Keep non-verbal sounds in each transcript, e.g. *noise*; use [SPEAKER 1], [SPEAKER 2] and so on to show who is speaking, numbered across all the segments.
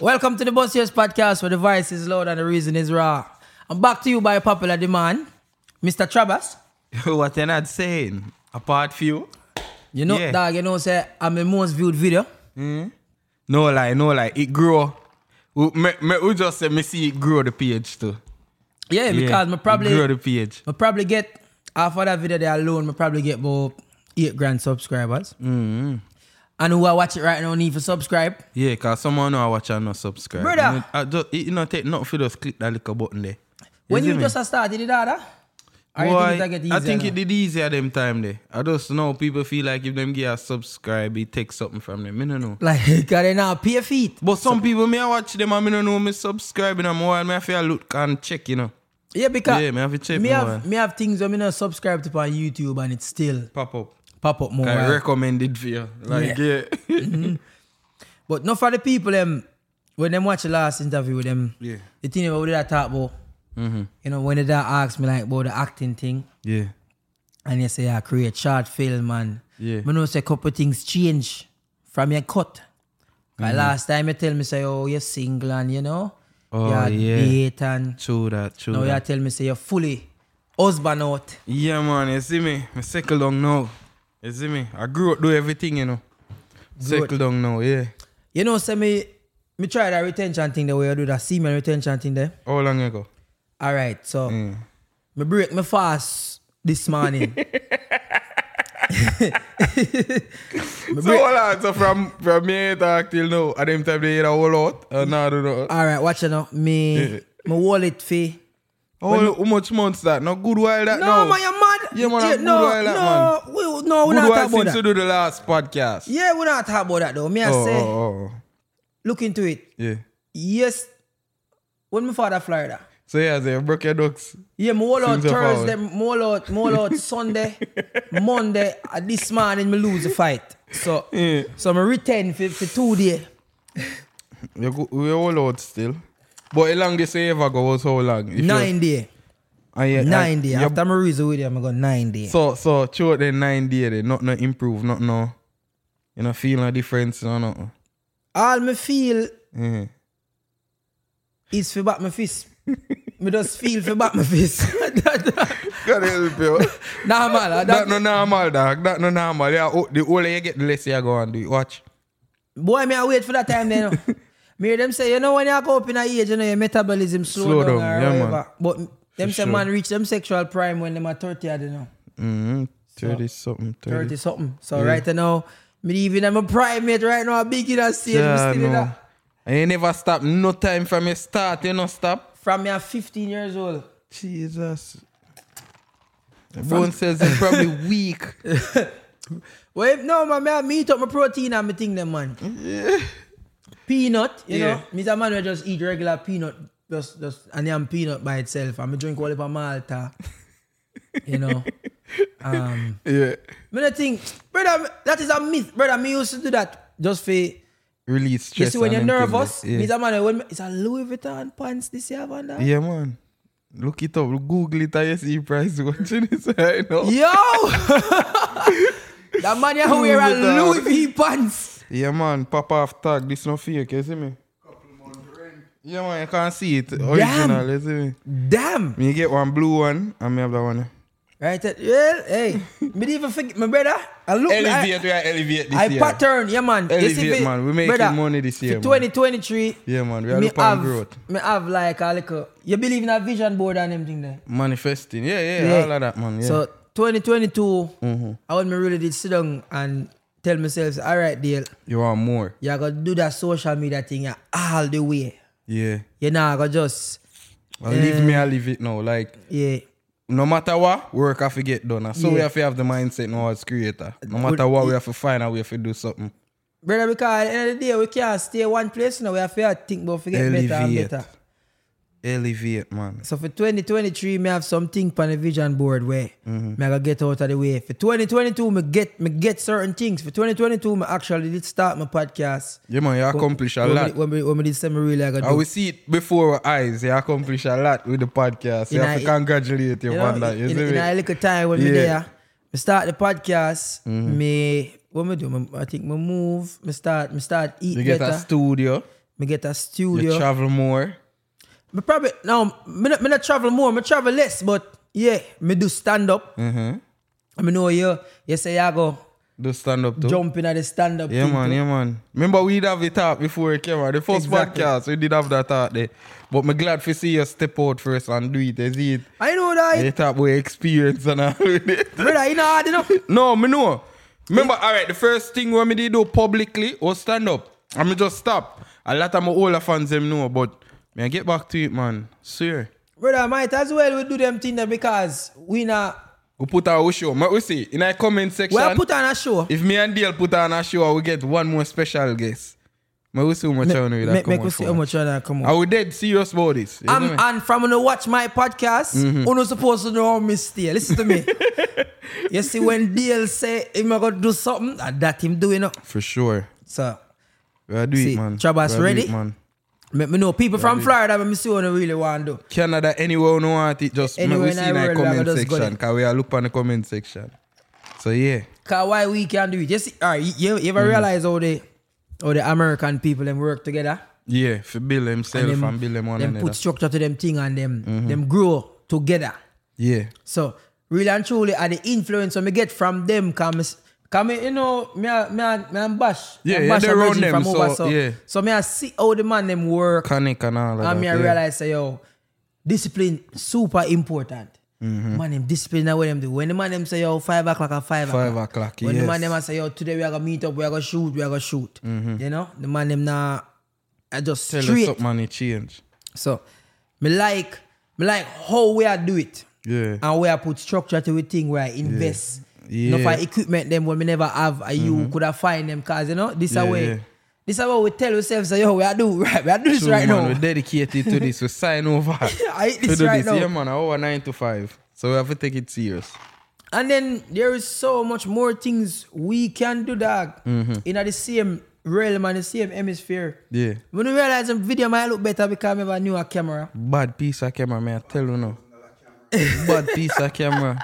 [SPEAKER 1] Welcome to the Bus Years podcast where the voice is loud and the reason is raw. I'm back to you by popular demand, Mr. Travers.
[SPEAKER 2] *laughs* what you're not saying, apart from you,
[SPEAKER 1] You know,
[SPEAKER 2] Yeah.
[SPEAKER 1] dog, you know, say I'm the most viewed video.
[SPEAKER 2] no lie, no lie, it grow. We, me, me, we just say me see it grow the page too.
[SPEAKER 1] Yeah,
[SPEAKER 2] Yeah,
[SPEAKER 1] because me
[SPEAKER 2] it
[SPEAKER 1] probably
[SPEAKER 2] grow the page.
[SPEAKER 1] me probably get after that video there alone, me probably get about eight grand subscribers. Mm-hmm. And who I watch it right now need for subscribe.
[SPEAKER 2] Yeah, cause someone know I watch and not subscribe.
[SPEAKER 1] Brother.
[SPEAKER 2] You know, I just, it, you know, take nothing for just click that little button there.
[SPEAKER 1] When you
[SPEAKER 2] see me?
[SPEAKER 1] just a started it, Ada? Or you
[SPEAKER 2] Why?
[SPEAKER 1] think it a get
[SPEAKER 2] I
[SPEAKER 1] easier
[SPEAKER 2] think it
[SPEAKER 1] now?
[SPEAKER 2] did easier them time there. I just know people feel like if them get a subscribe, it takes something from them. I don't know.
[SPEAKER 1] Like, *laughs* because they now pay feet.
[SPEAKER 2] But some people may watch them and I don't know me subscribing and more and me have to look and check, you know.
[SPEAKER 1] Yeah, because
[SPEAKER 2] Yeah, me have to check
[SPEAKER 1] me
[SPEAKER 2] more.
[SPEAKER 1] have, me have things I'm not subscribed to on YouTube and it still
[SPEAKER 2] Pop up.
[SPEAKER 1] pop up more.
[SPEAKER 2] Like
[SPEAKER 1] right?
[SPEAKER 2] recommended for you. Like yeah.
[SPEAKER 1] But not for the people them when them watch the last interview with them.
[SPEAKER 2] *laughs* Yeah.
[SPEAKER 1] The thing about what I talk about,
[SPEAKER 2] Mm-hmm.
[SPEAKER 1] you know, when they da ask me like about the acting thing,
[SPEAKER 2] yeah.
[SPEAKER 1] and they say I create short film and
[SPEAKER 2] Yeah.
[SPEAKER 1] I know say couple things change from your cut.
[SPEAKER 2] Mm-hmm.
[SPEAKER 1] 'Cause Last time you tell me say oh you're single and you know
[SPEAKER 2] Oh,
[SPEAKER 1] you're
[SPEAKER 2] yeah.
[SPEAKER 1] date and
[SPEAKER 2] True that, true
[SPEAKER 1] now you
[SPEAKER 2] that.
[SPEAKER 1] tell me say you're fully husband out.
[SPEAKER 2] Yeah man, you see me? I second long now. You see me? I grew up do everything, you know. Second long now, yeah.
[SPEAKER 1] You know say me me try that retention thing the way I do that semen retention thing there.
[SPEAKER 2] How long ago?
[SPEAKER 1] All right, so
[SPEAKER 2] Mm.
[SPEAKER 1] me break my fast this
[SPEAKER 2] *laughs*
[SPEAKER 1] morning.
[SPEAKER 2] So hold on, so from from me talk till now, at them time they hear a whole lot and now I don't know.
[SPEAKER 1] All right, watch it now. Me, my wallet fee.
[SPEAKER 2] How, how much months that? No good while that
[SPEAKER 1] No,
[SPEAKER 2] now.
[SPEAKER 1] man, you're mad.
[SPEAKER 2] Yeah, man, I'm good
[SPEAKER 1] no,
[SPEAKER 2] while that,
[SPEAKER 1] no, we, no, we
[SPEAKER 2] good
[SPEAKER 1] not
[SPEAKER 2] while
[SPEAKER 1] talk about
[SPEAKER 2] since
[SPEAKER 1] that.
[SPEAKER 2] you do the last podcast.
[SPEAKER 1] Yeah, we not talk about that though. Me, I
[SPEAKER 2] oh,
[SPEAKER 1] say,
[SPEAKER 2] oh, oh, oh.
[SPEAKER 1] look into it.
[SPEAKER 2] Yeah.
[SPEAKER 1] Yes, when my father Florida.
[SPEAKER 2] So yeah, they broke your ducks.
[SPEAKER 1] Yeah, my whole out
[SPEAKER 2] Things are foul.
[SPEAKER 1] Thursday, my whole out, my whole
[SPEAKER 2] *laughs*
[SPEAKER 1] out Sunday, Monday. Uh, this morning, me lose the fight. So,
[SPEAKER 2] Yeah.
[SPEAKER 1] so me retain for, for two days.
[SPEAKER 2] You go, we all out still. But how long they say ever go was how long? If you-
[SPEAKER 1] Nine day,
[SPEAKER 2] and you-
[SPEAKER 1] nine
[SPEAKER 2] and
[SPEAKER 1] day.
[SPEAKER 2] you-
[SPEAKER 1] After my reason with them, I got nine day.
[SPEAKER 2] So so throughout the nine day they not no improve, not no you know feel no difference no nothing.
[SPEAKER 1] All me feel
[SPEAKER 2] Yeah.
[SPEAKER 1] is for back my fist. me just feel for back my
[SPEAKER 2] *laughs*
[SPEAKER 1] fist.
[SPEAKER 2] God help you.
[SPEAKER 1] nah, man. I
[SPEAKER 2] *laughs* that
[SPEAKER 1] don't-
[SPEAKER 2] no normal dog. That no normal. Yeah, oh, the older you get the less you go and do it. Watch.
[SPEAKER 1] boy, me I wait for that time then. you know. me hear them say, you know, when you go up in a age, you know, your metabolism slow,
[SPEAKER 2] Slow
[SPEAKER 1] down,
[SPEAKER 2] down,
[SPEAKER 1] or
[SPEAKER 2] yeah, man.
[SPEAKER 1] whatever. But them say
[SPEAKER 2] sure.
[SPEAKER 1] man reach them sexual prime when them are 30, I don't know.
[SPEAKER 2] Mm-hmm. Thirty something.
[SPEAKER 1] 30
[SPEAKER 2] Thirty.
[SPEAKER 1] something. So right now, me even I'm a primate right now, I'm big in that stage, me
[SPEAKER 2] Yeah,
[SPEAKER 1] still in
[SPEAKER 2] no.
[SPEAKER 1] that.
[SPEAKER 2] And you never stop. No time from your start. You no stop.
[SPEAKER 1] From me I'm 15 years old.
[SPEAKER 2] Jesus. The Bone cells are probably weak.
[SPEAKER 1] Well, if- no, man, me I meet up my protein and my thing them,
[SPEAKER 2] *laughs*
[SPEAKER 1] man. Peanut, you
[SPEAKER 2] Yeah.
[SPEAKER 1] know. Me a man will just eat regular peanut, just just and then peanut by itself. And me drink all of
[SPEAKER 2] *laughs*
[SPEAKER 1] Malta. you know. Um
[SPEAKER 2] *laughs* yeah.
[SPEAKER 1] me not think, brother, me- that is a myth, brother. Me used to do that just for you
[SPEAKER 2] Release stress.
[SPEAKER 1] see when you're
[SPEAKER 2] and them thing
[SPEAKER 1] nervous.
[SPEAKER 2] there.
[SPEAKER 1] Me
[SPEAKER 2] Yeah.
[SPEAKER 1] a man when me- it's a Louis Vuitton pants this year, man. that.
[SPEAKER 2] yeah, man. Look it up. Google it. I see price watching this right now.
[SPEAKER 1] Yo! *laughs* that man you wear a
[SPEAKER 2] Vuitton.
[SPEAKER 1] Louis V pants.
[SPEAKER 2] Yeah man, pop off tag, this no fake, you see me? Yeah man, you can't see it. Original,
[SPEAKER 1] Damn.
[SPEAKER 2] you see me?
[SPEAKER 1] Damn.
[SPEAKER 2] Me get one blue one and me have that one.
[SPEAKER 1] Right? uh, Well, hey, me didn't even forget, my brother. I look, I,
[SPEAKER 2] we are elevate this
[SPEAKER 1] I pattern, yeah, man. You see,
[SPEAKER 2] Elevate,
[SPEAKER 1] fi-
[SPEAKER 2] man. We making money this
[SPEAKER 1] fi
[SPEAKER 2] year, man.
[SPEAKER 1] 2023.
[SPEAKER 2] Yeah man, we are
[SPEAKER 1] Me
[SPEAKER 2] looking
[SPEAKER 1] have,
[SPEAKER 2] on growth.
[SPEAKER 1] me have like a little, you believe in a vision board and everything there.
[SPEAKER 2] Manifesting, yeah, yeah,
[SPEAKER 1] Yeah.
[SPEAKER 2] all of that man. Yeah. Mm-hmm.
[SPEAKER 1] So 2022, I want me really did sit down and tell myself, all right, deal,
[SPEAKER 2] you want more.
[SPEAKER 1] you got to do that social media thing yeah, all the way.
[SPEAKER 2] Yeah.
[SPEAKER 1] You know, I got just,
[SPEAKER 2] Well, leave me, I leave it now. Like,
[SPEAKER 1] yeah.
[SPEAKER 2] no matter what, work have to get done. And So we
[SPEAKER 1] Yeah.
[SPEAKER 2] have to have the mindset now as creator. No matter what, we have to find out we have to do something.
[SPEAKER 1] Brother, because at the end of the day, we can't stay one place now. We have to think about forget better and
[SPEAKER 2] Elevate.
[SPEAKER 1] better.
[SPEAKER 2] Elevate, man.
[SPEAKER 1] So for 2023, me have something on the vision board where
[SPEAKER 2] Mm-hmm.
[SPEAKER 1] me I gotta get out of the way. For 2022, me get me get certain things. For 2022, me actually did start my podcast.
[SPEAKER 2] Yeah, man, you accomplish a
[SPEAKER 1] when,
[SPEAKER 2] lot.
[SPEAKER 1] Me, when, me, when me did say me really I got
[SPEAKER 2] I will see it before our eyes. You accomplish a lot with the podcast. You
[SPEAKER 1] In
[SPEAKER 2] have to
[SPEAKER 1] a-
[SPEAKER 2] congratulate you
[SPEAKER 1] you know,
[SPEAKER 2] on that. You
[SPEAKER 1] in,
[SPEAKER 2] see
[SPEAKER 1] in
[SPEAKER 2] me?
[SPEAKER 1] a little time when me
[SPEAKER 2] Yeah.
[SPEAKER 1] there,
[SPEAKER 2] Mm-hmm.
[SPEAKER 1] me start the podcast. Me what me do? Me, I think me move. Me start me start eat
[SPEAKER 2] You get
[SPEAKER 1] better.
[SPEAKER 2] a studio.
[SPEAKER 1] Me get a
[SPEAKER 2] You
[SPEAKER 1] studio.
[SPEAKER 2] travel more.
[SPEAKER 1] me probably now me not, me not travel more, me travel less, but yeah, me do stand up.
[SPEAKER 2] Mm-hmm.
[SPEAKER 1] I mean, know you you say you go
[SPEAKER 2] Do stand up too.
[SPEAKER 1] jumping at the stand up.
[SPEAKER 2] Yeah,
[SPEAKER 1] thing
[SPEAKER 2] man,
[SPEAKER 1] too.
[SPEAKER 2] yeah, man. Remember, we did have the talk before it came out. The first
[SPEAKER 1] Exactly.
[SPEAKER 2] podcast, we did have that talk there. But I'm glad to see you step out first and do it. You see it.
[SPEAKER 1] I know that.
[SPEAKER 2] You talk about experience and all that.
[SPEAKER 1] Brother, you know hard enough.
[SPEAKER 2] No, me know. Remember, all right, the first thing when me did do publicly was stand up. I me just stop. A lot of my older fans them know, but me I get back to it, man. Swear.
[SPEAKER 1] Brother, might as well we do them thing there because we not
[SPEAKER 2] We put out a show. What we see in our comment section.
[SPEAKER 1] we are put on a show.
[SPEAKER 2] if me and Dale put on a show, we get one more special guest. Me we see how much I want
[SPEAKER 1] Make,
[SPEAKER 2] that
[SPEAKER 1] make
[SPEAKER 2] come
[SPEAKER 1] we
[SPEAKER 2] out
[SPEAKER 1] see
[SPEAKER 2] for.
[SPEAKER 1] how much I come
[SPEAKER 2] Are
[SPEAKER 1] on.
[SPEAKER 2] we dead serious about this? You know
[SPEAKER 1] I'm,
[SPEAKER 2] me? Mm-hmm.
[SPEAKER 1] and from when you watch my podcast, you not supposed to know how me stay. Listen to
[SPEAKER 2] *laughs*
[SPEAKER 1] me. you see, when Dale say him going to do something, and that him doing it.
[SPEAKER 2] For sure.
[SPEAKER 1] So,
[SPEAKER 2] We are do it,
[SPEAKER 1] See,
[SPEAKER 2] man.
[SPEAKER 1] Chabas
[SPEAKER 2] We are do
[SPEAKER 1] ready?
[SPEAKER 2] it, man.
[SPEAKER 1] make me know. People from Florida, let me see what they really want to do.
[SPEAKER 2] Canada, anywhere you want it, just
[SPEAKER 1] Anywhere
[SPEAKER 2] anywhere we
[SPEAKER 1] in
[SPEAKER 2] see
[SPEAKER 1] the
[SPEAKER 2] in
[SPEAKER 1] world, we
[SPEAKER 2] the
[SPEAKER 1] are
[SPEAKER 2] comment
[SPEAKER 1] just go
[SPEAKER 2] section. Because we are look on the comment section. So yeah.
[SPEAKER 1] Cause why we can't do it. You see, all right, you, you ever
[SPEAKER 2] Mm-hmm.
[SPEAKER 1] realize how the, how the American people them work together?
[SPEAKER 2] Yeah, for build himself and, Mm-hmm. build them one
[SPEAKER 1] them
[SPEAKER 2] another.
[SPEAKER 1] put structure to them thing and them, them grow together.
[SPEAKER 2] yeah.
[SPEAKER 1] So, really and truly, are the influence I get from them comes. Come, you know, me, a- me, a- me and Bash. me
[SPEAKER 2] Yeah,
[SPEAKER 1] and
[SPEAKER 2] yeah,
[SPEAKER 1] Bash
[SPEAKER 2] they
[SPEAKER 1] and
[SPEAKER 2] run
[SPEAKER 1] Reggie
[SPEAKER 2] them,
[SPEAKER 1] from over,
[SPEAKER 2] so,
[SPEAKER 1] so,
[SPEAKER 2] yeah.
[SPEAKER 1] so me, I see how the man them work.
[SPEAKER 2] Canic and all of
[SPEAKER 1] And me,
[SPEAKER 2] that.
[SPEAKER 1] I
[SPEAKER 2] yeah.
[SPEAKER 1] realize, say, yo, discipline super important.
[SPEAKER 2] Mm-hmm.
[SPEAKER 1] Man, them discipline that what them do. When the man them say, yo, five o'clock or five,
[SPEAKER 2] Five o'clock,
[SPEAKER 1] When the man
[SPEAKER 2] yes. Mm-hmm.
[SPEAKER 1] them a say, yo, today we are gonna meet up, we are gonna shoot, we are gonna shoot. You know, the man them nah, I just
[SPEAKER 2] Tell us
[SPEAKER 1] straight.
[SPEAKER 2] something and it change.
[SPEAKER 1] So, me like, me like how we are do it.
[SPEAKER 2] Yeah.
[SPEAKER 1] And where I put structure to a thing where I invest.
[SPEAKER 2] Yeah. Mm-hmm.
[SPEAKER 1] Not for equipment them when we never have and you could have find them cause you know this a
[SPEAKER 2] Yeah,
[SPEAKER 1] way.
[SPEAKER 2] yeah.
[SPEAKER 1] This is what we tell ourselves say, yo, we are do *laughs* right, we are do this
[SPEAKER 2] True,
[SPEAKER 1] right
[SPEAKER 2] man, We're
[SPEAKER 1] now.
[SPEAKER 2] dedicated to this. We sign
[SPEAKER 1] *laughs*
[SPEAKER 2] over.
[SPEAKER 1] I eat
[SPEAKER 2] We
[SPEAKER 1] this
[SPEAKER 2] do
[SPEAKER 1] right
[SPEAKER 2] this.
[SPEAKER 1] now.
[SPEAKER 2] Yeah, man. Our nine to five. So we have to take it serious.
[SPEAKER 1] And then there is so much more things we can do, dog. In the same realm and the same hemisphere.
[SPEAKER 2] Mm-hmm. Yeah.
[SPEAKER 1] When you realize the video might look better because I never knew a camera.
[SPEAKER 2] Bad piece of camera, man. I tell you now. Bad piece of camera.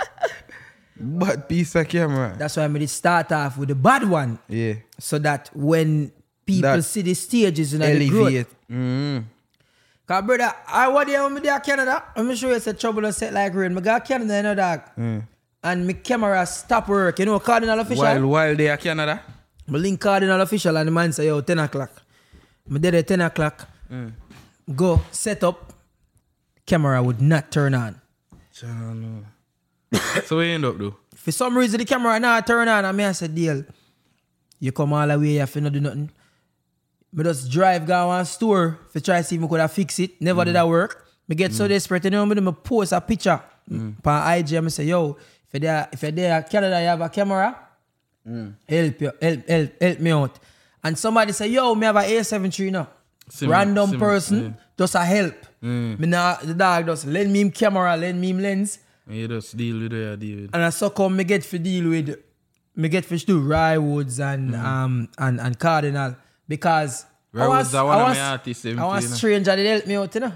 [SPEAKER 1] *laughs*
[SPEAKER 2] Bad piece of camera.
[SPEAKER 1] That's why I made it start off with the bad one.
[SPEAKER 2] Yeah.
[SPEAKER 1] So that when people
[SPEAKER 2] That
[SPEAKER 1] see the stages in the growth.
[SPEAKER 2] Elevate. Mm.
[SPEAKER 1] Cause brother, I was there when me there Canada. I'm sure it's a trouble and set like rain. Me go Canada, you know, dog.
[SPEAKER 2] Mm.
[SPEAKER 1] And my camera stop work. You know, Cardinal Official.
[SPEAKER 2] While, while they are Canada.
[SPEAKER 1] I link Cardinal official and the man say, yo, 10 o'clock. I did it 10 o'clock.
[SPEAKER 2] Mm.
[SPEAKER 1] Go, set up. Camera would not turn on.
[SPEAKER 2] *coughs* so we end up though.
[SPEAKER 1] For some reason, the camera not turn on. And me I said, deal, you come all the way, you finna do nothing. Me just drive, go one store, for try see if I could have fix it. Never did
[SPEAKER 2] Mm.
[SPEAKER 1] that work. Me get so desperate, you know, me, do, me post a picture mm. on IG and I say, yo, if you there, if you there, Canada, you have a camera,
[SPEAKER 2] Mm.
[SPEAKER 1] help you, help, help, help me out. And somebody say, yo, me have a A73 now.
[SPEAKER 2] Sim-
[SPEAKER 1] Random
[SPEAKER 2] sim-
[SPEAKER 1] person,
[SPEAKER 2] yeah. Mm.
[SPEAKER 1] just a help. Me nah, the dog just lend me him camera, lend me him lens.
[SPEAKER 2] And you just deal with it, deal with
[SPEAKER 1] And I so come me get for deal with me get fish do Rye Woods and
[SPEAKER 2] Mm-hmm.
[SPEAKER 1] um and, and Cardinal because
[SPEAKER 2] Rye Woods are one of
[SPEAKER 1] I
[SPEAKER 2] my
[SPEAKER 1] was,
[SPEAKER 2] artists, them
[SPEAKER 1] I want
[SPEAKER 2] too, you know.
[SPEAKER 1] stranger that help me out, you know.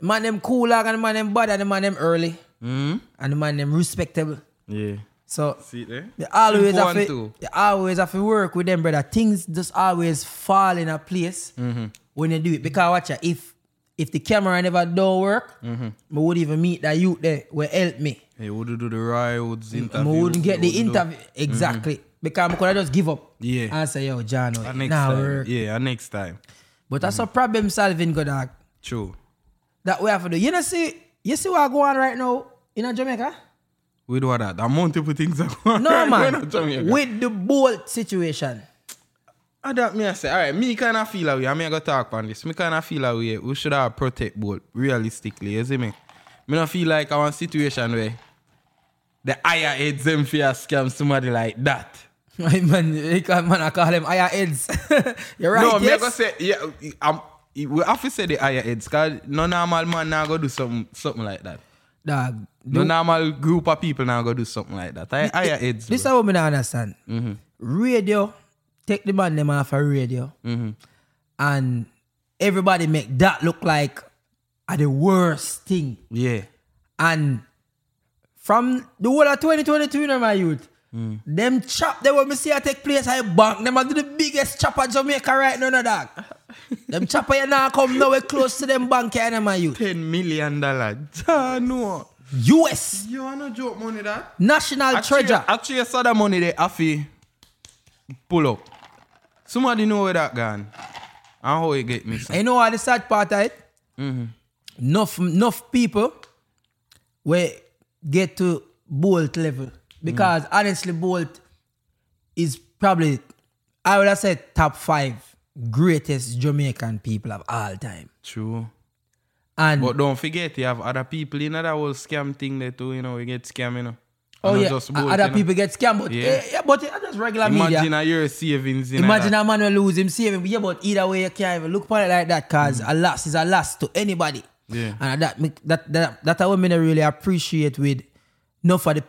[SPEAKER 1] Man them cool like, and the man them bad and the man them early
[SPEAKER 2] Mm.
[SPEAKER 1] and the man them respectable.
[SPEAKER 2] Yeah.
[SPEAKER 1] So
[SPEAKER 2] See there?
[SPEAKER 1] they always
[SPEAKER 2] Simple
[SPEAKER 1] have to
[SPEAKER 2] one too.
[SPEAKER 1] they always have to work with them, brother. Things just always fall in a place
[SPEAKER 2] Mm-hmm.
[SPEAKER 1] when you do it. Because watch ya, if if the camera never don't work,
[SPEAKER 2] Mm-hmm.
[SPEAKER 1] me would even meet that youth there will help me.
[SPEAKER 2] Hey, would you do the riots
[SPEAKER 1] I
[SPEAKER 2] interview?
[SPEAKER 1] Mm, wouldn't get the
[SPEAKER 2] Would you do- Mm-hmm.
[SPEAKER 1] interview exactly because I could have just give up.
[SPEAKER 2] Yeah.
[SPEAKER 1] and say yo, John,
[SPEAKER 2] Ah,
[SPEAKER 1] oh,
[SPEAKER 2] next
[SPEAKER 1] nah
[SPEAKER 2] time.
[SPEAKER 1] work.
[SPEAKER 2] Yeah, ah, next time.
[SPEAKER 1] But that's a
[SPEAKER 2] Mm-hmm.
[SPEAKER 1] problem solving, good dog.
[SPEAKER 2] True.
[SPEAKER 1] That we have to do. You know, see, you see what go on right now in Jamaica?
[SPEAKER 2] We do that. The multiple things are going *laughs*
[SPEAKER 1] No man,
[SPEAKER 2] Wait.
[SPEAKER 1] with the bolt situation. *laughs*
[SPEAKER 2] Adapt me, I say. All right, me kind of feel away. I mean, I got to talk on this. Me kind of feel away. We should have protect both, realistically. You see me? Me not feel like I want situation where the higher heads them fear scam somebody like that.
[SPEAKER 1] My man, *laughs* you can- man, I call them higher heads. *laughs* You're right.
[SPEAKER 2] no, me I
[SPEAKER 1] yes.
[SPEAKER 2] go say, yeah, I'm, we have to say the higher heads, because no normal man now go do something, something like that.
[SPEAKER 1] Dog,
[SPEAKER 2] No normal group of people now go do something like that. I, higher heads,
[SPEAKER 1] This is
[SPEAKER 2] bro. Mm-hmm.
[SPEAKER 1] what I understand. Radio, take the man them off a radio,
[SPEAKER 2] Mm-hmm.
[SPEAKER 1] and everybody make that look like are the worst thing.
[SPEAKER 2] Yeah.
[SPEAKER 1] And from the whole of 2022, you know, my youth,
[SPEAKER 2] Mm. *laughs*
[SPEAKER 1] them chop, they want me see I take place, I bank, them are the biggest chop at Jamaica right now, no, dog. them chopper you now come nowhere close to them bank you know, my youth.
[SPEAKER 2] Ten million *laughs* dollars. Ja, no.
[SPEAKER 1] US
[SPEAKER 2] You want no joke money that?
[SPEAKER 1] National
[SPEAKER 2] Actually,
[SPEAKER 1] Treasure.
[SPEAKER 2] actually, I saw that money there. Afi pull up. Somebody know where that gone. And how it get me? son.
[SPEAKER 1] And you know what the sad part of it?
[SPEAKER 2] Mm-hmm.
[SPEAKER 1] Enough, enough people will get to Bolt level.
[SPEAKER 2] Mm.
[SPEAKER 1] Because honestly, Bolt is probably, I would have said, top five greatest Jamaican people of all time.
[SPEAKER 2] True.
[SPEAKER 1] And
[SPEAKER 2] But don't forget, you have other people in that whole scam thing there too. You know, we get scam, you know.
[SPEAKER 1] oh,
[SPEAKER 2] And not
[SPEAKER 1] yeah,
[SPEAKER 2] just
[SPEAKER 1] o-
[SPEAKER 2] both,
[SPEAKER 1] other
[SPEAKER 2] you know.
[SPEAKER 1] people get scammed. But, eh,
[SPEAKER 2] Yeah.
[SPEAKER 1] yeah. yeah, but it's just regular media.
[SPEAKER 2] Imagine a year savings. In
[SPEAKER 1] Imagine
[SPEAKER 2] that.
[SPEAKER 1] a man will lose him saving. Yeah, but either way, you can't even look upon it like that because a loss is a loss to anybody.
[SPEAKER 2] Yeah.
[SPEAKER 1] And that make- that that that I women really appreciate with enough of the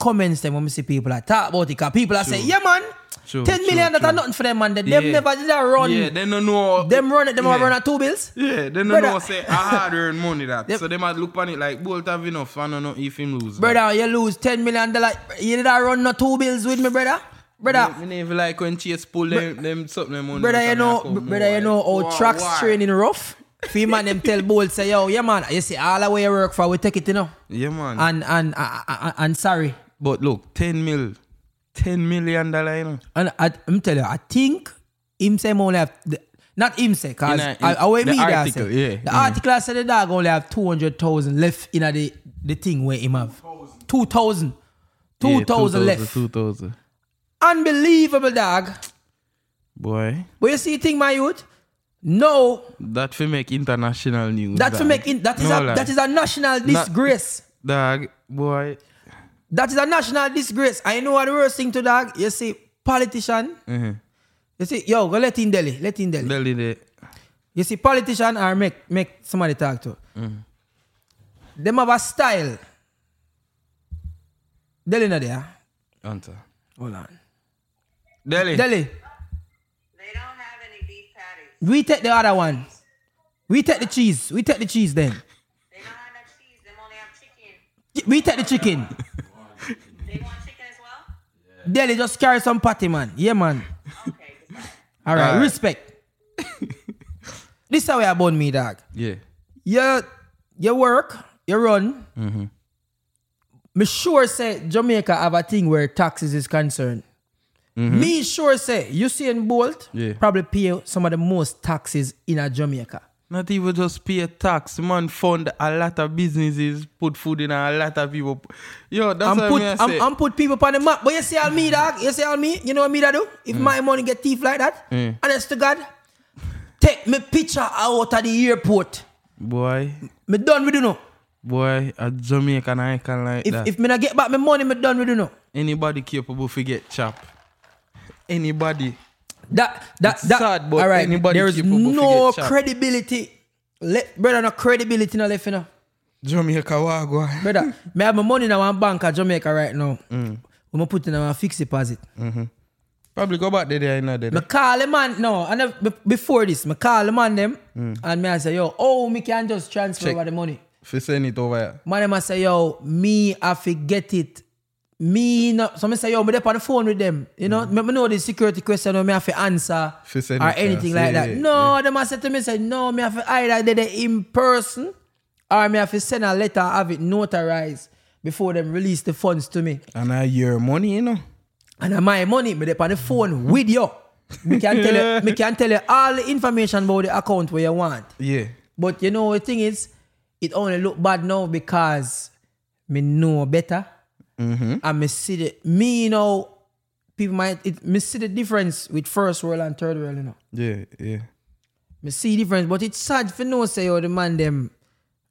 [SPEAKER 1] comments them when we see people I talk about it. Cause people I say, yeah man,
[SPEAKER 2] True,
[SPEAKER 1] ten
[SPEAKER 2] true,
[SPEAKER 1] million that
[SPEAKER 2] true.
[SPEAKER 1] are nothing for them man. They, Them
[SPEAKER 2] Yeah.
[SPEAKER 1] never did a run.
[SPEAKER 2] Yeah, they don't know.
[SPEAKER 1] Them run it, them
[SPEAKER 2] yeah.
[SPEAKER 1] yeah. run at two bills.
[SPEAKER 2] Yeah, they don't
[SPEAKER 1] Brother.
[SPEAKER 2] know say I hard earned money that. So they might look on it like Bolt have enough and I don't know if him lose. that.
[SPEAKER 1] Brother, you lose ten million dollars. You did a run no two bills with me, brother. Brother,
[SPEAKER 2] Me never like when Chase pull them, them something them money.
[SPEAKER 1] Brother,
[SPEAKER 2] out
[SPEAKER 1] you
[SPEAKER 2] of me
[SPEAKER 1] know,
[SPEAKER 2] account,
[SPEAKER 1] brother,
[SPEAKER 2] boy.
[SPEAKER 1] you know how
[SPEAKER 2] Why,
[SPEAKER 1] tracks
[SPEAKER 2] why?
[SPEAKER 1] training rough. Fee man them tell Bolt say, yo, yeah man, you see all the way you work for, we take it, you know.
[SPEAKER 2] Yeah, man.
[SPEAKER 1] And and and, and, and sorry.
[SPEAKER 2] but look, 10 mil. 10 million dollar, you know.
[SPEAKER 1] And I, I'm tell you, I think him say him only have the- not him say, cause
[SPEAKER 2] In a- in
[SPEAKER 1] I, I wait
[SPEAKER 2] the
[SPEAKER 1] me there, I
[SPEAKER 2] article,
[SPEAKER 1] say.
[SPEAKER 2] yeah,
[SPEAKER 1] the
[SPEAKER 2] yeah.
[SPEAKER 1] article I said the dog only have two hundred thousand left in a the the thing where him have two thousand.
[SPEAKER 2] Yeah,
[SPEAKER 1] 2,000 left.
[SPEAKER 2] 2,000.
[SPEAKER 1] Unbelievable, dog.
[SPEAKER 2] Boy,
[SPEAKER 1] But you see, thing, my youth, no,
[SPEAKER 2] that for make international news.
[SPEAKER 1] that to
[SPEAKER 2] dog.
[SPEAKER 1] make in, that is a
[SPEAKER 2] No lie.
[SPEAKER 1] that is a national disgrace.
[SPEAKER 2] Dog, boy.
[SPEAKER 1] That is a national disgrace. I know what the worst thing to dog. You see, politician.
[SPEAKER 2] Uh-huh.
[SPEAKER 1] You see, yo, go let in Delhi. Let in Delhi.
[SPEAKER 2] Delhi there.
[SPEAKER 1] You see, politician are make make somebody talk to. Them have a style. Delhi not there.
[SPEAKER 2] Answer.
[SPEAKER 1] Hold on.
[SPEAKER 2] Delhi.
[SPEAKER 1] Delhi,
[SPEAKER 3] They don't have any beef patties.
[SPEAKER 1] we take the other one. We take the cheese. We take the cheese then.
[SPEAKER 3] They don't have enough cheese. They only have chicken.
[SPEAKER 1] We take the *laughs* chicken.
[SPEAKER 3] They want chicken as well?
[SPEAKER 1] Delhi just carry some patty, man. Yeah, man.
[SPEAKER 3] Okay, goodbye.
[SPEAKER 1] All right, *laughs*
[SPEAKER 2] Alright.
[SPEAKER 1] respect. this how I about me, dog.
[SPEAKER 2] Yeah.
[SPEAKER 1] you you work, you run.
[SPEAKER 2] Mm-hmm.
[SPEAKER 1] Me sure say Jamaica have a thing where taxes is concerned. Me sure say Usain Bolt
[SPEAKER 2] Mm-hmm. Yeah.
[SPEAKER 1] probably pay some of the most taxes in a Jamaica.
[SPEAKER 2] Not even just pay tax, man. Fund a lot of businesses, put food in a lot of people. Yo, that's
[SPEAKER 1] And
[SPEAKER 2] what
[SPEAKER 1] put
[SPEAKER 2] me I
[SPEAKER 1] and-
[SPEAKER 2] say. Mm.
[SPEAKER 1] and put people on the map. But you see all me, dog. You see all me. You know what me that do? If my money get thief like that,
[SPEAKER 2] Mm.
[SPEAKER 1] honest to God, take me picture out of the airport.
[SPEAKER 2] boy,
[SPEAKER 1] Me done with you know.
[SPEAKER 2] boy, a Jamaican icon like
[SPEAKER 1] If
[SPEAKER 2] that.
[SPEAKER 1] if me not get back my money, me done with you know.
[SPEAKER 2] Anybody capable forget chop. Anybody.
[SPEAKER 1] That that
[SPEAKER 2] It's
[SPEAKER 1] that.
[SPEAKER 2] sad, but
[SPEAKER 1] all right,
[SPEAKER 2] anybody
[SPEAKER 1] there is
[SPEAKER 2] capable fi
[SPEAKER 1] no
[SPEAKER 2] get shot.
[SPEAKER 1] credibility. Let, brother, no credibility no left, you know.
[SPEAKER 2] Jamaica wagwa. *laughs*
[SPEAKER 1] Brother, me have my money in one bank at Jamaica right now.
[SPEAKER 2] Mm.
[SPEAKER 1] We am put in a fixed deposit.
[SPEAKER 2] Probably go back there, there, you know, there.
[SPEAKER 1] Me call the man, no, and if- be- before this, me call the man them, and me I say, yo, oh, me can just transfer
[SPEAKER 2] Mm. Check.
[SPEAKER 1] over the money.
[SPEAKER 2] If you send it over here.
[SPEAKER 1] Man them I say, yo, me I forget it. Me no, so me say, yo, me dey on the phone with them. You know,
[SPEAKER 2] Mm.
[SPEAKER 1] me, me know the security question, or me have to answer
[SPEAKER 2] Fi send
[SPEAKER 1] or
[SPEAKER 2] it to
[SPEAKER 1] anything
[SPEAKER 2] us,
[SPEAKER 1] like
[SPEAKER 2] yeah,
[SPEAKER 1] that.
[SPEAKER 2] yeah,
[SPEAKER 1] No, them I said to me, say, no, me have to either did it in person, or me have to send a letter, have it notarized before them release the funds to me.
[SPEAKER 2] And I your money, you know.
[SPEAKER 1] And uh, my money, me dey on the phone with you. Me can
[SPEAKER 2] *laughs*
[SPEAKER 1] tell you, me can tell you all the information about the account where you want.
[SPEAKER 2] Yeah.
[SPEAKER 1] But you know the thing is, it only look bad now because me know better.
[SPEAKER 2] Mm-hmm.
[SPEAKER 1] And me see the me you know people might it, me see the difference with first world and third world, you know.
[SPEAKER 2] Yeah, yeah.
[SPEAKER 1] Me see difference. But it's sad for no say oh the man them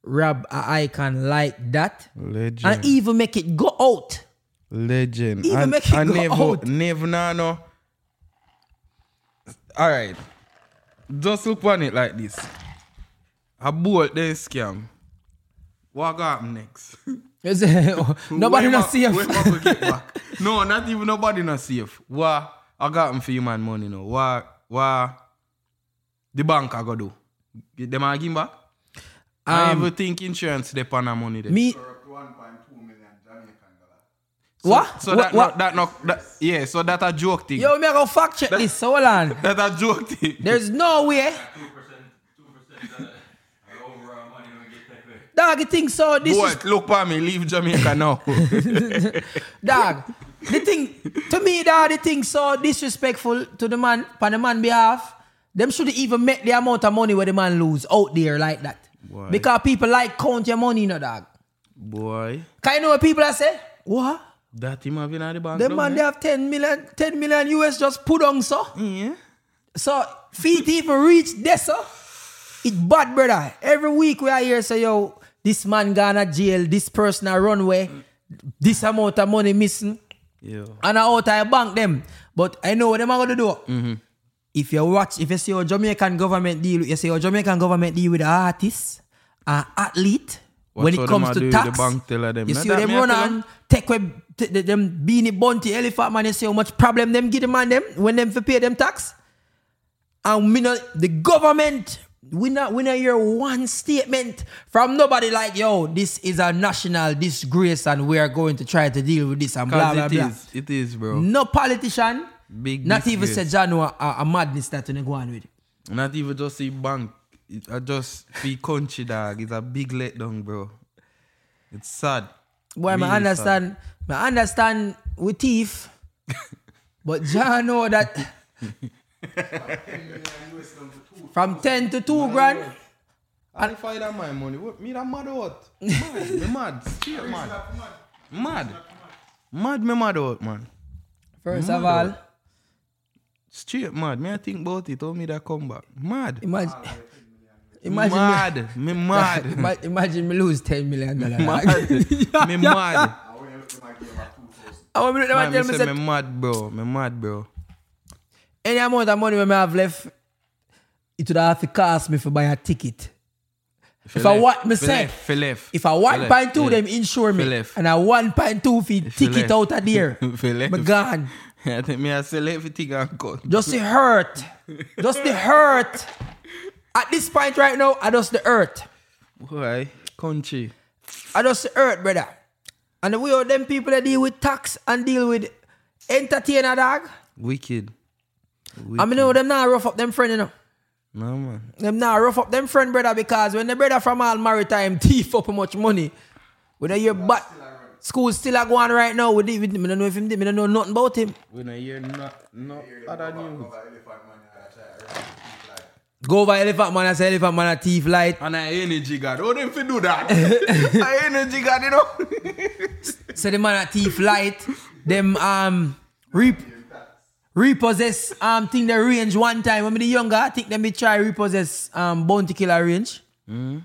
[SPEAKER 1] rob a icon like that.
[SPEAKER 2] Legend.
[SPEAKER 1] And even make it go out. *laughs*
[SPEAKER 2] Legend.
[SPEAKER 1] Even
[SPEAKER 2] and,
[SPEAKER 1] make it
[SPEAKER 2] and
[SPEAKER 1] go
[SPEAKER 2] never,
[SPEAKER 1] out.
[SPEAKER 2] Never nah, no. All right. Just look on it like this. A bolt then scam. What go happen next?
[SPEAKER 1] You
[SPEAKER 2] *laughs*
[SPEAKER 1] say, oh, *laughs* Nobody
[SPEAKER 2] Where
[SPEAKER 1] not
[SPEAKER 2] my-
[SPEAKER 1] see
[SPEAKER 2] where
[SPEAKER 1] him.
[SPEAKER 2] my go
[SPEAKER 1] *laughs*
[SPEAKER 2] get back? no, not even nobody not safe. Why? I got him for you man money now. Why? Why? The bank I go do. Get Them I give him back? I
[SPEAKER 1] Um,
[SPEAKER 2] even think insurance depend on money there.
[SPEAKER 1] Me what?
[SPEAKER 2] So
[SPEAKER 1] what?
[SPEAKER 2] that
[SPEAKER 1] what?
[SPEAKER 2] no, that no, that, yeah. So that a joke thing.
[SPEAKER 1] Yo, me I go fact check this. So hold
[SPEAKER 2] *laughs*
[SPEAKER 1] on.
[SPEAKER 2] That a joke thing.
[SPEAKER 1] There's no way. Dog, you think so? This
[SPEAKER 2] Boy,
[SPEAKER 1] is
[SPEAKER 2] look for me. Leave Jamaica now.
[SPEAKER 1] dog. The thing to me, dog, the thing so disrespectful to the man, on the man behalf. Them should even make the amount of money where the man lose out there like that.
[SPEAKER 2] Why?
[SPEAKER 1] Because people like count your money, you know, dog.
[SPEAKER 2] *laughs* Boy,
[SPEAKER 1] Can you know what people are say? What?
[SPEAKER 2] that him have been at the bank.
[SPEAKER 1] Them
[SPEAKER 2] though,
[SPEAKER 1] man, they have 10 million, 10 million US just put on, so.
[SPEAKER 2] Yeah.
[SPEAKER 1] So feet even reach there, so it bad, brother. Every week we are here say, yo, this man gone to jail, this person a runway, this amount of money missing,
[SPEAKER 2] Yeah.
[SPEAKER 1] and I out I bank them. But I know what them are gonna do.
[SPEAKER 2] Mm-hmm.
[SPEAKER 1] If you watch, if you see your Jamaican government deal, you see your Jamaican government deal with artists, an athlete.
[SPEAKER 2] Watch
[SPEAKER 1] when
[SPEAKER 2] how
[SPEAKER 1] it
[SPEAKER 2] them
[SPEAKER 1] comes
[SPEAKER 2] a do
[SPEAKER 1] to
[SPEAKER 2] with the
[SPEAKER 1] tax,
[SPEAKER 2] bank teller them.
[SPEAKER 1] you
[SPEAKER 2] Now
[SPEAKER 1] see
[SPEAKER 2] that
[SPEAKER 1] them
[SPEAKER 2] me a
[SPEAKER 1] run
[SPEAKER 2] tell
[SPEAKER 1] and take away t- the- them beanie bunty elephant man. You see how much problem them give the man them when them for pay them tax. And we know the government, we not we not hear one statement from nobody like, yo, this is a national disgrace and we are going to try to deal with this and blah
[SPEAKER 2] Cause
[SPEAKER 1] blah
[SPEAKER 2] it
[SPEAKER 1] blah.
[SPEAKER 2] is. It is, bro.
[SPEAKER 1] No politician,
[SPEAKER 2] Big
[SPEAKER 1] not even say
[SPEAKER 2] disgrace.
[SPEAKER 1] John a, a madness that you go on with.
[SPEAKER 2] Not even just the bank. It- I just be country dog. It's a big letdown, bro. It's sad.
[SPEAKER 1] Boy, I
[SPEAKER 2] Really
[SPEAKER 1] understand, I understand with thief,
[SPEAKER 2] *laughs*
[SPEAKER 1] but John know that from ten to two grand.
[SPEAKER 2] And if I that my money, what me that mad out? *laughs* Mad, me mad, straight mad, mad, mad, me mad out, man.
[SPEAKER 1] First of all,
[SPEAKER 2] Straight mad. Me I think about it. How me that come back? Mad,
[SPEAKER 1] imagine, imagine,
[SPEAKER 2] mad, me mad, *laughs*
[SPEAKER 1] Me, *laughs* ima- imagine me lose ten million dollars. *laughs*
[SPEAKER 2] mad, me mad.
[SPEAKER 1] I want me to
[SPEAKER 2] Man,
[SPEAKER 1] tell
[SPEAKER 2] me
[SPEAKER 1] me
[SPEAKER 2] say
[SPEAKER 1] say,
[SPEAKER 2] me mad, bro. Me mad, bro.
[SPEAKER 1] any amount of money we have left, it would have to cost me for buy a ticket. If I want me say,
[SPEAKER 2] Philip,
[SPEAKER 1] if I one point two, them insure me,
[SPEAKER 2] Fi left.
[SPEAKER 1] and I one point two feet
[SPEAKER 2] Fi
[SPEAKER 1] ticket out
[SPEAKER 2] left. *laughs*
[SPEAKER 1] of there,
[SPEAKER 2] Fi left.
[SPEAKER 1] me gone.
[SPEAKER 2] *laughs* I think me I sell everything and cut.
[SPEAKER 1] Just the hurt. Just the hurt. At this point right now, I just the hurt.
[SPEAKER 2] Why? Country.
[SPEAKER 1] I just the hurt, brother. And the way all them people that deal with tax and deal with entertainer dog,
[SPEAKER 2] Wicked. Wicked.
[SPEAKER 1] I mean, know them not rough up them friend, you know.
[SPEAKER 2] No man.
[SPEAKER 1] Them not rough up them friend, brother, because when the brother from all maritime *laughs* thief up much money, whether you're back, school still a go on right now. We, did- we, did- me don't know if him, did- me don't know nothing about him.
[SPEAKER 2] When I hear not no other news.
[SPEAKER 1] Go over elephant man, I say elephant man a thief light.
[SPEAKER 2] And I energy god. Oh them fi do *laughs* that. I energy god, you know.
[SPEAKER 1] So the man at thief light, them um rep repossess um thing the range one time. When me the younger, I think them me try repossess um bounty killer range.
[SPEAKER 2] Mm.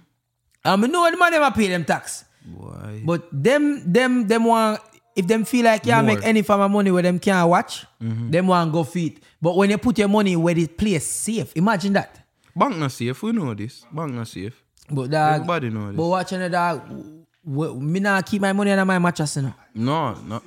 [SPEAKER 1] Um, I know the man them a pay them tax,
[SPEAKER 2] Why?
[SPEAKER 1] but them them them want if them feel like yeah
[SPEAKER 2] More. Mm-hmm.
[SPEAKER 1] make any form of money where them can't watch, them want go feed. But when you put your money where the place safe, imagine that.
[SPEAKER 2] Bank not safe. We know this. Bank not safe.
[SPEAKER 1] But dog,
[SPEAKER 2] Everybody know this.
[SPEAKER 1] But watching the dog, w- w- me not keep my money under my mattress, you know.
[SPEAKER 2] No, no.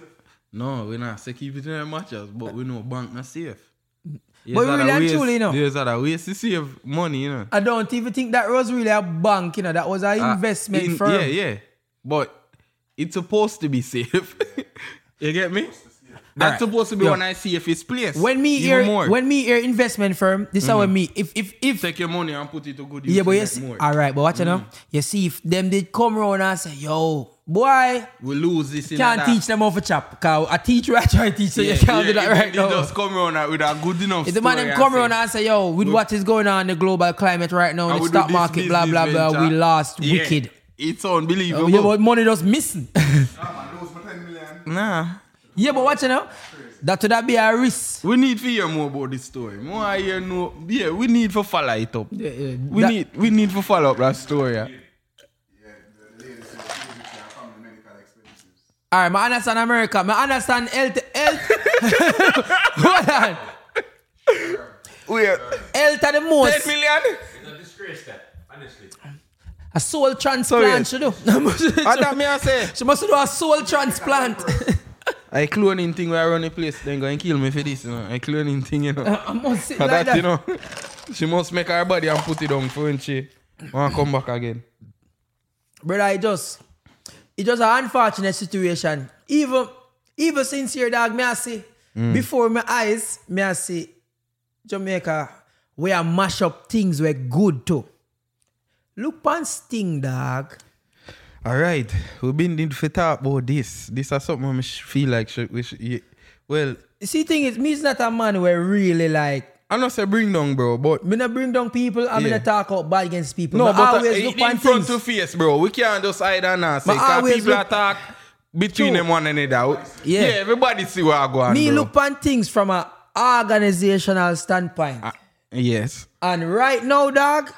[SPEAKER 2] No, we not say keep it in the matches, but we know bank not safe.
[SPEAKER 1] But we really and truly, you know.
[SPEAKER 2] There's other ways to save money, you know.
[SPEAKER 1] I don't even think that was really a bank, you know. That was an
[SPEAKER 2] Uh,
[SPEAKER 1] investment
[SPEAKER 2] in-
[SPEAKER 1] firm.
[SPEAKER 2] Yeah, yeah. But it's supposed to be safe. *laughs* you get me? That's
[SPEAKER 1] Alright.
[SPEAKER 2] supposed to be
[SPEAKER 1] Yo.
[SPEAKER 2] when I see if it's placed.
[SPEAKER 1] When me
[SPEAKER 2] Even
[SPEAKER 1] hear
[SPEAKER 2] more. Mm-hmm.
[SPEAKER 1] when me hear investment firm, this how I me if if if
[SPEAKER 2] take your money and put it to good use.
[SPEAKER 1] yeah, but
[SPEAKER 2] you
[SPEAKER 1] yes,
[SPEAKER 2] get more. Mm.
[SPEAKER 1] all right, but watch you know, you see if them did come round and say, yo, boy,
[SPEAKER 2] we lose this. in
[SPEAKER 1] can't
[SPEAKER 2] that.
[SPEAKER 1] teach them off a chap. Cause I teach you, *laughs* I try to teach, so you can't do that
[SPEAKER 2] if
[SPEAKER 1] right
[SPEAKER 2] they
[SPEAKER 1] now.
[SPEAKER 2] Just come around with a good enough.
[SPEAKER 1] If the man
[SPEAKER 2] story
[SPEAKER 1] them come
[SPEAKER 2] say,
[SPEAKER 1] around and say, yo, with what is going on in the global climate right now,
[SPEAKER 2] "I
[SPEAKER 1] in
[SPEAKER 2] will
[SPEAKER 1] the
[SPEAKER 2] do
[SPEAKER 1] stock
[SPEAKER 2] this
[SPEAKER 1] market, blah
[SPEAKER 2] business
[SPEAKER 1] blah blah, we
[SPEAKER 2] venture."
[SPEAKER 1] lost,
[SPEAKER 2] Yeah.
[SPEAKER 1] wicked.
[SPEAKER 2] It's
[SPEAKER 1] Oh,
[SPEAKER 2] unbelievable.
[SPEAKER 1] yeah, but money just missing. *laughs*
[SPEAKER 2] nah,
[SPEAKER 1] yeah, but watch you know, that would be a risk.
[SPEAKER 2] we need to hear more about this story. More I hear no. Yeah, we need to follow it up.
[SPEAKER 1] Yeah, yeah,
[SPEAKER 2] We
[SPEAKER 1] that-
[SPEAKER 2] need we need to follow up that story. yeah.
[SPEAKER 1] All right, I understand America. I understand health. health. *laughs* Hold on.
[SPEAKER 2] We
[SPEAKER 1] Health are the
[SPEAKER 2] ten
[SPEAKER 1] most.
[SPEAKER 2] million.
[SPEAKER 4] It's a disgrace that, honestly.
[SPEAKER 1] A soul transplant, *laughs* she do.
[SPEAKER 2] And that me I say.
[SPEAKER 1] she must do a soul transplant. *laughs*
[SPEAKER 2] I cloning thing where I run the place, then going kill me for this, you know. I cloning thing, you know.
[SPEAKER 1] I must sit
[SPEAKER 2] And
[SPEAKER 1] Uh, like
[SPEAKER 2] that, you
[SPEAKER 1] that.
[SPEAKER 2] know. She must make her body and put it on for when she want come back again.
[SPEAKER 1] Brother, it just, it just an unfortunate situation. Even Even since your dog, me I see
[SPEAKER 2] Mm.
[SPEAKER 1] before my eyes, me I see Jamaica where I mash up things were good too. Look pan sting dog.
[SPEAKER 2] All right, we've been need to talk about this. This is something I feel like should, we should, ye- well,
[SPEAKER 1] You See thing is me is not a man where really like
[SPEAKER 2] I know say bring down, bro, but
[SPEAKER 1] me not bring down people and me
[SPEAKER 2] Yeah.
[SPEAKER 1] not talk out bad against people.
[SPEAKER 2] no,
[SPEAKER 1] Me
[SPEAKER 2] but
[SPEAKER 1] always
[SPEAKER 2] uh,
[SPEAKER 1] look
[SPEAKER 2] in
[SPEAKER 1] pan
[SPEAKER 2] front
[SPEAKER 1] things.
[SPEAKER 2] to face, bro. We can't just hide and not say
[SPEAKER 1] But
[SPEAKER 2] 'cause
[SPEAKER 1] always
[SPEAKER 2] people
[SPEAKER 1] look-
[SPEAKER 2] attack between
[SPEAKER 1] True.
[SPEAKER 2] them one another.
[SPEAKER 1] Yeah.
[SPEAKER 2] yeah, everybody see what I go on.
[SPEAKER 1] me
[SPEAKER 2] bro.
[SPEAKER 1] look pan things from an organizational standpoint.
[SPEAKER 2] Ah, yes,
[SPEAKER 1] and right now, dog,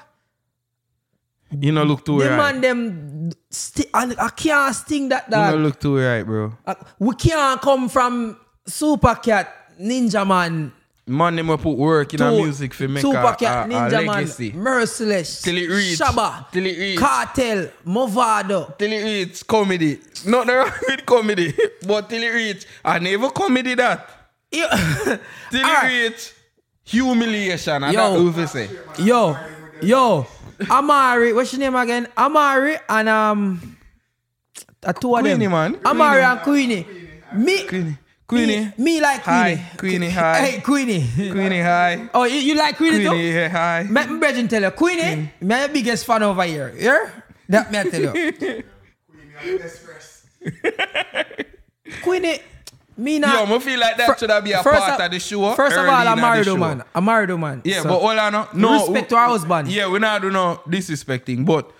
[SPEAKER 2] you know look too
[SPEAKER 1] the
[SPEAKER 2] right.
[SPEAKER 1] man them sti- I, I can't sting that
[SPEAKER 2] You
[SPEAKER 1] dog.
[SPEAKER 2] know look too right, bro.
[SPEAKER 1] Uh, we can't come from Super Cat, Ninja Man,
[SPEAKER 2] Man, them will put work in a music for make a,
[SPEAKER 1] Super
[SPEAKER 2] a,
[SPEAKER 1] Cat,
[SPEAKER 2] a
[SPEAKER 1] Ninja
[SPEAKER 2] legacy.
[SPEAKER 1] Man, Merciless,
[SPEAKER 2] Till it reach.
[SPEAKER 1] Shaba,
[SPEAKER 2] Till it reach.
[SPEAKER 1] Cartel, Movado.
[SPEAKER 2] Till it reach comedy. Not *laughs* wrong with comedy, but till it reach, I never comedy that.
[SPEAKER 1] Yo, *laughs*
[SPEAKER 2] Till it
[SPEAKER 1] Alright.
[SPEAKER 2] reach, humiliation. And
[SPEAKER 1] Yo.
[SPEAKER 2] that over say.
[SPEAKER 1] yo, yo, Amari, what's your name again? Amari and um, uh, two of
[SPEAKER 2] Queenie,
[SPEAKER 1] them.
[SPEAKER 2] man.
[SPEAKER 1] Amari and Queenie. Me,
[SPEAKER 2] Queenie, Queenie,
[SPEAKER 1] me, me like Queenie.
[SPEAKER 2] Hi, Queenie, hi.
[SPEAKER 1] Hey, Queenie.
[SPEAKER 2] Queenie, hi.
[SPEAKER 1] Oh, you, you like Queenie, too?
[SPEAKER 2] Queenie, yeah, hi.
[SPEAKER 1] My brethren tell you, Queenie, me I'm your biggest fan over here. Yeah?
[SPEAKER 2] *laughs*
[SPEAKER 1] That me I tell you. Queenie, me
[SPEAKER 2] Yo,
[SPEAKER 1] not.
[SPEAKER 2] me feel like that
[SPEAKER 1] Fir-
[SPEAKER 2] should have been a
[SPEAKER 1] first
[SPEAKER 2] part
[SPEAKER 1] of-
[SPEAKER 2] of the show.
[SPEAKER 1] First of
[SPEAKER 2] early
[SPEAKER 1] all,
[SPEAKER 2] in
[SPEAKER 1] I'm
[SPEAKER 2] the
[SPEAKER 1] married,
[SPEAKER 2] show.
[SPEAKER 1] man. I'm married, man.
[SPEAKER 2] Yeah,
[SPEAKER 1] So,
[SPEAKER 2] but all I know, no
[SPEAKER 1] respect to our husband.
[SPEAKER 2] Yeah, we not do no disrespecting, but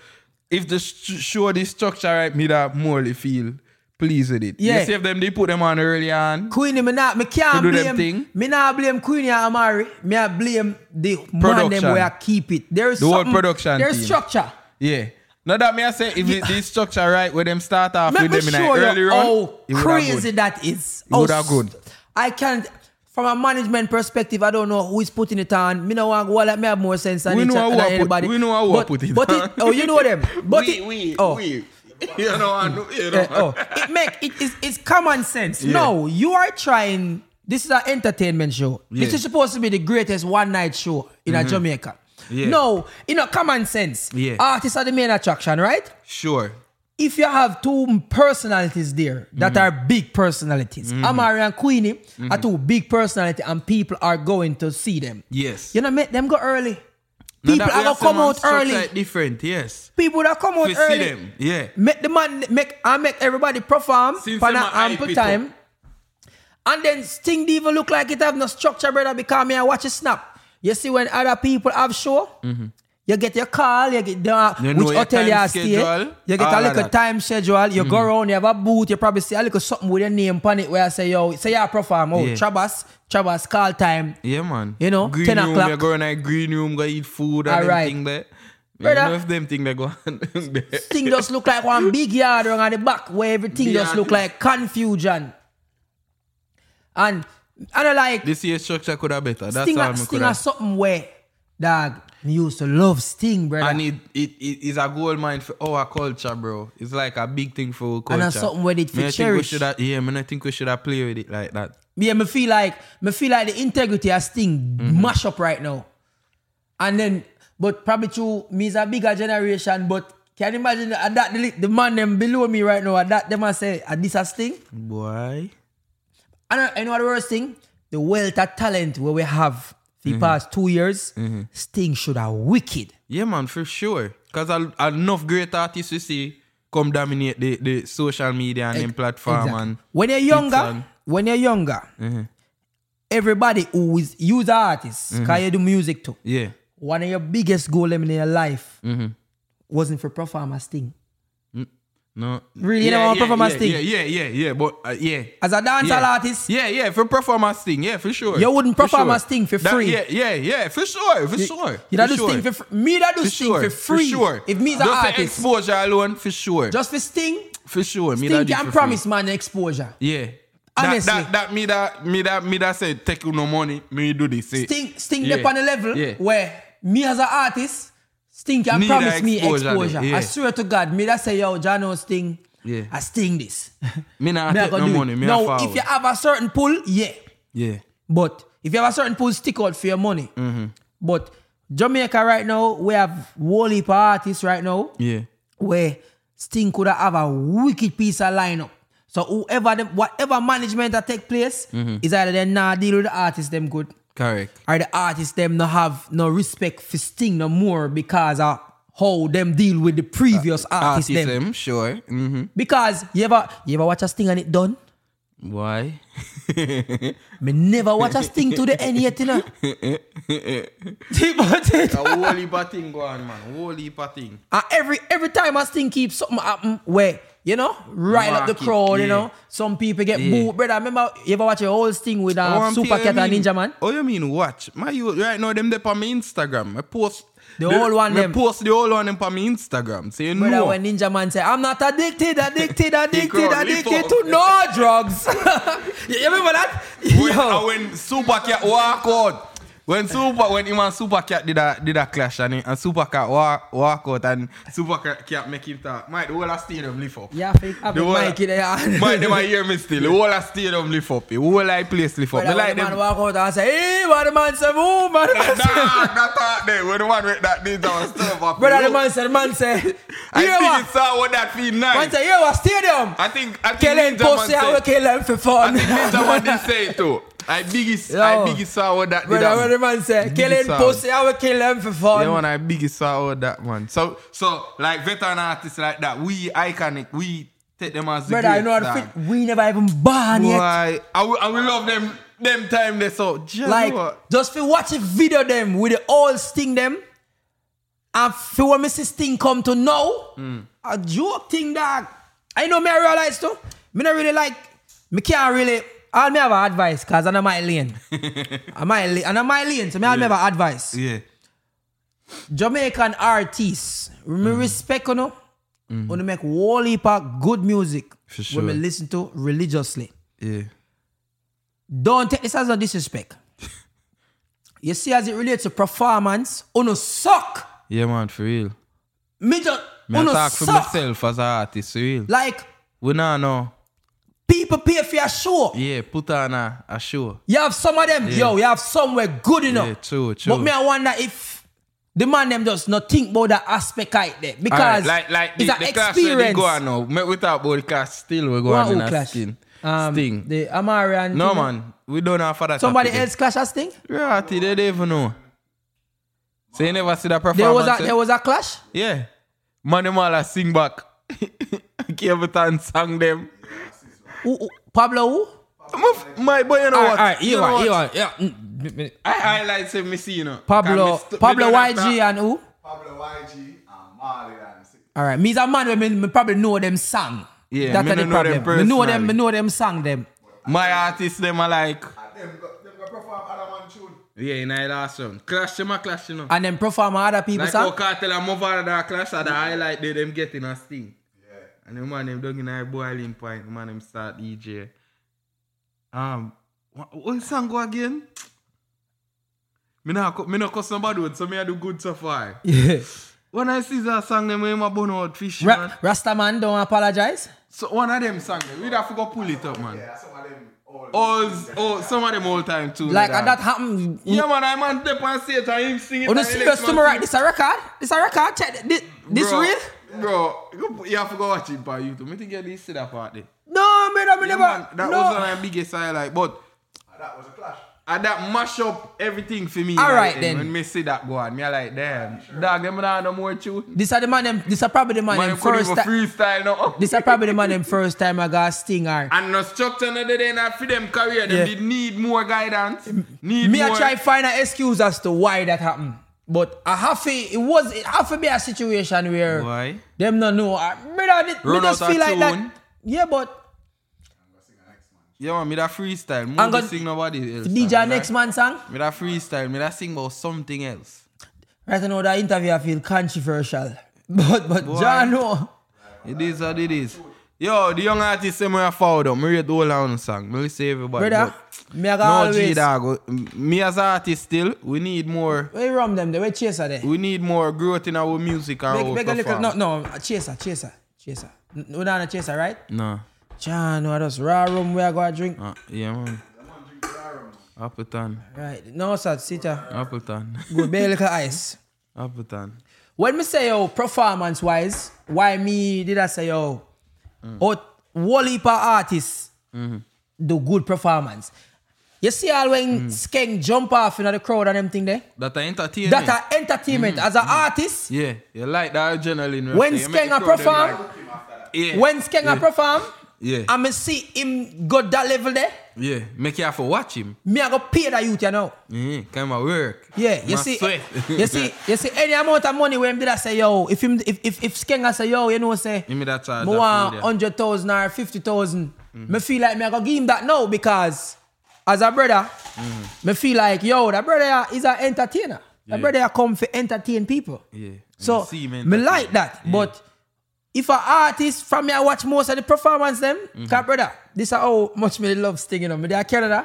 [SPEAKER 2] if the sh- show this structure right, me that morally feel pleased with it.
[SPEAKER 1] Yeah.
[SPEAKER 2] you see if them they put them on early on.
[SPEAKER 1] Queenie, me not, me can't
[SPEAKER 2] To do
[SPEAKER 1] blame.
[SPEAKER 2] them thing.
[SPEAKER 1] Me not blame Queenie and Amari. Me I blame the man
[SPEAKER 2] Production.
[SPEAKER 1] them where I keep it. There is
[SPEAKER 2] The whole
[SPEAKER 1] something-
[SPEAKER 2] production
[SPEAKER 1] There's
[SPEAKER 2] team.
[SPEAKER 1] structure.
[SPEAKER 2] Yeah. Now that me I say if it, this structure right where them start off
[SPEAKER 1] Let me
[SPEAKER 2] with them in
[SPEAKER 1] show
[SPEAKER 2] the early
[SPEAKER 1] you
[SPEAKER 2] run.
[SPEAKER 1] how
[SPEAKER 2] it woulda
[SPEAKER 1] crazy
[SPEAKER 2] good.
[SPEAKER 1] that is.
[SPEAKER 2] It woulda
[SPEAKER 1] How s-
[SPEAKER 2] good.
[SPEAKER 1] I can't. From a management perspective, I don't know who is putting it on. Me know want go like me have more sense than,
[SPEAKER 2] We
[SPEAKER 1] each-
[SPEAKER 2] know who
[SPEAKER 1] than
[SPEAKER 2] are put-
[SPEAKER 1] anybody.
[SPEAKER 2] we know who are
[SPEAKER 1] but,
[SPEAKER 2] put it
[SPEAKER 1] but
[SPEAKER 2] on.
[SPEAKER 1] It, oh, you know them. But
[SPEAKER 2] *laughs* we,
[SPEAKER 1] it,
[SPEAKER 2] we,
[SPEAKER 1] oh,
[SPEAKER 2] we. *laughs* You know, I know, *laughs* you know.
[SPEAKER 1] eh, *laughs* oh, it make it is it's common sense. No, you are trying. This is an entertainment show. This
[SPEAKER 2] Yeah. Mm-hmm.
[SPEAKER 1] is supposed to be the greatest one night show in a Jamaica.
[SPEAKER 2] Yeah.
[SPEAKER 1] No, you know common sense.
[SPEAKER 2] Yeah.
[SPEAKER 1] Artists are the main attraction, right?
[SPEAKER 2] Sure.
[SPEAKER 1] if you have two personalities there that
[SPEAKER 2] Mm.
[SPEAKER 1] are big personalities, Amari and Queenie are
[SPEAKER 2] Mm-hmm.
[SPEAKER 1] two big personalities, and people are going to see them.
[SPEAKER 2] Yes.
[SPEAKER 1] You know, make them go early.
[SPEAKER 2] Now
[SPEAKER 1] People
[SPEAKER 2] that
[SPEAKER 1] are
[SPEAKER 2] we
[SPEAKER 1] gonna
[SPEAKER 2] have
[SPEAKER 1] come
[SPEAKER 2] some
[SPEAKER 1] out
[SPEAKER 2] structure
[SPEAKER 1] early.
[SPEAKER 2] different, yes.
[SPEAKER 1] people that come out
[SPEAKER 2] We see
[SPEAKER 1] early.
[SPEAKER 2] them. Yeah.
[SPEAKER 1] Make the man make and make everybody perform
[SPEAKER 2] Since
[SPEAKER 1] for
[SPEAKER 2] them
[SPEAKER 1] an
[SPEAKER 2] are hype
[SPEAKER 1] ample
[SPEAKER 2] it up.
[SPEAKER 1] time. And then Sting didn't even look like it have no structure, brother, because me I watch it snap. You see when other people have show, you get your call, you get the,
[SPEAKER 2] Mm-hmm. You know
[SPEAKER 1] which
[SPEAKER 2] your
[SPEAKER 1] hotel
[SPEAKER 2] time
[SPEAKER 1] you are stay,
[SPEAKER 2] schedule,
[SPEAKER 1] you get a
[SPEAKER 2] all of
[SPEAKER 1] little
[SPEAKER 2] that. Mm-hmm.
[SPEAKER 1] time schedule, you go around, you have a booth, you probably see a little something with your name on it where I say, yo, say you perform, oh,
[SPEAKER 2] Yeah.
[SPEAKER 1] Travis, Travis, call time.
[SPEAKER 2] Yeah, man.
[SPEAKER 1] You know,
[SPEAKER 2] green
[SPEAKER 1] 10
[SPEAKER 2] room,
[SPEAKER 1] o'clock.
[SPEAKER 2] You're going to green room, go eat food and
[SPEAKER 1] Alright.
[SPEAKER 2] everything there. You
[SPEAKER 1] Brother.
[SPEAKER 2] know if them thing they go *laughs* on there.
[SPEAKER 1] Thing just look like one big yard around at the back where everything just
[SPEAKER 2] Yard.
[SPEAKER 1] look like confusion. And I don't like
[SPEAKER 2] This year structure could have better. That's
[SPEAKER 1] Sting,
[SPEAKER 2] all
[SPEAKER 1] a-
[SPEAKER 2] me could
[SPEAKER 1] Sting or
[SPEAKER 2] have.
[SPEAKER 1] something where dog me used to love Sting, brother.
[SPEAKER 2] And it, it, it is a gold mine for our culture, bro. It's like a big thing for our
[SPEAKER 1] And
[SPEAKER 2] culture.
[SPEAKER 1] that's something we did for
[SPEAKER 2] Me I think we
[SPEAKER 1] cherish.
[SPEAKER 2] should have- yeah, man, I think we should have play with it like that.
[SPEAKER 1] yeah, me feel like me feel like the integrity of Sting
[SPEAKER 2] Mm-hmm.
[SPEAKER 1] mash up right now. And then, but probably through me is a bigger generation, but can you imagine at that the, the man them below me right now, at that them I say, at this a Sting?
[SPEAKER 2] Boy.
[SPEAKER 1] And I- you know what the worst thing? The wealth of talent where we have the
[SPEAKER 2] Mm-hmm.
[SPEAKER 1] past two years, Sting should have wicked.
[SPEAKER 2] Yeah, man, for sure. Because enough great artists you see come dominate the, the social media and them platform.
[SPEAKER 1] Exactly.
[SPEAKER 2] And
[SPEAKER 1] when you're
[SPEAKER 2] and-
[SPEAKER 1] younger, when you're younger,
[SPEAKER 2] Mm-hmm.
[SPEAKER 1] everybody who is you the artist, cause you do music too.
[SPEAKER 2] Mm-hmm. yeah. Mm-hmm.
[SPEAKER 1] One of your biggest goal them in your life wasn't for performance thing.
[SPEAKER 2] No.
[SPEAKER 1] Really, you don't want performance
[SPEAKER 2] yeah,
[SPEAKER 1] thing?
[SPEAKER 2] Yeah, yeah, yeah, yeah. But uh, yeah.
[SPEAKER 1] As a dancehall
[SPEAKER 2] yeah.
[SPEAKER 1] artist,
[SPEAKER 2] Yeah, yeah, for performance thing, yeah, for sure.
[SPEAKER 1] You wouldn't
[SPEAKER 2] For
[SPEAKER 1] performance thing for
[SPEAKER 2] That-
[SPEAKER 1] free.
[SPEAKER 2] yeah, yeah, yeah, for sure, for sure.
[SPEAKER 1] you that
[SPEAKER 2] for
[SPEAKER 1] do
[SPEAKER 2] sure.
[SPEAKER 1] Sting for free. Me that do Sting for free.
[SPEAKER 2] sure.
[SPEAKER 1] If me is an
[SPEAKER 2] Just the
[SPEAKER 1] artist,
[SPEAKER 2] exposure alone, for sure.
[SPEAKER 1] just for Sting,
[SPEAKER 2] for sure. Me
[SPEAKER 1] Sting
[SPEAKER 2] that do
[SPEAKER 1] can
[SPEAKER 2] for
[SPEAKER 1] promise
[SPEAKER 2] Free.
[SPEAKER 1] man exposure.
[SPEAKER 2] Yeah.
[SPEAKER 1] Honestly.
[SPEAKER 2] That, that, that me that me that me that said take you no money, me do this. eh.
[SPEAKER 1] Sting, Sting
[SPEAKER 2] Yeah.
[SPEAKER 1] yeah. on the level
[SPEAKER 2] Yeah.
[SPEAKER 1] where me as an artist, Sting can
[SPEAKER 2] Need
[SPEAKER 1] promise
[SPEAKER 2] that
[SPEAKER 1] me
[SPEAKER 2] exposure
[SPEAKER 1] exposure.
[SPEAKER 2] there, yeah.
[SPEAKER 1] I swear to God, me that say yo, Jano Sting,
[SPEAKER 2] Yeah.
[SPEAKER 1] I Sting this.
[SPEAKER 2] Me not
[SPEAKER 1] Me I
[SPEAKER 2] take
[SPEAKER 1] gonna
[SPEAKER 2] no
[SPEAKER 1] do it.
[SPEAKER 2] money. Me
[SPEAKER 1] now,
[SPEAKER 2] a
[SPEAKER 1] if
[SPEAKER 2] forward.
[SPEAKER 1] you have a certain pull, yeah.
[SPEAKER 2] yeah.
[SPEAKER 1] But if you have a certain pull, stick out for your money.
[SPEAKER 2] Mm-hmm.
[SPEAKER 1] But Jamaica right now, we have whole heap of artists right now
[SPEAKER 2] Yeah.
[SPEAKER 1] where Sting could have a wicked piece of lineup. So whoever them, whatever management that take place
[SPEAKER 2] Mm-hmm.
[SPEAKER 1] is either they nah deal with the artist them good
[SPEAKER 2] Correct.
[SPEAKER 1] or the artist them no have no respect for Sting no more because of how them deal with the previous
[SPEAKER 2] Uh,
[SPEAKER 1] artist
[SPEAKER 2] Artism,
[SPEAKER 1] them.
[SPEAKER 2] sure. Mm-hmm.
[SPEAKER 1] Because you ever you ever watch a Sting and it done?
[SPEAKER 2] Why?
[SPEAKER 1] Me never watch a Sting to
[SPEAKER 2] *laughs*
[SPEAKER 1] the end yet, you know. But it-
[SPEAKER 2] A whole heap of thing go on, man. Whole heap of thing.
[SPEAKER 1] And every every time I think keep something happen where you know rile up the
[SPEAKER 2] Market,
[SPEAKER 1] crowd, you
[SPEAKER 2] yeah.
[SPEAKER 1] know some people get
[SPEAKER 2] Yeah.
[SPEAKER 1] booed, brother. Remember you ever watch a whole thing with
[SPEAKER 2] Oh,
[SPEAKER 1] uh,
[SPEAKER 2] I'm
[SPEAKER 1] Super
[SPEAKER 2] telling
[SPEAKER 1] Cat and
[SPEAKER 2] you.
[SPEAKER 1] Ninja Man?
[SPEAKER 2] Oh, you mean watch? My you right now them there on my Instagram. I post
[SPEAKER 1] The whole one
[SPEAKER 2] I
[SPEAKER 1] them.
[SPEAKER 2] post the whole one them on my Instagram. So you
[SPEAKER 1] Brother,
[SPEAKER 2] know.
[SPEAKER 1] when Ninja Man say, "I'm not addicted,
[SPEAKER 2] *laughs*
[SPEAKER 1] addicted, addicted,
[SPEAKER 2] crowd lift
[SPEAKER 1] addicted
[SPEAKER 2] up.
[SPEAKER 1] to
[SPEAKER 2] *laughs*
[SPEAKER 1] no drugs," *laughs* you you remember that?
[SPEAKER 2] when, uh,
[SPEAKER 1] *laughs* Yo.
[SPEAKER 2] when Super Cat walk out. When Super when him and Super Cat did a did a clash and, he- and Super Cat walk, walk out and Super Cat Cat make him talk. Mike, the whole of stadium lift up.
[SPEAKER 1] Yeah, fake. I
[SPEAKER 2] The whole,
[SPEAKER 1] Mikey
[SPEAKER 2] *laughs*
[SPEAKER 1] there.
[SPEAKER 2] Mike, them a hear me still. The whole of stadium lift up. The whole of place lift up.
[SPEAKER 1] Brother,
[SPEAKER 2] Me
[SPEAKER 1] when
[SPEAKER 2] like
[SPEAKER 1] the man
[SPEAKER 2] them.
[SPEAKER 1] walk out and say, "Hey, what the man say, move, man." the man say-
[SPEAKER 2] *laughs* Nah, that talk there. When the one with that did that was still
[SPEAKER 1] *laughs*
[SPEAKER 2] up.
[SPEAKER 1] Brother, the man said, "The
[SPEAKER 2] *laughs*
[SPEAKER 1] man say,
[SPEAKER 2] I
[SPEAKER 1] yeah,
[SPEAKER 2] think
[SPEAKER 1] man,
[SPEAKER 2] it's all what that feel nice.
[SPEAKER 1] man say, yeah, what stadium."
[SPEAKER 2] I think I think
[SPEAKER 1] Killing
[SPEAKER 2] Ninja Man
[SPEAKER 1] pussy,
[SPEAKER 2] said-
[SPEAKER 1] I will kill him for
[SPEAKER 2] I
[SPEAKER 1] fun.
[SPEAKER 2] think Ninja
[SPEAKER 1] *laughs*
[SPEAKER 2] Man did say it too. I biggest
[SPEAKER 1] Yo.
[SPEAKER 2] I biggest saw what that did.
[SPEAKER 1] Brother, what
[SPEAKER 2] that-
[SPEAKER 1] the man say?
[SPEAKER 2] Biggie
[SPEAKER 1] Killing
[SPEAKER 2] sound.
[SPEAKER 1] pussy, I will kill them for fun.
[SPEAKER 2] The one I biggest saw all that man. So so like veteran artists like that, we iconic, we take them as the
[SPEAKER 1] Brother, I
[SPEAKER 2] greats,
[SPEAKER 1] know how to
[SPEAKER 2] dog.
[SPEAKER 1] fit. We never even born yet.
[SPEAKER 2] Why? I will, I will love them them time they saw. Just
[SPEAKER 1] Like,
[SPEAKER 2] what?
[SPEAKER 1] just for watch a video them with the old sting them. And for when Mrs. Sting come to know,
[SPEAKER 2] Mm.
[SPEAKER 1] a joke thing dog. I know me I realize too. Me not really like, me can't really, all me have a advice, cause I'm my
[SPEAKER 2] *laughs*
[SPEAKER 1] lane. I'm my lane, and I'm my lane, so me all me have a advice.
[SPEAKER 2] yeah.
[SPEAKER 1] Jamaican artists,
[SPEAKER 2] Mm.
[SPEAKER 1] me respect you know, wanna make whole heap of good music
[SPEAKER 2] For
[SPEAKER 1] when we
[SPEAKER 2] sure.
[SPEAKER 1] listen to religiously.
[SPEAKER 2] Yeah.
[SPEAKER 1] Don't take this as a disrespect. you see, as it relates to performance, uno suck.
[SPEAKER 2] Yeah man, for real.
[SPEAKER 1] Me just
[SPEAKER 2] Me I
[SPEAKER 1] uno
[SPEAKER 2] talk for
[SPEAKER 1] suck.
[SPEAKER 2] myself as an artist, for real.
[SPEAKER 1] Like
[SPEAKER 2] We now know.
[SPEAKER 1] people pay for your show.
[SPEAKER 2] Yeah, put on a, a show.
[SPEAKER 1] You have some of them, yo. You have some were good enough.
[SPEAKER 2] Yeah, true, true.
[SPEAKER 1] But me, I wonder if the man them just not think about that aspect right there because
[SPEAKER 2] Alright, like like
[SPEAKER 1] it's
[SPEAKER 2] the,
[SPEAKER 1] an
[SPEAKER 2] the clash where they
[SPEAKER 1] experience.
[SPEAKER 2] go on now. Make we talk about the clash still we go
[SPEAKER 1] What
[SPEAKER 2] on in
[SPEAKER 1] who
[SPEAKER 2] a
[SPEAKER 1] clash?
[SPEAKER 2] skin.
[SPEAKER 1] Um,
[SPEAKER 2] Sting.
[SPEAKER 1] The Amari and
[SPEAKER 2] no
[SPEAKER 1] thing,
[SPEAKER 2] man, we don't have for that.
[SPEAKER 1] Somebody
[SPEAKER 2] topic.
[SPEAKER 1] else clash as thing?
[SPEAKER 2] Ratty, they don't even know. So you never see that performance.
[SPEAKER 1] There was a
[SPEAKER 2] eh?
[SPEAKER 1] there was a clash.
[SPEAKER 2] yeah. Man, them all a sing back. *laughs* Everton sang them.
[SPEAKER 1] Who, who- Pablo who?
[SPEAKER 2] My, f- my boy, you know what? you know what?
[SPEAKER 1] are, yeah. mm, mm,
[SPEAKER 2] I highlight say me see, you know.
[SPEAKER 1] Pablo
[SPEAKER 2] Can me st-
[SPEAKER 1] Pablo
[SPEAKER 2] me don't have
[SPEAKER 1] YG
[SPEAKER 2] to-
[SPEAKER 1] and who?
[SPEAKER 5] Pablo YG and Marley and Six.
[SPEAKER 1] All right, me's a man where me, me probably know them song.
[SPEAKER 2] Yeah,
[SPEAKER 1] that's
[SPEAKER 2] me
[SPEAKER 1] the
[SPEAKER 2] no know them
[SPEAKER 1] problem. me know them, me
[SPEAKER 2] personally.
[SPEAKER 1] know them song them.
[SPEAKER 2] My artists, them are like.
[SPEAKER 5] And them go, them go perform other man tune.
[SPEAKER 2] Yeah, in the last round. Clash them a clash, you know.
[SPEAKER 1] And then perform other people
[SPEAKER 2] Like how
[SPEAKER 1] song.
[SPEAKER 2] Cartel and Movada that clash are the highlight they them getting a sting. And the man them dug in a boiling point, the man them start EJ. Um what, what song go again? Me nah cu- me no cuss nobody out, so me I do good so far.
[SPEAKER 1] Yeah.
[SPEAKER 2] When I see that song them him a bun out fish
[SPEAKER 1] Ra-
[SPEAKER 2] man.
[SPEAKER 1] Rastaman don't apologize.
[SPEAKER 2] So one of them song them, we have to go pull it up man.
[SPEAKER 5] Yeah, some of them old.
[SPEAKER 2] All oh some of them all time too.
[SPEAKER 1] Like and
[SPEAKER 2] dog.
[SPEAKER 1] that happened.
[SPEAKER 2] Oh Yeah man, I man step on stage and him singing.
[SPEAKER 1] On the serious to me right, this a record? This a record? Check this, this
[SPEAKER 2] bro,
[SPEAKER 1] real?
[SPEAKER 2] Bro, you- you have to go watch it by YouTube. Me think you did see that part there.
[SPEAKER 1] No, man, I
[SPEAKER 2] Yeah,
[SPEAKER 1] never.
[SPEAKER 2] man, that
[SPEAKER 1] no.
[SPEAKER 2] was one of my biggest highlight. But
[SPEAKER 5] And that was a clash.
[SPEAKER 2] at that mash up everything for me.
[SPEAKER 1] All
[SPEAKER 2] like,
[SPEAKER 1] right
[SPEAKER 2] eh,
[SPEAKER 1] then.
[SPEAKER 2] When me see that go on, me I like, damn, dog, them not no more tune.
[SPEAKER 1] This are the man them. This are probably the man,
[SPEAKER 2] Man,
[SPEAKER 1] them
[SPEAKER 2] them couldn't
[SPEAKER 1] first.
[SPEAKER 2] even
[SPEAKER 1] Ti-
[SPEAKER 2] freestyle now.
[SPEAKER 1] this are probably the man them first time I got a sting or.
[SPEAKER 2] and no structure no day not for them career. Them
[SPEAKER 1] Yeah.
[SPEAKER 2] did need more guidance. Need
[SPEAKER 1] Me I
[SPEAKER 2] more.
[SPEAKER 1] try find an excuse as to why that happened. But I have to, it was it have to be a situation where
[SPEAKER 2] Why?
[SPEAKER 1] them no know. I, me, not- me
[SPEAKER 2] Run
[SPEAKER 1] just
[SPEAKER 2] out of
[SPEAKER 1] feel like
[SPEAKER 2] tune.
[SPEAKER 1] that. Yeah, but
[SPEAKER 2] Yeah, man, me that freestyle. Me
[SPEAKER 1] I'm
[SPEAKER 2] I'm
[SPEAKER 1] gonna-
[SPEAKER 2] gonna sing nobody else.
[SPEAKER 1] DJ
[SPEAKER 2] man,
[SPEAKER 1] next
[SPEAKER 2] right?
[SPEAKER 1] man song.
[SPEAKER 2] Me that freestyle. Me that sing about something else.
[SPEAKER 1] Right now that interview I feel controversial. *laughs* But but John no.
[SPEAKER 2] It is what it is. Yo, the young artist say me a foul though. Me rate the whole hound song. Me listen everybody.
[SPEAKER 1] Brother,
[SPEAKER 2] but-
[SPEAKER 1] me I got
[SPEAKER 2] No, G
[SPEAKER 1] always
[SPEAKER 2] dog. Me as an artist still, we need more.
[SPEAKER 1] where you rum them there, where chaser there.
[SPEAKER 2] We need more growth in our music and
[SPEAKER 1] Make,
[SPEAKER 2] our
[SPEAKER 1] make a little
[SPEAKER 2] perform.
[SPEAKER 1] no no a chaser, chaser, chaser. N- We don't have a chaser, right?
[SPEAKER 2] no.
[SPEAKER 1] John, no, I just raw rum where I go drink.
[SPEAKER 2] Uh, yeah, man. Appleton,
[SPEAKER 1] Right. No sir, sit here.
[SPEAKER 2] Appleton, *laughs*
[SPEAKER 1] Go bare little ice.
[SPEAKER 2] Appleton. Mm.
[SPEAKER 1] When me say yo performance wise, why me did I say yo? Oh, whole heap of artists
[SPEAKER 2] Mm-hmm.
[SPEAKER 1] do good performance. You see all when
[SPEAKER 2] Mm.
[SPEAKER 1] Skeng jump off in the crowd and them thing there?
[SPEAKER 2] That are entertaining.
[SPEAKER 1] That are entertainment. As an artist,
[SPEAKER 2] Mm. yeah, you like that adrenaline.
[SPEAKER 1] When
[SPEAKER 2] you make
[SPEAKER 1] Skenga
[SPEAKER 2] the crowd them
[SPEAKER 1] perform-
[SPEAKER 2] like- yeah,
[SPEAKER 1] when Skeng a perform,
[SPEAKER 2] yeah,
[SPEAKER 1] I me see him go that level there,
[SPEAKER 2] yeah, make you have to watch him.
[SPEAKER 1] me I go pay the youth, you know.
[SPEAKER 2] Yeah, come and work.
[SPEAKER 1] Yeah, you
[SPEAKER 2] Must
[SPEAKER 1] see, eh,
[SPEAKER 2] sweat.
[SPEAKER 1] you see, you see, any amount of money when did I say yo? If him, if if, if Skenga say yo, you know say,
[SPEAKER 2] *laughs* Give me that charge.
[SPEAKER 1] me
[SPEAKER 2] that
[SPEAKER 1] want
[SPEAKER 2] food, yeah.
[SPEAKER 1] hundred thousand or fifty thousand. Me feel like me I go give him that now because as a brother, me feel like yo, that brother here is an entertainer.
[SPEAKER 2] Yeah.
[SPEAKER 1] That brother here come for entertain people.
[SPEAKER 2] Yeah. And
[SPEAKER 1] So
[SPEAKER 2] you see him
[SPEAKER 1] me like
[SPEAKER 2] entertain.
[SPEAKER 1] that,
[SPEAKER 2] Yeah.
[SPEAKER 1] but. If an artist from me, I watch most of the performance them.
[SPEAKER 2] Mm-hmm.
[SPEAKER 1] Cause brother, this is how much me love Sting, you know. Me there Canada,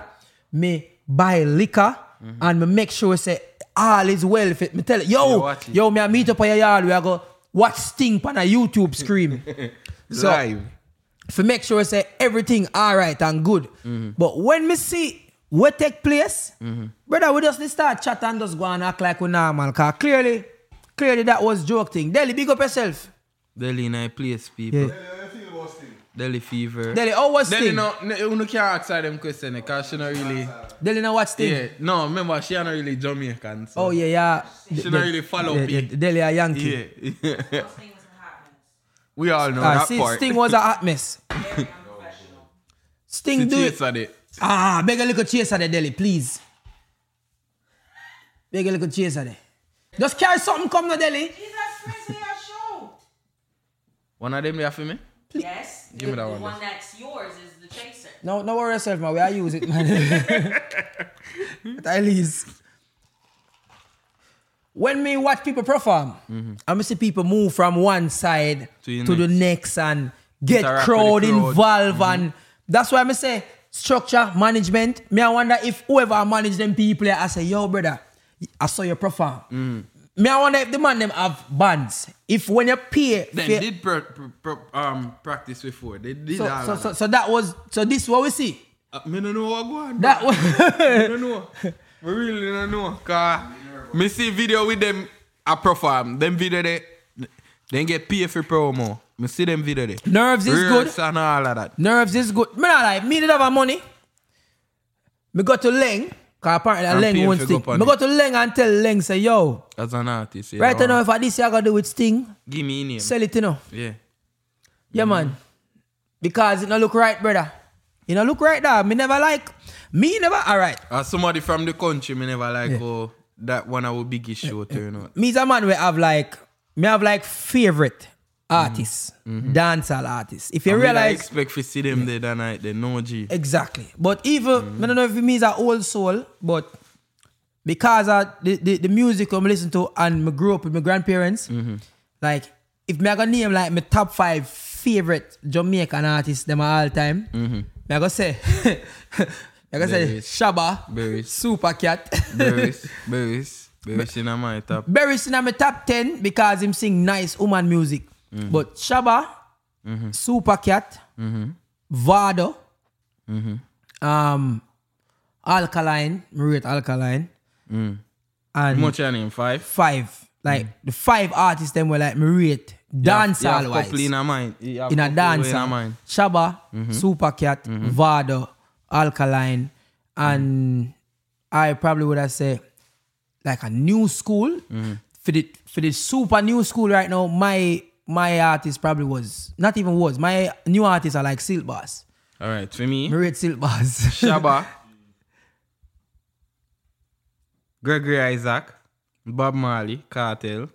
[SPEAKER 1] me buy liquor
[SPEAKER 2] Mm-hmm.
[SPEAKER 1] and me make sure say all is well. If it, me tell it,
[SPEAKER 2] You
[SPEAKER 1] yo,
[SPEAKER 2] watch it.
[SPEAKER 1] yo, me I meet up on your yard. We I go watch Sting on a YouTube scream.
[SPEAKER 2] *laughs*
[SPEAKER 1] so
[SPEAKER 2] Live.
[SPEAKER 1] for make sure say everything all right and good. But when me see what take place, brother, we just dey start chat and just go and act like we normal. Cause clearly, clearly that was joke thing. Deli, big up yourself.
[SPEAKER 2] Delhi in a place, people.
[SPEAKER 1] Yeah.
[SPEAKER 5] Yeah, you feel most thing.
[SPEAKER 2] Delhi fever.
[SPEAKER 1] Deli, how was
[SPEAKER 2] Delhi,
[SPEAKER 1] Sting?
[SPEAKER 2] no, no, you no can't ask her them question because she not really.
[SPEAKER 1] Deli no watch Sting.
[SPEAKER 2] Yeah, no, remember, she not really Jamaican. So.
[SPEAKER 1] Oh yeah, yeah.
[SPEAKER 2] She not really follow
[SPEAKER 1] yeah,
[SPEAKER 2] people.
[SPEAKER 1] yeah, Deli a Yankee.
[SPEAKER 2] Yeah. yeah.
[SPEAKER 3] Thing was a hot mess.
[SPEAKER 2] we all know
[SPEAKER 1] Ah,
[SPEAKER 2] that
[SPEAKER 1] see,
[SPEAKER 2] part.
[SPEAKER 1] Sting was a hot
[SPEAKER 2] *laughs*
[SPEAKER 1] mess.
[SPEAKER 3] Very unprofessional.
[SPEAKER 1] Sting
[SPEAKER 2] She
[SPEAKER 1] do it.
[SPEAKER 2] chase at it.
[SPEAKER 1] Ah, beg a little chase at the deli, please. Beg a little chase at it. Just carry something come to deli.
[SPEAKER 3] He's a frisbee a show.
[SPEAKER 2] One of them there for me?
[SPEAKER 3] Yes.
[SPEAKER 2] *laughs* Give me
[SPEAKER 3] the,
[SPEAKER 2] that
[SPEAKER 3] the
[SPEAKER 2] one,
[SPEAKER 3] one that's yours is the chaser.
[SPEAKER 1] No, no worry yourself, man. We I use it, man. *laughs* But At least. When me watch people perform, I me see people move from one side
[SPEAKER 2] Mm-hmm.
[SPEAKER 1] to,
[SPEAKER 2] To the
[SPEAKER 1] the next and get
[SPEAKER 2] Interact with the
[SPEAKER 1] crowd,
[SPEAKER 2] crowd. Mm-hmm.
[SPEAKER 1] involved, and that's why I say structure management. Me I wonder if whoever manage them people, I say, yo, brother, I saw you perform.
[SPEAKER 2] Mm.
[SPEAKER 1] Me I wonder if the man them have bands. If when you pay,
[SPEAKER 2] Then
[SPEAKER 1] for-
[SPEAKER 2] did pro, pro, pro, um, practice before. They did
[SPEAKER 1] so,
[SPEAKER 2] all
[SPEAKER 1] so,
[SPEAKER 2] of
[SPEAKER 1] so,
[SPEAKER 2] that.
[SPEAKER 1] so that was so this what we see.
[SPEAKER 2] Uh, me no know what go on.
[SPEAKER 1] That
[SPEAKER 2] *laughs*
[SPEAKER 1] was.
[SPEAKER 2] I don't know. We really don't know. Cause me see video with them I perform. Them video they then get paid for promo. Me see them video they.
[SPEAKER 1] Nerves is
[SPEAKER 2] Rehearse
[SPEAKER 1] good.
[SPEAKER 2] and all of that.
[SPEAKER 1] Nerves is good. Me not like me did have a money. Me go to Leng, cause apparently
[SPEAKER 2] And pay
[SPEAKER 1] Leng
[SPEAKER 2] him
[SPEAKER 1] won't
[SPEAKER 2] fi
[SPEAKER 1] sting.
[SPEAKER 2] go on
[SPEAKER 1] Me
[SPEAKER 2] it.
[SPEAKER 1] go to Leng and tell Leng say, yo,
[SPEAKER 2] As an artist. Yeah,
[SPEAKER 1] right
[SPEAKER 2] wow.
[SPEAKER 1] now if I this year I gotta do with Sting,
[SPEAKER 2] Give me name.
[SPEAKER 1] sell it you know.
[SPEAKER 2] yeah.
[SPEAKER 1] Yeah
[SPEAKER 2] Mm-hmm.
[SPEAKER 1] man. Because it not look right, brother. You know look right there. Me never like me never alright.
[SPEAKER 2] As somebody from the country, me never like oh that one our biggest show
[SPEAKER 1] *laughs*
[SPEAKER 2] turn out.
[SPEAKER 1] Me is a man we have like me have like favorite artists, dancehall artists. If you
[SPEAKER 2] Mm-hmm. And me not
[SPEAKER 1] realize
[SPEAKER 2] expect to see them there that night, they no
[SPEAKER 1] *laughs*
[SPEAKER 2] G.
[SPEAKER 1] Exactly. But even, I don't know if it means an old soul, but because of the, the, the music I listen to and I grew up with my grandparents, like, if me I gonna name like my top five favorite Jamaican artists them of all time, me I gonna say, *laughs* me I gonna say
[SPEAKER 2] Berries.
[SPEAKER 1] Shaba,
[SPEAKER 2] Berries.
[SPEAKER 1] Super Cat,
[SPEAKER 2] Berries, berries, berries in my top.
[SPEAKER 1] Berries in my top 10 because him sing nice woman music.
[SPEAKER 2] Mm-hmm.
[SPEAKER 1] But Shaba, Super Cat, Vado,
[SPEAKER 2] Mm-hmm.
[SPEAKER 1] um, Alkaline, me rate Alkaline,
[SPEAKER 2] Mm.
[SPEAKER 1] and
[SPEAKER 2] Much your name five.
[SPEAKER 1] five. Like
[SPEAKER 2] Mm.
[SPEAKER 1] the five artists them were like me rate dancehall wise.
[SPEAKER 2] couple in a mind. You have
[SPEAKER 1] In a
[SPEAKER 2] couple
[SPEAKER 1] dance,
[SPEAKER 2] In a mind. Mm-hmm.
[SPEAKER 1] Shaba, Super Cat, Vado, Alkaline, and I probably would have said like a new school
[SPEAKER 2] Mm-hmm.
[SPEAKER 1] for the for the super new school right now. My my artist probably was not even was my new artists are like Silk Boss,
[SPEAKER 2] All right, for me.
[SPEAKER 1] Marriott Silk Boss, *laughs*
[SPEAKER 2] Shaba, *laughs* Gregory Isaac, Bob Marley, Cartel,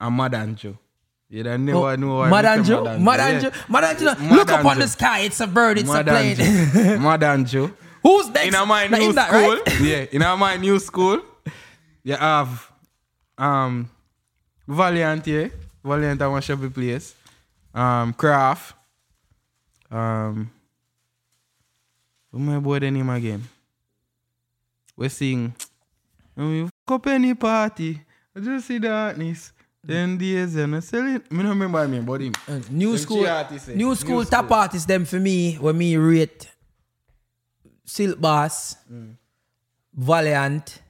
[SPEAKER 2] and Madanjo. You don't never know what
[SPEAKER 1] Oh, Madanjo, Madanjo, Madanjo. Look up on
[SPEAKER 2] Madanjo.
[SPEAKER 1] the sky, it's a bird, it's a plane. *laughs*
[SPEAKER 2] Madanjo. Madanjo.
[SPEAKER 1] Who's next?
[SPEAKER 2] In a my
[SPEAKER 1] Not
[SPEAKER 2] new
[SPEAKER 1] him that,
[SPEAKER 2] school.
[SPEAKER 1] right? *laughs*
[SPEAKER 2] Yeah, in a my new school. You have um Valiant here. Valiant I want Shelby place. Um Craft. Um what my boy the name again? We sing when we fuck up any party. I just see darkness. Then days and I sell it. Me no remember him, but him.
[SPEAKER 1] Uh, New
[SPEAKER 2] Them
[SPEAKER 1] school,
[SPEAKER 2] three artists, eh?
[SPEAKER 1] new
[SPEAKER 2] New
[SPEAKER 1] school
[SPEAKER 2] school.
[SPEAKER 1] top artists them for me when me rate Silk Bass,
[SPEAKER 2] Mm.
[SPEAKER 1] Valiant.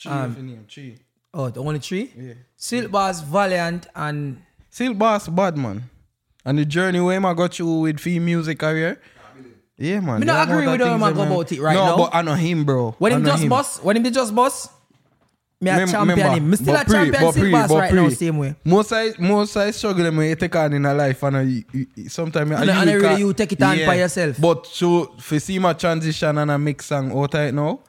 [SPEAKER 2] Tree
[SPEAKER 1] Um,
[SPEAKER 2] if you name, tree.
[SPEAKER 1] Oh, the only three?
[SPEAKER 2] Yeah.
[SPEAKER 1] Silk Bass, Valiant, and
[SPEAKER 2] Silk Boss Badman. And the journey where him I got you with free music career. Yeah, man.
[SPEAKER 1] Me not
[SPEAKER 2] the amount
[SPEAKER 1] agree
[SPEAKER 2] of
[SPEAKER 1] with how him
[SPEAKER 2] things
[SPEAKER 1] I go
[SPEAKER 2] that man-
[SPEAKER 1] about it right
[SPEAKER 2] no,
[SPEAKER 1] now.
[SPEAKER 2] but I know him, bro.
[SPEAKER 1] When
[SPEAKER 2] I
[SPEAKER 1] him
[SPEAKER 2] know
[SPEAKER 1] just boss, when him did just boss, me a
[SPEAKER 2] Mem-
[SPEAKER 1] champion
[SPEAKER 2] member.
[SPEAKER 1] him. Me still a
[SPEAKER 2] But pre-
[SPEAKER 1] champion
[SPEAKER 2] but
[SPEAKER 1] still
[SPEAKER 2] pre-
[SPEAKER 1] boss
[SPEAKER 2] but
[SPEAKER 1] right now,
[SPEAKER 2] pre.
[SPEAKER 1] same way.
[SPEAKER 2] Most I most I struggle when you take on in a life and I, sometimes
[SPEAKER 1] And- and really you take it on by yourself.
[SPEAKER 2] But so for see my transition and a mix song out right now,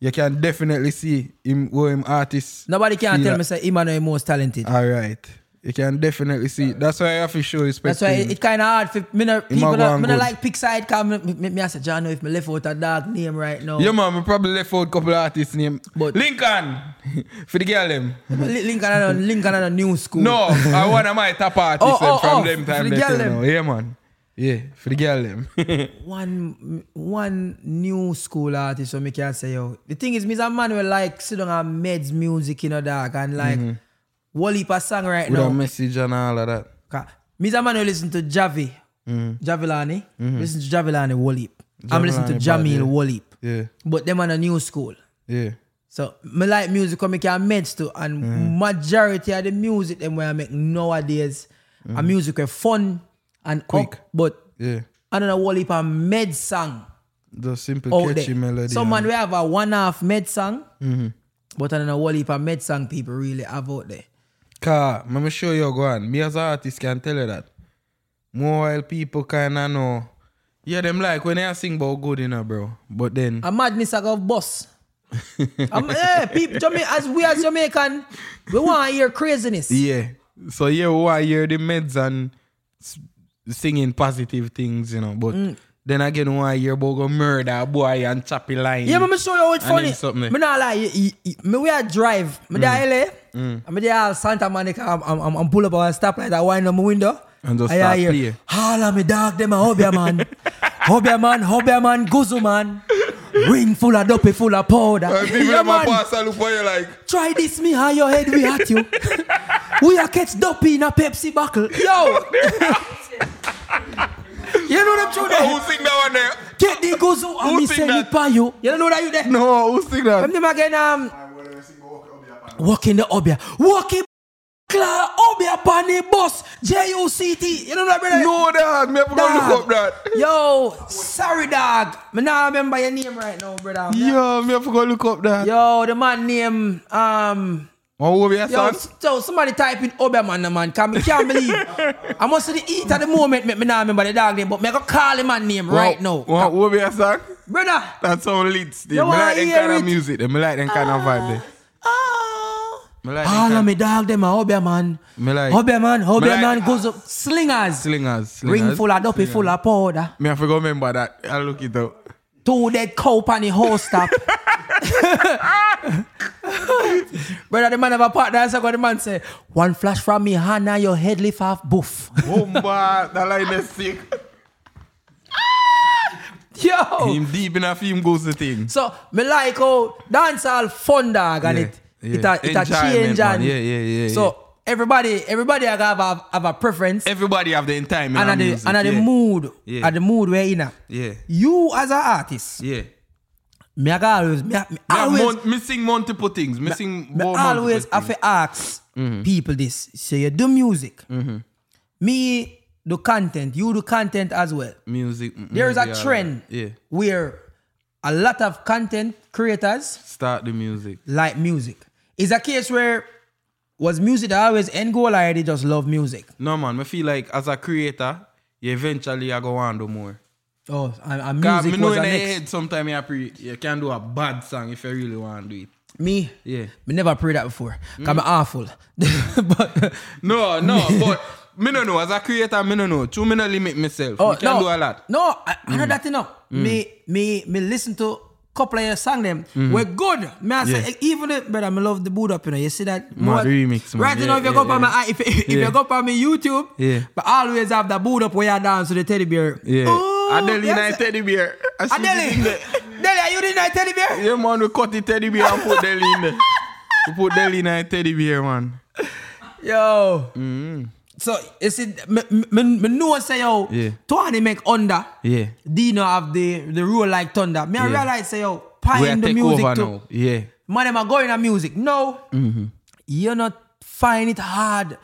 [SPEAKER 2] you can definitely see him where him artist.
[SPEAKER 1] Nobody can
[SPEAKER 2] feel
[SPEAKER 1] tell
[SPEAKER 2] that-
[SPEAKER 1] me say him and him most talented.
[SPEAKER 2] All right, you can definitely see. That's why I have to show
[SPEAKER 1] That's
[SPEAKER 2] respect.
[SPEAKER 1] why
[SPEAKER 2] to him.
[SPEAKER 1] it, kind of hard for me. No, people
[SPEAKER 2] go
[SPEAKER 1] not,
[SPEAKER 2] on
[SPEAKER 1] me no
[SPEAKER 2] good.
[SPEAKER 1] like pick side. Cause me, me, me, I say John, if me left out a dark name right now,
[SPEAKER 2] Yeah, man, we probably left out a couple artists name.
[SPEAKER 1] Oh. But-
[SPEAKER 2] Lincoln *laughs* for the girl them.
[SPEAKER 1] Li- Lincoln and a, Lincoln and a new school.
[SPEAKER 2] No, I one of my top artists
[SPEAKER 1] Oh,
[SPEAKER 2] them
[SPEAKER 1] oh,
[SPEAKER 2] from
[SPEAKER 1] oh,
[SPEAKER 2] them
[SPEAKER 1] for
[SPEAKER 2] time.
[SPEAKER 1] the
[SPEAKER 2] they
[SPEAKER 1] girl
[SPEAKER 2] tell
[SPEAKER 1] them.
[SPEAKER 2] now. Yeah, man. Yeah, for the
[SPEAKER 1] *laughs*
[SPEAKER 2] girl them.
[SPEAKER 1] one one new school artist. So me can say yo. The thing is, me is a man who like sit down and meds music in a dark and like mm
[SPEAKER 2] Mm-hmm.
[SPEAKER 1] Wally a song right
[SPEAKER 2] With a
[SPEAKER 1] now.
[SPEAKER 2] message and all of that.
[SPEAKER 1] Ca- Me is a man who listen to Javi, Javilani, listen to Javilani Wally. I'm listening to
[SPEAKER 2] Mm-hmm. Javilani bad,
[SPEAKER 1] Jamil
[SPEAKER 2] yeah.
[SPEAKER 1] Wally,
[SPEAKER 2] Yeah,
[SPEAKER 1] but them on a new school.
[SPEAKER 2] yeah.
[SPEAKER 1] So me like music come make a meds to and
[SPEAKER 2] Mm-hmm.
[SPEAKER 1] majority of the music them where I make nowadays a music where fun and
[SPEAKER 2] Mm-hmm. Quick.
[SPEAKER 1] up, but
[SPEAKER 2] Yeah.
[SPEAKER 1] I don't know what if a med song
[SPEAKER 2] The simple
[SPEAKER 1] out
[SPEAKER 2] catchy
[SPEAKER 1] there.
[SPEAKER 2] melody. Mm-hmm.
[SPEAKER 1] Someone
[SPEAKER 2] and-
[SPEAKER 1] we have a one half med song, but I don't know what if a med song people really have out there.
[SPEAKER 2] Car, let me show you go on. Me as an artist can tell you that. More while people kinda know. Yeah, them like when they sing about good enough, bro. But then
[SPEAKER 1] A madness I got
[SPEAKER 2] *laughs*
[SPEAKER 1] boss. I'm, yeah, people, Jama- as we as Jamaican, we want to hear craziness.
[SPEAKER 2] Yeah. So yeah, why hear the meds and s- singing positive things, you know. But
[SPEAKER 1] Mm.
[SPEAKER 2] then again, why hear about go murder boy and choppy line?
[SPEAKER 1] Yeah, but me show you how it's
[SPEAKER 2] And
[SPEAKER 1] funny.
[SPEAKER 2] then something.
[SPEAKER 1] Me not lie. y- y- y- Me we a drive. Me mm. there LA. And me there Santa Monica. I'm, I'm, I'm- I'm pull up our stoplight. I wind up my window.
[SPEAKER 2] And just
[SPEAKER 1] I
[SPEAKER 2] start
[SPEAKER 1] hear,
[SPEAKER 2] play.
[SPEAKER 1] Holla me dog them a hobby *laughs* man. hobby man, hobby man, guzu man. Ring full of dope, full of powder. yeah, man.
[SPEAKER 2] and look for you like,
[SPEAKER 1] Try this me how your head we at *laughs* you. we a catch dopey in a Pepsi bottle. Yo. *laughs* you know them true there.
[SPEAKER 2] "Oh, sing that one there?
[SPEAKER 1] Get the guzu and
[SPEAKER 2] Who
[SPEAKER 1] me
[SPEAKER 2] sing
[SPEAKER 1] send it
[SPEAKER 2] that?
[SPEAKER 1] by you. You don't know that you there.
[SPEAKER 2] No, who sing that?
[SPEAKER 1] From them again, um,
[SPEAKER 5] And when we sing, walk up your panel.
[SPEAKER 1] walk in the obia. Walk in Cla obia upon the bus. J U C T. You know that, brother?
[SPEAKER 2] No, dog. Me have to go look up that.
[SPEAKER 1] Yo, sorry, dog. Me now remember your name right now, brother.
[SPEAKER 2] Yo, me have to go look up that.
[SPEAKER 1] Yo, the man name, um,
[SPEAKER 2] One over your
[SPEAKER 1] yo,
[SPEAKER 2] son.
[SPEAKER 1] so somebody type in Oberman, the man, because I can't
[SPEAKER 2] *laughs*
[SPEAKER 1] believe. I must say the eat at the moment, me, me now remember the dog name, but me I go call him man name right now.
[SPEAKER 2] One over your son.
[SPEAKER 1] Brother.
[SPEAKER 2] That's how leads. Me
[SPEAKER 1] Yo, I
[SPEAKER 2] like them
[SPEAKER 1] hear
[SPEAKER 2] kind of
[SPEAKER 1] it.
[SPEAKER 2] music. there. Me like them kind of vibe there.
[SPEAKER 1] Ah.
[SPEAKER 2] Me like them
[SPEAKER 1] All of
[SPEAKER 2] kind-
[SPEAKER 1] me dog them are Oberman.
[SPEAKER 2] Me like-
[SPEAKER 1] Oberman,
[SPEAKER 2] me like-
[SPEAKER 1] Oberman goes up. Slingers.
[SPEAKER 2] Slingers. slingers.
[SPEAKER 1] Ring full of duppy full of powder.
[SPEAKER 2] Me have to go remember that. I'll look it up.
[SPEAKER 1] Two dead cow on the horse stop. *laughs* Brother, the man have a partner, so the man say, one flash from me, Hannah, your head lift off, boof. *laughs*
[SPEAKER 2] Bomba, *laughs* that line is sick.
[SPEAKER 1] Yo! Oh.
[SPEAKER 2] Him deep in a film goes the thing.
[SPEAKER 1] So, me like how dancehall fun dog and
[SPEAKER 2] Yeah,
[SPEAKER 1] it,
[SPEAKER 2] yeah.
[SPEAKER 1] it, a, it a
[SPEAKER 2] Enjoyment,
[SPEAKER 1] change
[SPEAKER 2] man.
[SPEAKER 1] and...
[SPEAKER 2] Yeah, yeah, yeah,
[SPEAKER 1] So, everybody, everybody have a, have a, have a preference
[SPEAKER 2] Everybody have their time in
[SPEAKER 1] and,
[SPEAKER 2] a
[SPEAKER 1] at the,
[SPEAKER 2] music.
[SPEAKER 1] and at the
[SPEAKER 2] yeah.
[SPEAKER 1] mood,
[SPEAKER 2] Yeah.
[SPEAKER 1] at the mood we're in. a.
[SPEAKER 2] Yeah,
[SPEAKER 1] You as an artist,
[SPEAKER 2] yeah.
[SPEAKER 1] me I go always, me, I- me
[SPEAKER 2] Me have
[SPEAKER 1] always
[SPEAKER 2] mon- missing multiple things. Missing
[SPEAKER 1] me
[SPEAKER 2] more
[SPEAKER 1] always
[SPEAKER 2] multiple
[SPEAKER 1] have
[SPEAKER 2] things.
[SPEAKER 1] to ask
[SPEAKER 2] Mm-hmm.
[SPEAKER 1] people this. So you do music. Me do content. You do content as well.
[SPEAKER 2] music. mm,
[SPEAKER 1] There is
[SPEAKER 2] maybe
[SPEAKER 1] a
[SPEAKER 2] I'll-
[SPEAKER 1] trend
[SPEAKER 2] Yeah.
[SPEAKER 1] where a lot of content creators
[SPEAKER 2] Start the music.
[SPEAKER 1] like music. It's a case where was music the always end goal or they just love music?
[SPEAKER 2] No man, I feel like as a creator, you eventually I go on do more.
[SPEAKER 1] Oh, and, and
[SPEAKER 2] 'Cause
[SPEAKER 1] music
[SPEAKER 2] me know
[SPEAKER 1] was
[SPEAKER 2] in
[SPEAKER 1] the
[SPEAKER 2] the
[SPEAKER 1] next.
[SPEAKER 2] head sometimes you, pre- you can do a bad song if you really want to do it.
[SPEAKER 1] Me,
[SPEAKER 2] Yeah. Mm.
[SPEAKER 1] me never prayed that before. Cause I'm awful. *laughs* but
[SPEAKER 2] No,
[SPEAKER 1] *laughs*
[SPEAKER 2] no, but me no know. As a creator, me no know. Too me no limit myself.
[SPEAKER 1] Oh,
[SPEAKER 2] me can
[SPEAKER 1] no,
[SPEAKER 2] do a lot. Mm.
[SPEAKER 1] No, I, I know that enough. Me, me, me listen to couple of your song them.
[SPEAKER 2] Mm.
[SPEAKER 1] We're good. Me I say,
[SPEAKER 2] Yeah.
[SPEAKER 1] even the, brother, me love the boot up, you know. You see that?
[SPEAKER 2] Man,
[SPEAKER 1] More-
[SPEAKER 2] remix, man.
[SPEAKER 1] Right you
[SPEAKER 2] Yeah,
[SPEAKER 1] now, if you
[SPEAKER 2] yeah,
[SPEAKER 1] go by
[SPEAKER 2] yeah.
[SPEAKER 1] my if, if
[SPEAKER 2] Yeah.
[SPEAKER 1] you go by my YouTube,
[SPEAKER 2] Yeah.
[SPEAKER 1] but I always have that boot up where you dance to the teddy bear.
[SPEAKER 2] Yeah.
[SPEAKER 1] Ooh,
[SPEAKER 2] Adele
[SPEAKER 1] yes.
[SPEAKER 2] United teddy bear. And *laughs* she
[SPEAKER 1] Oh, Adele,
[SPEAKER 2] did it.
[SPEAKER 1] Adele, are you the night teddy bear?
[SPEAKER 2] Yeah, man, we cut the teddy bear and put Delhi in there. We put Delhi in a teddy bear, man.
[SPEAKER 1] Yo.
[SPEAKER 2] Mm.
[SPEAKER 1] So you see, me, me, me know say yo,
[SPEAKER 2] Yeah.
[SPEAKER 1] Tony make under.
[SPEAKER 2] Yeah.
[SPEAKER 1] Dino have the the rule like thunder. Me I
[SPEAKER 2] Yeah.
[SPEAKER 1] realize say yo,
[SPEAKER 2] We
[SPEAKER 1] pie
[SPEAKER 2] are
[SPEAKER 1] in the
[SPEAKER 2] take
[SPEAKER 1] music
[SPEAKER 2] over
[SPEAKER 1] too.
[SPEAKER 2] now. Yeah.
[SPEAKER 1] Man, them are going on music. No, you're not find it hard.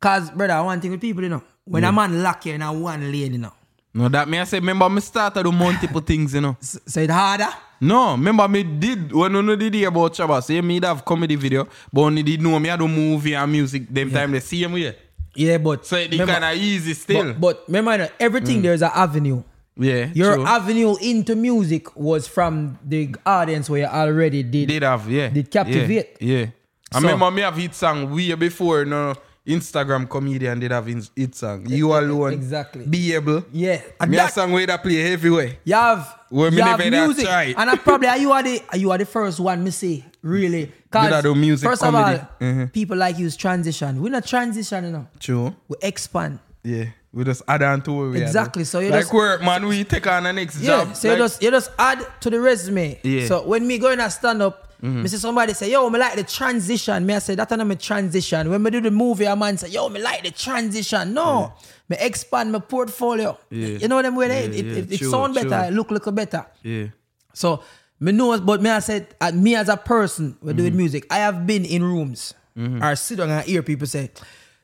[SPEAKER 1] Cause brother, one thing with people, you know, when a man lock you in a one lane, you know,
[SPEAKER 2] No, that me I say, remember me start to do multiple things, you know.
[SPEAKER 1] s- so it harder.
[SPEAKER 2] No, remember me did when you no did hear about Chabas, say me did have comedy video, but only did know me I do movie and music them time they see him yeah.
[SPEAKER 1] Yeah, but
[SPEAKER 2] So it
[SPEAKER 1] remember-
[SPEAKER 2] kinda easy still.
[SPEAKER 1] But, but remember, you know, everything there's an avenue.
[SPEAKER 2] yeah.
[SPEAKER 1] Your
[SPEAKER 2] true.
[SPEAKER 1] avenue into music was from the audience where you already did.
[SPEAKER 2] did have, yeah.
[SPEAKER 1] Did captivate.
[SPEAKER 2] Yeah. yeah. I
[SPEAKER 1] So-
[SPEAKER 2] remember me have hit song way before no Instagram comedian did have his hit song. You alone.
[SPEAKER 1] E- exactly.
[SPEAKER 2] Be able.
[SPEAKER 1] Yeah, and
[SPEAKER 2] Me
[SPEAKER 1] that,
[SPEAKER 2] a song where that play everywhere.
[SPEAKER 1] you have,
[SPEAKER 2] Where me
[SPEAKER 1] you have
[SPEAKER 2] never had
[SPEAKER 1] music,
[SPEAKER 2] tried.
[SPEAKER 1] and I probably are you are the are you are the first one me see really.
[SPEAKER 2] Did I do music,
[SPEAKER 1] first
[SPEAKER 2] comedy? Mm-hmm.
[SPEAKER 1] of all, people like use transition. We're not transition, you know.
[SPEAKER 2] True.
[SPEAKER 1] We expand.
[SPEAKER 2] Yeah. We just add on to where we are
[SPEAKER 1] Exactly,
[SPEAKER 2] though.
[SPEAKER 1] so you
[SPEAKER 2] like
[SPEAKER 1] just-
[SPEAKER 2] work, man, we take on the next
[SPEAKER 1] Yeah,
[SPEAKER 2] job.
[SPEAKER 1] so
[SPEAKER 2] like,
[SPEAKER 1] you just you just add to the resume.
[SPEAKER 2] Yeah. Mm-hmm.
[SPEAKER 1] So when me going to stand up, me see somebody say, "Yo, me like the transition." Me I say that and me transition. When me do the movie, a man say, "Yo, me like the transition." No, me expand my portfolio.
[SPEAKER 2] Yeah.
[SPEAKER 1] You know them way they
[SPEAKER 2] Yeah,
[SPEAKER 1] it,
[SPEAKER 2] yeah,
[SPEAKER 1] it, it
[SPEAKER 2] true,
[SPEAKER 1] sound better,
[SPEAKER 2] true.
[SPEAKER 1] it look little better.
[SPEAKER 2] yeah.
[SPEAKER 1] So me know, but me I said, uh, me as a person, we
[SPEAKER 2] Mm-hmm.
[SPEAKER 1] doing music. I have been in rooms or sit down and hear people say,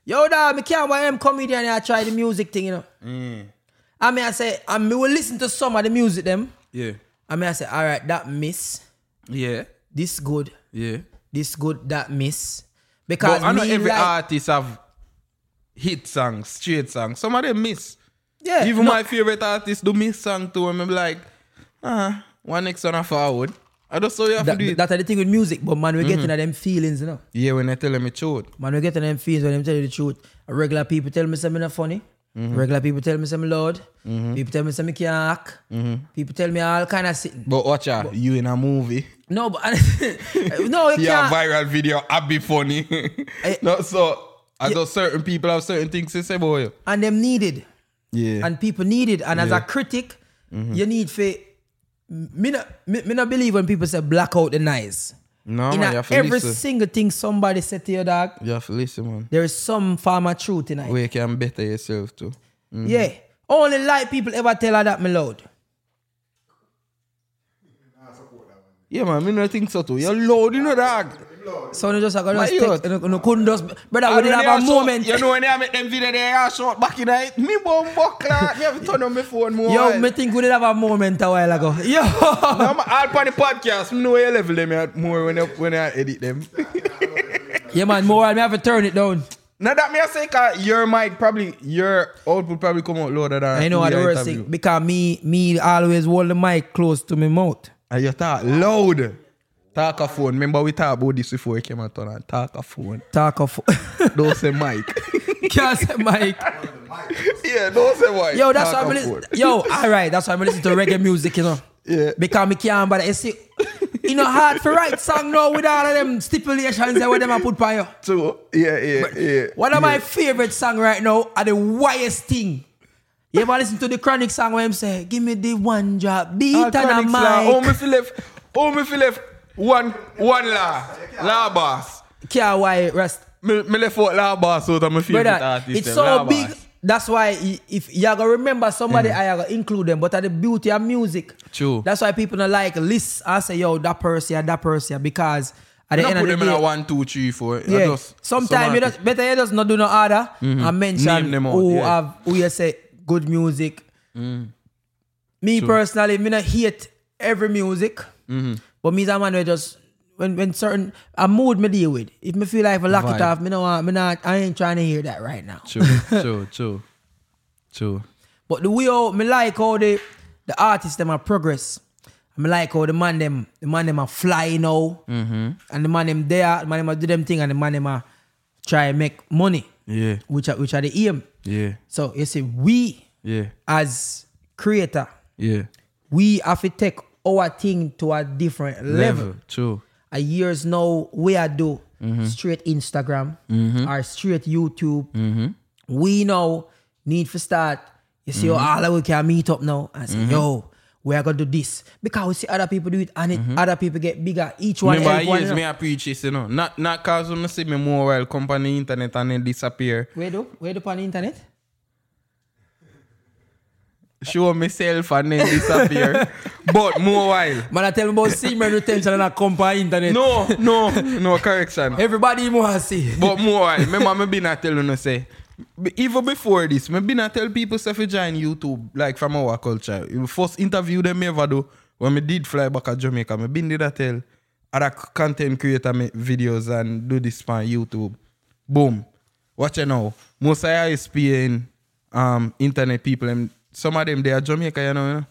[SPEAKER 1] "Yo, da, me can't why I'm comedian. I try the music thing, you know."
[SPEAKER 2] Mm.
[SPEAKER 1] I mean, I say, I me will listen to some of the music them.
[SPEAKER 2] Yeah.
[SPEAKER 1] I mean, I say, all right, that miss,
[SPEAKER 2] Yeah.
[SPEAKER 1] this good,
[SPEAKER 2] Yeah.
[SPEAKER 1] this good, that miss. Because
[SPEAKER 2] But I know
[SPEAKER 1] me
[SPEAKER 2] every
[SPEAKER 1] like-
[SPEAKER 2] artist have hit songs, straight songs. Some of them miss.
[SPEAKER 1] yeah,
[SPEAKER 2] Even
[SPEAKER 1] no,
[SPEAKER 2] my favorite artist do miss song too. And I'm like, ah, one next one I forward. I just saw you have
[SPEAKER 1] that,
[SPEAKER 2] to do it. Mm-hmm.
[SPEAKER 1] that are the thing with music, but man, we're getting at them feelings, you know.
[SPEAKER 2] yeah, when I tell him it's short.
[SPEAKER 1] Man, we're getting them feelings when I'm telling you the truth. Regular people tell me something not funny.
[SPEAKER 2] Mm-hmm.
[SPEAKER 1] Regular people tell me something loud. People tell me something can't act.
[SPEAKER 2] Mm-hmm.
[SPEAKER 1] People tell me all kind of sitting.
[SPEAKER 2] But watch out, you in a movie.
[SPEAKER 1] No, but *laughs* no, you
[SPEAKER 2] Yeah,
[SPEAKER 1] can't.
[SPEAKER 2] viral video, I be funny. *laughs*
[SPEAKER 1] I-
[SPEAKER 2] no, so I know certain people have certain things to say about you.
[SPEAKER 1] and them needed.
[SPEAKER 2] Yeah.
[SPEAKER 1] and people need it. And as a
[SPEAKER 2] Yeah. Mm-hmm.
[SPEAKER 1] critic, you need for me not, me, me not believe when people say black out the noise.
[SPEAKER 2] no,
[SPEAKER 1] In
[SPEAKER 2] man,
[SPEAKER 1] a-
[SPEAKER 2] you have to
[SPEAKER 1] every
[SPEAKER 2] listen.
[SPEAKER 1] single thing somebody said to your dog,
[SPEAKER 2] you have to listen, man.
[SPEAKER 1] there is some form of truth in it.
[SPEAKER 2] Where you can better yourself too. mm-hmm.
[SPEAKER 1] Yeah. Only light people ever tell her that, my lord.
[SPEAKER 2] Yeah, man, me not think so too. You're loud, you know, dog.
[SPEAKER 1] So you just like,
[SPEAKER 2] My
[SPEAKER 1] just
[SPEAKER 2] youth.
[SPEAKER 1] take, you, know, you couldn't just, brother, we didn't
[SPEAKER 2] And when
[SPEAKER 1] have a
[SPEAKER 2] they are short-
[SPEAKER 1] moment.
[SPEAKER 2] You know when I make them video they are short back in the night. Me bomb buckler. Me have to turn on my phone more.
[SPEAKER 1] Yo, me think we did have a moment a while ago. Yo.
[SPEAKER 2] *laughs* I'm all on the podcast. Me know you level them out more when I, when I edit them.
[SPEAKER 1] yeah, man, more, I have to turn it down.
[SPEAKER 2] now that me I say, 'cause your mic probably your output probably come out louder than.
[SPEAKER 1] I know what the
[SPEAKER 2] your
[SPEAKER 1] worst
[SPEAKER 2] interview.
[SPEAKER 1] thing, because me, me always hold the mic close to my mouth.
[SPEAKER 2] And Uh, you talk loud. Talk a phone. Remember we talked about this before you came and turn on. Talk a phone.
[SPEAKER 1] Talk of,
[SPEAKER 2] Don't say mic.
[SPEAKER 1] *laughs* can't say mic.
[SPEAKER 2] *laughs* yeah, don't say mic.
[SPEAKER 1] Yo, that's
[SPEAKER 2] Talk
[SPEAKER 1] why I'm
[SPEAKER 2] a
[SPEAKER 1] listening.
[SPEAKER 2] phone.
[SPEAKER 1] Yo, all right, that's why I'm listening to reggae music, you know.
[SPEAKER 2] Yeah.
[SPEAKER 1] Because me can't bother. You see, you know, hard for right song now with all of them stipulations that where them I put by you.
[SPEAKER 2] True. Yeah, yeah, yeah.
[SPEAKER 1] One of my favorite song right now are the wildest thing. You ever listen to the chronic song where him say, give me the one drop beat
[SPEAKER 2] All
[SPEAKER 1] and a
[SPEAKER 2] chronics law. Oh, me
[SPEAKER 1] mic.
[SPEAKER 2] fi left. Oh, me fi left. One, one law. Law boss.
[SPEAKER 1] Care why rest.
[SPEAKER 2] Me, me left out law boss out of my favorite
[SPEAKER 1] Brother,
[SPEAKER 2] artist.
[SPEAKER 1] it's
[SPEAKER 2] them,
[SPEAKER 1] so
[SPEAKER 2] law
[SPEAKER 1] big.
[SPEAKER 2] boss.
[SPEAKER 1] That's why i- if you gotta remember somebody, I gotta include them. But at the beauty of music,
[SPEAKER 2] Mm. True.
[SPEAKER 1] That's why people don't like lists. I say, yo, that person, yeah, that person, yeah, because at the
[SPEAKER 2] I
[SPEAKER 1] end
[SPEAKER 2] put
[SPEAKER 1] of the
[SPEAKER 2] them in a
[SPEAKER 1] day,
[SPEAKER 2] one, two, three, four. I
[SPEAKER 1] yeah,
[SPEAKER 2] just-
[SPEAKER 1] sometimes
[SPEAKER 2] some
[SPEAKER 1] you
[SPEAKER 2] artist.
[SPEAKER 1] just better you just not do no other and mention
[SPEAKER 2] Mm-hmm. Name them out,
[SPEAKER 1] who
[SPEAKER 2] yeah. Mm.
[SPEAKER 1] have who you say good music. Me personally, me not hate every music,
[SPEAKER 2] Mm-hmm.
[SPEAKER 1] but me as a man, we just. When, when certain a mood me deal with, if me feel like I lock
[SPEAKER 2] Vibe.
[SPEAKER 1] it off, me no want, me not, I ain't trying to hear that right now.
[SPEAKER 2] True, true, true, true.
[SPEAKER 1] But the way how me like how the the artists them are progress. I me like how the man them the man them are fly now,
[SPEAKER 2] Mm-hmm.
[SPEAKER 1] and the man them there, the man them are do them thing, and the man them are try and make money,
[SPEAKER 2] Yeah,
[SPEAKER 1] which are which are the aim.
[SPEAKER 2] yeah,
[SPEAKER 1] So you see, we
[SPEAKER 2] yeah,
[SPEAKER 1] as creator,
[SPEAKER 2] yeah.
[SPEAKER 1] we have to take our thing to a different level. Mm-hmm.
[SPEAKER 2] True.
[SPEAKER 1] A years now, we are do straight Instagram or straight YouTube. We now need to start. You see, all of we can meet up now and say, yo, we are gonna do this because we see other people do it and it, other people get bigger. Each one,
[SPEAKER 2] Remember,
[SPEAKER 1] help one
[SPEAKER 2] years
[SPEAKER 1] another.
[SPEAKER 2] me I preach this, you know. Not not cause when me see me more while company internet and then disappear.
[SPEAKER 1] where do where do on the internet?
[SPEAKER 2] Show myself and
[SPEAKER 1] *laughs*
[SPEAKER 2] then disappear. but more while.
[SPEAKER 1] Man, I tell me about semen retention and I come on internet.
[SPEAKER 2] No, no, no correction.
[SPEAKER 1] Everybody must see.
[SPEAKER 2] But more, remember me been a tell you no say, Be- Even before this, me been I tell people say fi join YouTube like from our culture. The first interview them me ever do when me did fly back to Jamaica, me been did I tell other c- content creator make videos and do this on YouTube. Boom. Watch it now. Most I ESPN um internet people and some of them they are Jamaica, you know. You know?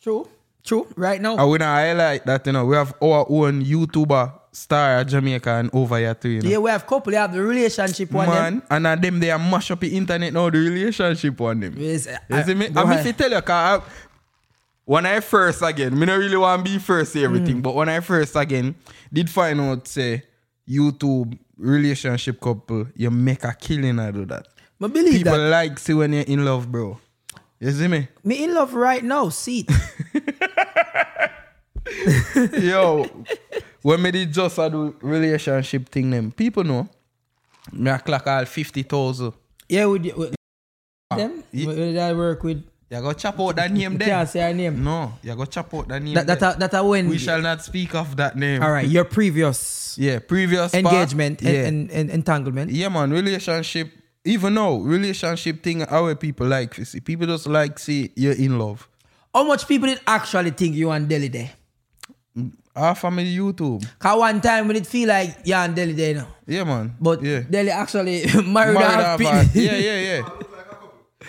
[SPEAKER 1] True. True. Right now.
[SPEAKER 2] And we not highlight that, you know. We have our own YouTuber star at Jamaica and over here too, you know.
[SPEAKER 1] yeah, we have couple. We have the relationship one.
[SPEAKER 2] Man, and uh, them they are mash up the internet now, the relationship on them.
[SPEAKER 1] Them. Yes,
[SPEAKER 2] You see me? I mean, if you tell you, 'cause I- when I first again, me not really want to be first
[SPEAKER 1] Mm.
[SPEAKER 2] everything, but when I first again, did find out say YouTube relationship couple, you make a killing out of that.
[SPEAKER 1] I believe
[SPEAKER 2] People
[SPEAKER 1] that.
[SPEAKER 2] like see when you're in love, bro. You
[SPEAKER 1] *laughs*
[SPEAKER 2] see me?
[SPEAKER 1] Me in love right now. See
[SPEAKER 2] *laughs*
[SPEAKER 1] it.
[SPEAKER 2] Yo, when me did just a do relationship thing, them people know. Me a clock all fifty thousand.
[SPEAKER 1] yeah, with, with them.
[SPEAKER 2] Ah, ye-
[SPEAKER 1] Where did I work with?
[SPEAKER 2] You go chop out that name
[SPEAKER 1] They
[SPEAKER 2] there.
[SPEAKER 1] can't say her name.
[SPEAKER 2] No, you go chop out that name.
[SPEAKER 1] That that
[SPEAKER 2] there.
[SPEAKER 1] a, that a when.
[SPEAKER 2] Mm, we shall not speak of that
[SPEAKER 1] *laughs*
[SPEAKER 2] name.
[SPEAKER 1] All right, your previous
[SPEAKER 2] Yeah, previous part.
[SPEAKER 1] engagement and,
[SPEAKER 2] yeah.
[SPEAKER 1] and, and entanglement.
[SPEAKER 2] yeah, man, relationship. Even now, relationship thing, our people like you see. People just like see you're in love.
[SPEAKER 1] How much people did actually think you and Delhi there?
[SPEAKER 2] Our family YouTube.
[SPEAKER 1] Cause one time we did feel like you and Delhi there, you know.
[SPEAKER 2] Yeah, man.
[SPEAKER 1] But
[SPEAKER 2] yeah.
[SPEAKER 1] Delhi actually *laughs* married,
[SPEAKER 2] Married
[SPEAKER 1] half
[SPEAKER 2] half
[SPEAKER 1] pe- *laughs*
[SPEAKER 2] half. yeah, yeah, yeah.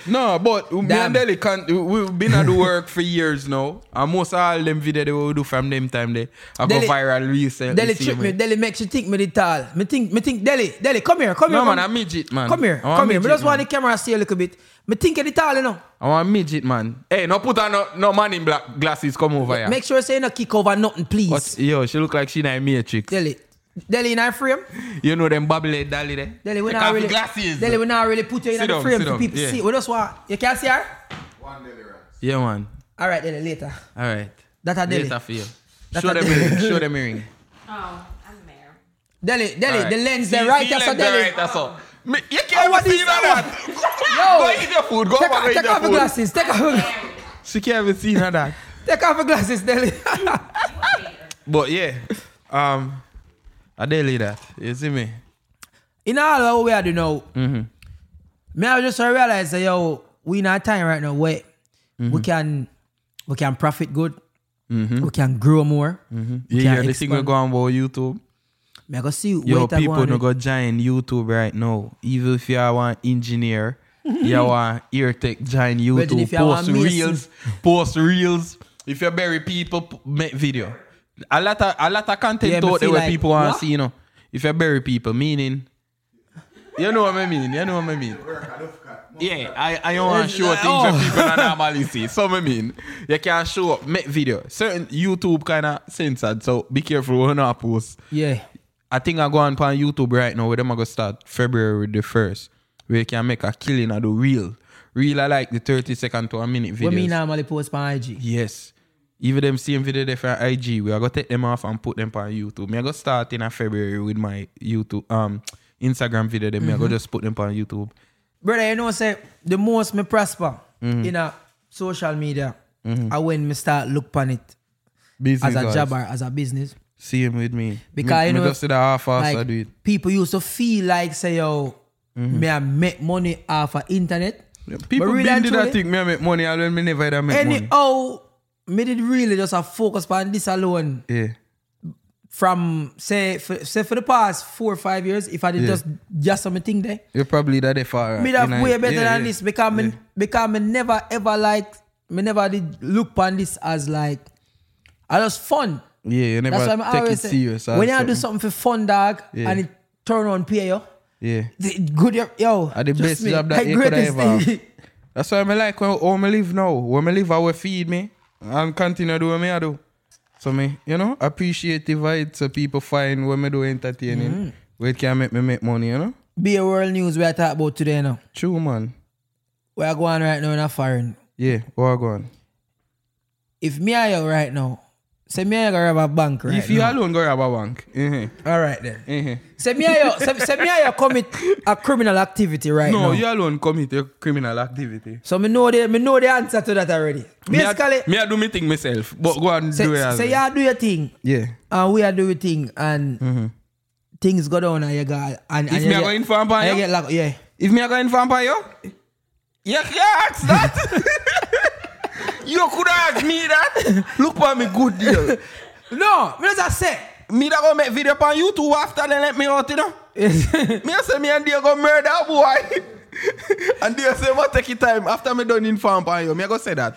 [SPEAKER 2] No, but me
[SPEAKER 1] Damn.
[SPEAKER 2] and Deli can't. we- We've been at the work for years now, and most all them video they will do from them time they have go
[SPEAKER 1] Delhi-
[SPEAKER 2] viral recently.
[SPEAKER 1] Delhi
[SPEAKER 2] see
[SPEAKER 1] trip
[SPEAKER 2] me.
[SPEAKER 1] me. Delhi makes you think me did tall. Me think me think Delhi. Delhi, come here, come
[SPEAKER 2] No,
[SPEAKER 1] here.
[SPEAKER 2] man,
[SPEAKER 1] come-
[SPEAKER 2] I'm midget, man.
[SPEAKER 1] Come here,
[SPEAKER 2] I'm a
[SPEAKER 1] come here. Me
[SPEAKER 2] midget,
[SPEAKER 1] just want
[SPEAKER 2] man.
[SPEAKER 1] the camera see a little bit. Me think you tall, you know.
[SPEAKER 2] I want midget, man. Hey, no put on no, no man in black glasses. Come over here.
[SPEAKER 1] Make sure you say no kick over nothing, please.
[SPEAKER 2] But, yo, she look like she not a matrix.
[SPEAKER 1] Delhi, Delhi in our frame.
[SPEAKER 2] You know them bubbly dolly there.
[SPEAKER 1] Delhi, we
[SPEAKER 2] Take
[SPEAKER 1] not
[SPEAKER 2] off
[SPEAKER 1] really.
[SPEAKER 2] the glasses.
[SPEAKER 1] Delhi, we not really put you in
[SPEAKER 2] Sit
[SPEAKER 1] the
[SPEAKER 2] down,
[SPEAKER 1] frame
[SPEAKER 2] sit
[SPEAKER 1] for
[SPEAKER 2] down,
[SPEAKER 1] people to
[SPEAKER 2] yeah.
[SPEAKER 1] see. We just want you can see her.
[SPEAKER 5] One daily rice.
[SPEAKER 2] Yeah, man.
[SPEAKER 1] All right, Delhi later.
[SPEAKER 2] All right.
[SPEAKER 1] That a Delhi.
[SPEAKER 2] Later for you.
[SPEAKER 1] That
[SPEAKER 2] Show
[SPEAKER 1] a
[SPEAKER 2] them
[SPEAKER 1] Delhi.
[SPEAKER 2] ring.
[SPEAKER 1] *laughs*
[SPEAKER 2] Show them ring.
[SPEAKER 3] Oh, I'm there.
[SPEAKER 1] Delhi, Delhi,
[SPEAKER 2] Alright.
[SPEAKER 1] the lens,
[SPEAKER 2] See-
[SPEAKER 1] the right,
[SPEAKER 2] see
[SPEAKER 1] that's a
[SPEAKER 2] lens, the
[SPEAKER 1] Delhi.
[SPEAKER 2] right, that's all. Me- You
[SPEAKER 1] Oh, what
[SPEAKER 2] can't
[SPEAKER 1] is
[SPEAKER 2] see that.
[SPEAKER 1] that
[SPEAKER 2] Go
[SPEAKER 1] Yo,
[SPEAKER 2] eat your food. Go
[SPEAKER 1] take,
[SPEAKER 2] over
[SPEAKER 1] off-
[SPEAKER 2] and eat
[SPEAKER 1] take off your *laughs*
[SPEAKER 2] your food.
[SPEAKER 1] glasses. Take off,
[SPEAKER 3] There.
[SPEAKER 2] She can't even see none of that.
[SPEAKER 1] take off your glasses, Delhi. *laughs*
[SPEAKER 3] You a hater.
[SPEAKER 2] But yeah, um, a Delhi that. You see me?
[SPEAKER 1] in all what we are doing now,
[SPEAKER 2] Mm-hmm.
[SPEAKER 1] me I just realize that yo, we in a time right now where
[SPEAKER 2] Mm-hmm.
[SPEAKER 1] we can we can profit good, we can grow more.
[SPEAKER 2] You
[SPEAKER 1] Can't
[SPEAKER 2] hear Mm-hmm. the thing we
[SPEAKER 1] expand.
[SPEAKER 2] go on about YouTube?
[SPEAKER 1] Me I go see
[SPEAKER 2] Yo,
[SPEAKER 1] where
[SPEAKER 2] people
[SPEAKER 1] go.
[SPEAKER 2] no go join YouTube right now. Even if you are one engineer, you want ear tech join
[SPEAKER 1] Imagine
[SPEAKER 2] YouTube.
[SPEAKER 1] if you are
[SPEAKER 2] post
[SPEAKER 1] one mason.
[SPEAKER 2] reels, post reels. If you bury people, p- make video. A lot of a lot of content
[SPEAKER 1] Yeah, me
[SPEAKER 2] out there
[SPEAKER 1] feel
[SPEAKER 2] where
[SPEAKER 1] like,
[SPEAKER 2] people want
[SPEAKER 1] what?
[SPEAKER 2] to see. You know, if you bury people, meaning. You know what I mean. You know what I mean.
[SPEAKER 5] Work enough cat.
[SPEAKER 2] Yeah, I, I don't want to show
[SPEAKER 1] like,
[SPEAKER 2] things
[SPEAKER 1] oh.
[SPEAKER 2] that people don't normally see. So I mean, you can show up, make video. Certain YouTube kind of censored, so be careful when I post.
[SPEAKER 1] Yeah,
[SPEAKER 2] I think I go on on YouTube right now where them I go start February the first. Where you can make a killing of the real. Real I like the 30 second to a minute
[SPEAKER 1] what me
[SPEAKER 2] videos.
[SPEAKER 1] normally post on IG.
[SPEAKER 2] Yes. Even them same video there for IG. We are gonna take them off and put them on YouTube. Me I go start in a February with my YouTube um Instagram video then me
[SPEAKER 1] Mm-hmm.
[SPEAKER 2] I go just put them on YouTube.
[SPEAKER 1] Brother, you know say the most me prosper
[SPEAKER 2] Mm-hmm.
[SPEAKER 1] in a social media, I when me start look on it
[SPEAKER 2] Business
[SPEAKER 1] as a
[SPEAKER 2] guys.
[SPEAKER 1] job or as a business.
[SPEAKER 2] Same with me.
[SPEAKER 1] Because,
[SPEAKER 2] me,
[SPEAKER 1] you
[SPEAKER 2] me
[SPEAKER 1] know,
[SPEAKER 2] just see the half ass I
[SPEAKER 1] like
[SPEAKER 2] do it. Mm-hmm.
[SPEAKER 1] people used to feel like say yo may I make money off of internet.
[SPEAKER 2] People
[SPEAKER 1] but really
[SPEAKER 2] been
[SPEAKER 1] and eh?
[SPEAKER 2] did that
[SPEAKER 1] truly,
[SPEAKER 2] thing me I make money and when me never did make money.
[SPEAKER 1] Anyhow, me did really just a focus on this alone
[SPEAKER 2] Yeah.
[SPEAKER 1] from say for, say for the past four or five years. If I did
[SPEAKER 2] Yeah.
[SPEAKER 1] just just something there,
[SPEAKER 2] You're probably that far.
[SPEAKER 1] me have way better than this because me, because me never ever like me never did look upon this as like I just fun.
[SPEAKER 2] Yeah, you never
[SPEAKER 1] That's why I
[SPEAKER 2] take it
[SPEAKER 1] always
[SPEAKER 2] serious.
[SPEAKER 1] say, when I do something for fun, dog,
[SPEAKER 2] Yeah.
[SPEAKER 1] and it turn on pay yo.
[SPEAKER 2] yeah,
[SPEAKER 1] The good yo, yo
[SPEAKER 2] are the
[SPEAKER 1] trust
[SPEAKER 2] best
[SPEAKER 1] me,
[SPEAKER 2] job
[SPEAKER 1] my
[SPEAKER 2] that you could
[SPEAKER 1] greatest
[SPEAKER 2] have ever.
[SPEAKER 1] thing.
[SPEAKER 2] That's why I like when home I live now. When I live, I will feed me and continue do what me I do. So me, you know, appreciate the vibe so people find when me do entertaining,
[SPEAKER 1] Mm-hmm.
[SPEAKER 2] where it can make me make money. You know,
[SPEAKER 1] *laughs* Be a world news we are talking about today now.
[SPEAKER 2] true man.
[SPEAKER 1] We are going right now in a foreign.
[SPEAKER 2] Yeah, what go on.
[SPEAKER 1] If me and you right now, say me and you go rob a bank right
[SPEAKER 2] if you
[SPEAKER 1] now.
[SPEAKER 2] alone go rob a bank, eh,
[SPEAKER 1] All right then.
[SPEAKER 2] eh, eh.
[SPEAKER 1] Say me and you, say, say me and you commit a criminal activity right
[SPEAKER 2] no,
[SPEAKER 1] now.
[SPEAKER 2] you alone commit a criminal activity.
[SPEAKER 1] So me know the me know the answer to that already. Basically,
[SPEAKER 2] me I, me I do me thing myself, but go and
[SPEAKER 1] say,
[SPEAKER 2] do it. as
[SPEAKER 1] say
[SPEAKER 2] well.
[SPEAKER 1] you do your thing
[SPEAKER 2] yeah.
[SPEAKER 1] and we are do your thing and things go down and you go and, and
[SPEAKER 2] Mm-hmm. If
[SPEAKER 1] you
[SPEAKER 2] me I
[SPEAKER 1] get-
[SPEAKER 2] go inform upon
[SPEAKER 1] and you
[SPEAKER 2] you?
[SPEAKER 1] get like Ah, yeah.
[SPEAKER 2] If me a go in vampire, you, you can ask that. *laughs* you could ask me that. Look for me good deal.
[SPEAKER 1] No, me just say.
[SPEAKER 2] Me that go make video on YouTube after they let me out, you *laughs* know. me a say me and they go murder a boy. *laughs* and they say what take your time after me done in vampire, me a go say that.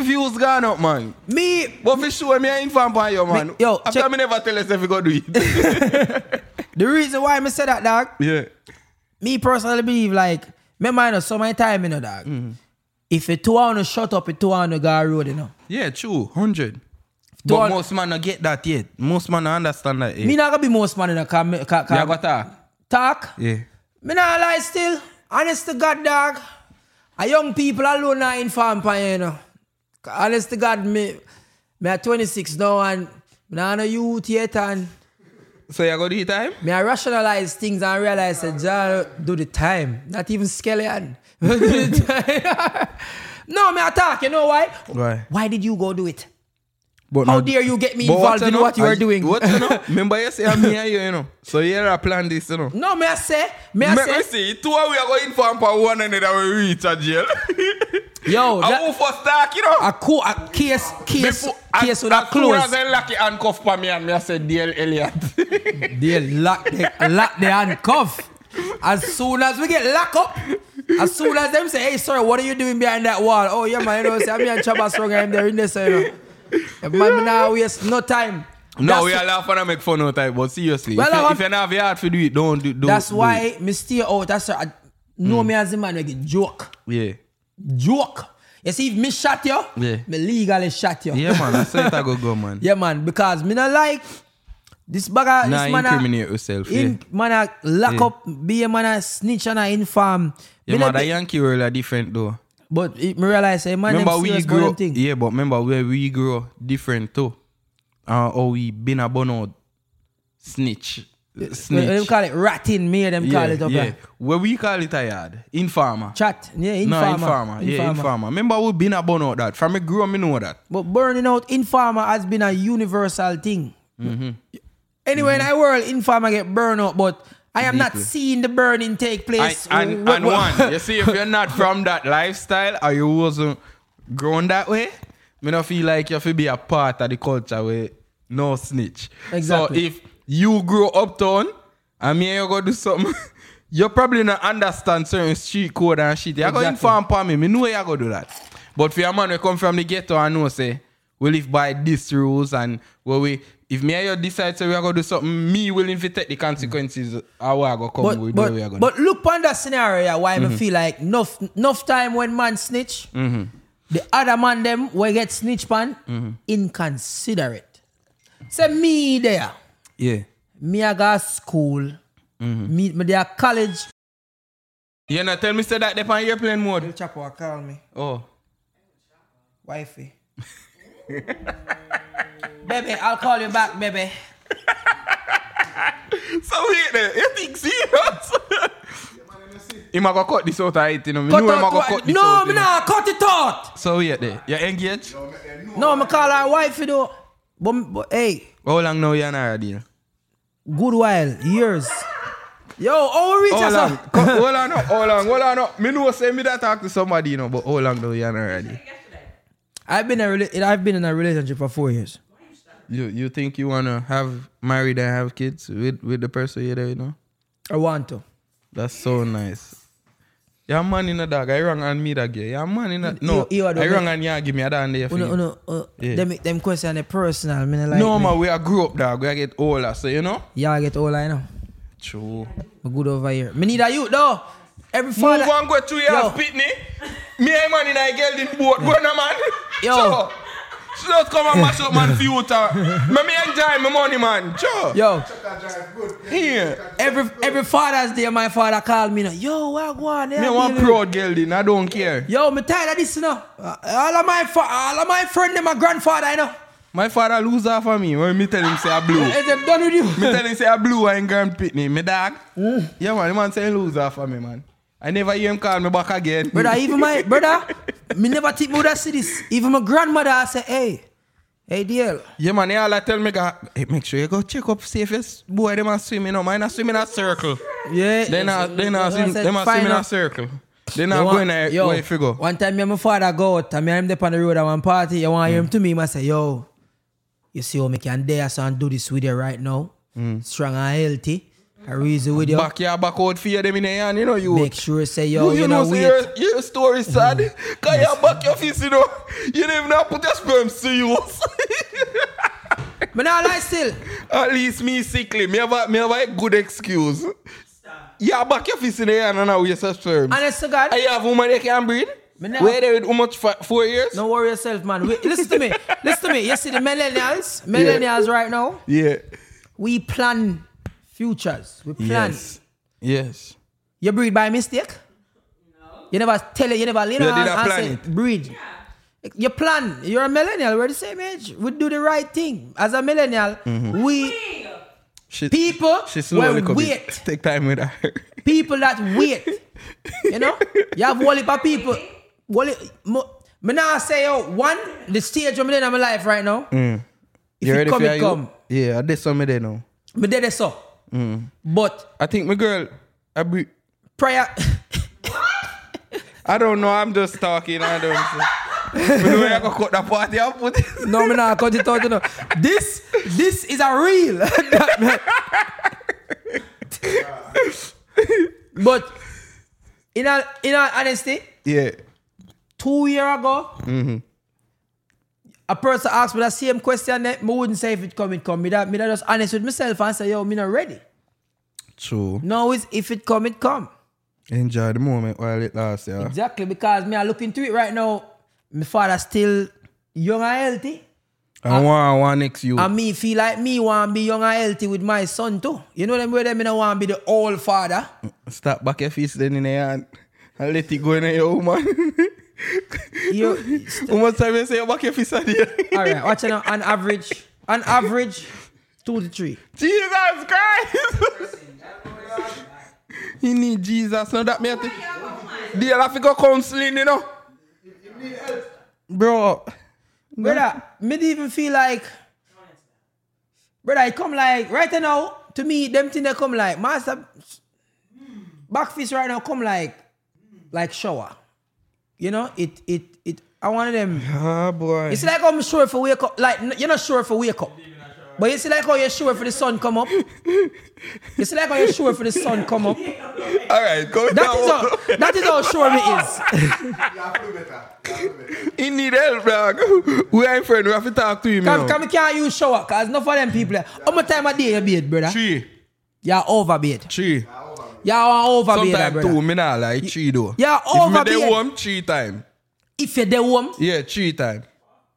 [SPEAKER 2] Views gone up, man.
[SPEAKER 1] me,
[SPEAKER 2] But for sure, me a in vampire, man.
[SPEAKER 1] yo,
[SPEAKER 2] after
[SPEAKER 1] check-
[SPEAKER 2] me never tell us if you go do it.
[SPEAKER 1] the reason why me say that, dog,
[SPEAKER 2] *laughs* yeah.
[SPEAKER 1] me personally believe like me mind so many time you know dog.
[SPEAKER 2] Mm-hmm.
[SPEAKER 1] If a two on shut up, a two on the guy road, you know.
[SPEAKER 2] Yeah, true. 100.
[SPEAKER 1] Don't-
[SPEAKER 2] But most man not get that yet. Most man not understand that yet.
[SPEAKER 1] Me not gonna be most man in a car, car,
[SPEAKER 2] yeah, got that.
[SPEAKER 1] talk.
[SPEAKER 2] Yeah.
[SPEAKER 1] Me not lie still. Honest to God, dog. A young people alone not inform pa you know. Honest to God, me me a 26 now and me not a youth yet and
[SPEAKER 2] So you go do your time?
[SPEAKER 1] me I rationalize things and realize that Jah do the time. Not even Skeleton. *laughs* do the time. *laughs* no, me I talk. You know why?
[SPEAKER 2] Why?
[SPEAKER 1] Why did you go do it?
[SPEAKER 2] But
[SPEAKER 1] How dare you get me involved in
[SPEAKER 2] know?
[SPEAKER 1] what you are
[SPEAKER 2] I-
[SPEAKER 1] doing?
[SPEAKER 2] What you know? Remember you say I'm here, you know. So here I plan this, you know.
[SPEAKER 1] *laughs* No, me I say, me I
[SPEAKER 2] Make me
[SPEAKER 1] say,
[SPEAKER 2] see, two of we are going for and for one another we reach a
[SPEAKER 1] *laughs*
[SPEAKER 2] jail.
[SPEAKER 1] yo,
[SPEAKER 2] I
[SPEAKER 1] that,
[SPEAKER 2] move for stack, you know.
[SPEAKER 1] a, co- a case, case,
[SPEAKER 2] Before-
[SPEAKER 1] case with a
[SPEAKER 2] soon
[SPEAKER 1] close.
[SPEAKER 2] As I lucky handcuff for me and me I said DL Elliot. *laughs*
[SPEAKER 1] They lock the, lock the handcuff. As soon as we get locked up, as soon as them say, hey, sir, what are you doing behind that wall? Oh, yeah, man, you know, say, I'm here in Chaba Strong, I'm there in this, you know. If man, me now waste no time.
[SPEAKER 2] no,
[SPEAKER 1] That's-
[SPEAKER 2] we are laughing and make fun of type, but seriously,
[SPEAKER 1] Well,
[SPEAKER 2] if, you,
[SPEAKER 1] I'm-
[SPEAKER 2] if you not have your heart to do it, don't do, do
[SPEAKER 1] That's
[SPEAKER 2] do it.
[SPEAKER 1] why me stay out. That's I know
[SPEAKER 2] Hmm.
[SPEAKER 1] me as a man, like a joke.
[SPEAKER 2] Yeah.
[SPEAKER 1] Joke. You see, if me shot you,
[SPEAKER 2] Yeah.
[SPEAKER 1] me legally shot you.
[SPEAKER 2] Yeah, man. I said I go go, man.
[SPEAKER 1] *laughs* Yeah, man, because me not like this bugger,
[SPEAKER 2] Nah,
[SPEAKER 1] this man a,
[SPEAKER 2] incriminate yourself.
[SPEAKER 1] in, man a lock
[SPEAKER 2] Yeah.
[SPEAKER 1] up, be a man a snitch and a inform.
[SPEAKER 2] Eh. yeah,
[SPEAKER 1] Me
[SPEAKER 2] man,
[SPEAKER 1] not
[SPEAKER 2] the
[SPEAKER 1] be-
[SPEAKER 2] Yankee world are different though.
[SPEAKER 1] But it, me realize, hey, man,
[SPEAKER 2] remember
[SPEAKER 1] them
[SPEAKER 2] we
[SPEAKER 1] serious
[SPEAKER 2] grew
[SPEAKER 1] about them thing.
[SPEAKER 2] yeah, but remember where we grew up different too. Uh, oh, we been a bono snitch,
[SPEAKER 1] They- Uh, Them
[SPEAKER 2] snitch.
[SPEAKER 1] call it ratting, me them
[SPEAKER 2] yeah,
[SPEAKER 1] call it up.
[SPEAKER 2] yeah.
[SPEAKER 1] there.
[SPEAKER 2] Where we call it a yard, informer.
[SPEAKER 1] Chat, yeah,
[SPEAKER 2] No,
[SPEAKER 1] informer.
[SPEAKER 2] informer. Yeah, informer. Remember we been a bono that. From me grew up, me know that.
[SPEAKER 1] But burning out informer has been a universal thing.
[SPEAKER 2] Mm-hmm.
[SPEAKER 1] Anyway, in our world, informer get burned out, but I am not
[SPEAKER 2] Deeply.
[SPEAKER 1] seeing the burning take
[SPEAKER 2] I,
[SPEAKER 1] place.
[SPEAKER 2] and
[SPEAKER 1] Wh-
[SPEAKER 2] and
[SPEAKER 1] wh-
[SPEAKER 2] one, you see, if you're not from that lifestyle or you wasn't grown that way, me not feel like you should be a part of the culture where no snitch.
[SPEAKER 1] Exactly.
[SPEAKER 2] So if you grow uptown and me and you go do something, *laughs* you probably not understand certain street code and shit. You go
[SPEAKER 1] Exactly.
[SPEAKER 2] inform for me, me know you go do that. But for a man who come from the ghetto and know say, we live by these rules and where we if me and you decide say we are gonna do something, me willing to take the consequences of what I go come
[SPEAKER 1] but,
[SPEAKER 2] with where we are Mm-hmm.
[SPEAKER 1] but,
[SPEAKER 2] gonna
[SPEAKER 1] but look on that scenario yeah, why me feel like enough, enough time when man snitch,
[SPEAKER 2] Mm-hmm.
[SPEAKER 1] the other man them will get snitch pan inconsiderate. Say me there,
[SPEAKER 2] Yeah.
[SPEAKER 1] me I go school,
[SPEAKER 2] Mm-hmm.
[SPEAKER 1] me, me there college.
[SPEAKER 2] You know, tell me say that they on airplane mode.
[SPEAKER 1] Chapo call me, *laughs*
[SPEAKER 2] Oh.
[SPEAKER 1] wifey. *laughs* baby, I'll call you back, baby.
[SPEAKER 2] So wait there. You think serious? He might go cut this out of it, you know. Me
[SPEAKER 1] Cut
[SPEAKER 2] know he might
[SPEAKER 1] out
[SPEAKER 2] go
[SPEAKER 1] what-
[SPEAKER 2] cut this out,
[SPEAKER 1] no,
[SPEAKER 2] you
[SPEAKER 1] me
[SPEAKER 2] know.
[SPEAKER 1] nah, cut it out.
[SPEAKER 2] So wait there. You engaged?
[SPEAKER 1] No, me call her wifey though. But, but hey,
[SPEAKER 2] How long now you and I are deal?
[SPEAKER 1] good while, years. Yo, how we reach
[SPEAKER 2] How
[SPEAKER 1] us
[SPEAKER 2] long?
[SPEAKER 1] up?
[SPEAKER 2] Co- Hold on up, hold on, hold on up. Me know say me that talk to somebody, you know, but how long now you and I are deal?
[SPEAKER 3] Yesterday.
[SPEAKER 1] I've been a rela- I've been in a relationship for four years.
[SPEAKER 2] You, you think you want to have married and have kids with, with the person you're there, you know?
[SPEAKER 1] I want to.
[SPEAKER 2] That's so nice. You're a man in a dog. I wrong and me that girl. You're a man in a... No,
[SPEAKER 1] you are the
[SPEAKER 2] I
[SPEAKER 1] man.
[SPEAKER 2] wrong and you give me a down there for
[SPEAKER 1] Uno,
[SPEAKER 2] you.
[SPEAKER 1] uno, uh,
[SPEAKER 2] Yeah.
[SPEAKER 1] them, them question they personal. I mean, like
[SPEAKER 2] no,
[SPEAKER 1] me-
[SPEAKER 2] man, we are grew up, dog. We are get older, so you know.
[SPEAKER 1] Y'all get all I know.
[SPEAKER 2] True.
[SPEAKER 1] We good over here. Me need a youth though. Every
[SPEAKER 2] Move
[SPEAKER 1] father.
[SPEAKER 2] on, go to your
[SPEAKER 1] Yo.
[SPEAKER 2] house, pitney. Me and man in a girl in boat. Go on, man.
[SPEAKER 1] Mm. Yo.
[SPEAKER 2] Sure. She just come and mash up man future. Me me enjoy my money, man. Sure.
[SPEAKER 1] Yo,
[SPEAKER 2] Here.
[SPEAKER 1] every every Father's Day, my father called me. Now, yo, what go on?
[SPEAKER 2] Me want proud girl in. I don't care.
[SPEAKER 1] Yo, me tired of this, you know. Uh, All of my fa- all of my friend, them my grandfather, you know.
[SPEAKER 2] My father lose half of me when me tell him say I blue.
[SPEAKER 1] Is them done with
[SPEAKER 2] me
[SPEAKER 1] you?
[SPEAKER 2] tell him say I blue and grand pitney. Me dog.
[SPEAKER 1] Mm.
[SPEAKER 2] Yeah, man. The man say he lose half of me, man. I never hear him call me back again.
[SPEAKER 1] brother, even my brother, me never think me would have see this. Even my grandmother, I say, hey, Hey, DL.
[SPEAKER 2] Yeah, man, they all a tell me, go, hey, make sure you go check up safest boy, them a swim, you know, mine a swim in a circle.
[SPEAKER 1] Yeah.
[SPEAKER 2] Then I, then I
[SPEAKER 1] You
[SPEAKER 2] swim,
[SPEAKER 1] said
[SPEAKER 2] them a swim in
[SPEAKER 1] final.
[SPEAKER 2] a circle. Then
[SPEAKER 1] You
[SPEAKER 2] I go
[SPEAKER 1] want-
[SPEAKER 2] in a
[SPEAKER 1] yo,
[SPEAKER 2] way figure.
[SPEAKER 1] One time, me and my father go out, and me and him up on the road at one party. You want hear
[SPEAKER 2] Mm.
[SPEAKER 1] him to me, I say, yo, you see how me can dare son do this with you right now. Strong and healthy. I reason with you.
[SPEAKER 2] Mm. Back your back out for you, them in the hand, you know, you.
[SPEAKER 1] Make sure say, yo,
[SPEAKER 2] you,
[SPEAKER 1] you,
[SPEAKER 2] you
[SPEAKER 1] know,
[SPEAKER 2] know,
[SPEAKER 1] wait. Mm.
[SPEAKER 2] say your, your story is sad. Cause your back your face, you know, *laughs* you don't even have to put your sperm serious.
[SPEAKER 1] But now lie still.
[SPEAKER 2] *laughs* At least me sickly, me have a, me have a good excuse. Your back your face in the hand and now you your sperm.
[SPEAKER 1] Honest to God.
[SPEAKER 2] And you have woman that can breed?
[SPEAKER 1] Me never-
[SPEAKER 2] Where they with how much, fi- four years?
[SPEAKER 1] Don't worry yourself, man. Wait, listen to me. Listen to me. You see the millennials, millennials right now,
[SPEAKER 2] Yeah.
[SPEAKER 1] we plan futures. We plan.
[SPEAKER 2] Yes. Yes.
[SPEAKER 1] You breed by mistake? No. You never tell it, you never lean
[SPEAKER 2] You
[SPEAKER 1] on
[SPEAKER 2] did not
[SPEAKER 1] and
[SPEAKER 2] plan
[SPEAKER 1] say,
[SPEAKER 2] it.
[SPEAKER 1] breed. You plan. You're a millennial. We're the same age. We do the right thing. As a millennial, we
[SPEAKER 2] She,
[SPEAKER 1] people
[SPEAKER 2] Mm-hmm. she slow
[SPEAKER 1] will
[SPEAKER 2] a little bit.
[SPEAKER 1] wait.
[SPEAKER 2] *laughs* Take time with her.
[SPEAKER 1] People that wait. you know? You have wally of people. Wally, mo, me now say, yo, one, the stage I'm in in my life right now.
[SPEAKER 2] Mm.
[SPEAKER 1] If
[SPEAKER 2] you
[SPEAKER 1] it
[SPEAKER 2] ready
[SPEAKER 1] come,
[SPEAKER 2] for
[SPEAKER 1] it
[SPEAKER 2] you?
[SPEAKER 1] come.
[SPEAKER 2] Yeah, I did something there now.
[SPEAKER 1] Me did it so.
[SPEAKER 2] Mm.
[SPEAKER 1] But
[SPEAKER 2] I think my girl, I be,
[SPEAKER 1] prior, *laughs*
[SPEAKER 2] I don't know. I'm just talking. I don't. know. *laughs* We know I go cut the party up with this.
[SPEAKER 1] no, me not cut it out. You know. This, this is a real. but in all, in all honesty,
[SPEAKER 2] *laughs* Yeah.
[SPEAKER 1] two year ago, a person asked me the same question. That me wouldn't say if it come, it come. Me that, me that just honest with myself and say, yo, me not ready.
[SPEAKER 2] True.
[SPEAKER 1] No, it's if it come, it come.
[SPEAKER 2] Enjoy the moment while it lasts, yeah.
[SPEAKER 1] Exactly because me I look into it right now. My father still young and healthy.
[SPEAKER 2] I want one next you.
[SPEAKER 1] And me feel like me want to be young and healthy with my son too. You know them where them me no want to be the old father.
[SPEAKER 2] Stop back your fist then in the hand and let it go in your woman. *laughs*
[SPEAKER 1] You,
[SPEAKER 2] How much time you say you back your fist *laughs* at
[SPEAKER 1] all right, watch it now. On average, on average, two to three.
[SPEAKER 2] Jesus *laughs* Christ! you need Jesus, no that me. have to- Deal, I go counseling, you know. Bro,
[SPEAKER 1] Brother, me dey even feel like, brother, it come like right now to me them thing they come like master back fist right now come like like shower. You know it it it. I want them.
[SPEAKER 2] ah boy.
[SPEAKER 1] It's like I'm sure for wake up. Like n- you're not sure for wake up. But you see like how you're sure for the sun come up. You see like how you're sure for the sun come up.
[SPEAKER 2] All right, go
[SPEAKER 1] That
[SPEAKER 2] down.
[SPEAKER 1] is how that is how sure me is.
[SPEAKER 5] You have to do better. You have to do better.
[SPEAKER 2] *laughs* He need help, dog. We are friend. We have to talk to him.
[SPEAKER 1] Come
[SPEAKER 2] now.
[SPEAKER 1] come we can't use shower cause enough of them people. like, How much time a day you bathe, brother?
[SPEAKER 2] Three,
[SPEAKER 1] You're overbait.
[SPEAKER 2] three.
[SPEAKER 1] Y'all are overbait,
[SPEAKER 2] Sometimes two.
[SPEAKER 1] brother.
[SPEAKER 2] Me nah like three though.
[SPEAKER 1] Yeah,
[SPEAKER 2] If me
[SPEAKER 1] overbeard.
[SPEAKER 2] dey warm, three time.
[SPEAKER 1] If you're the one,
[SPEAKER 2] Yeah, three time.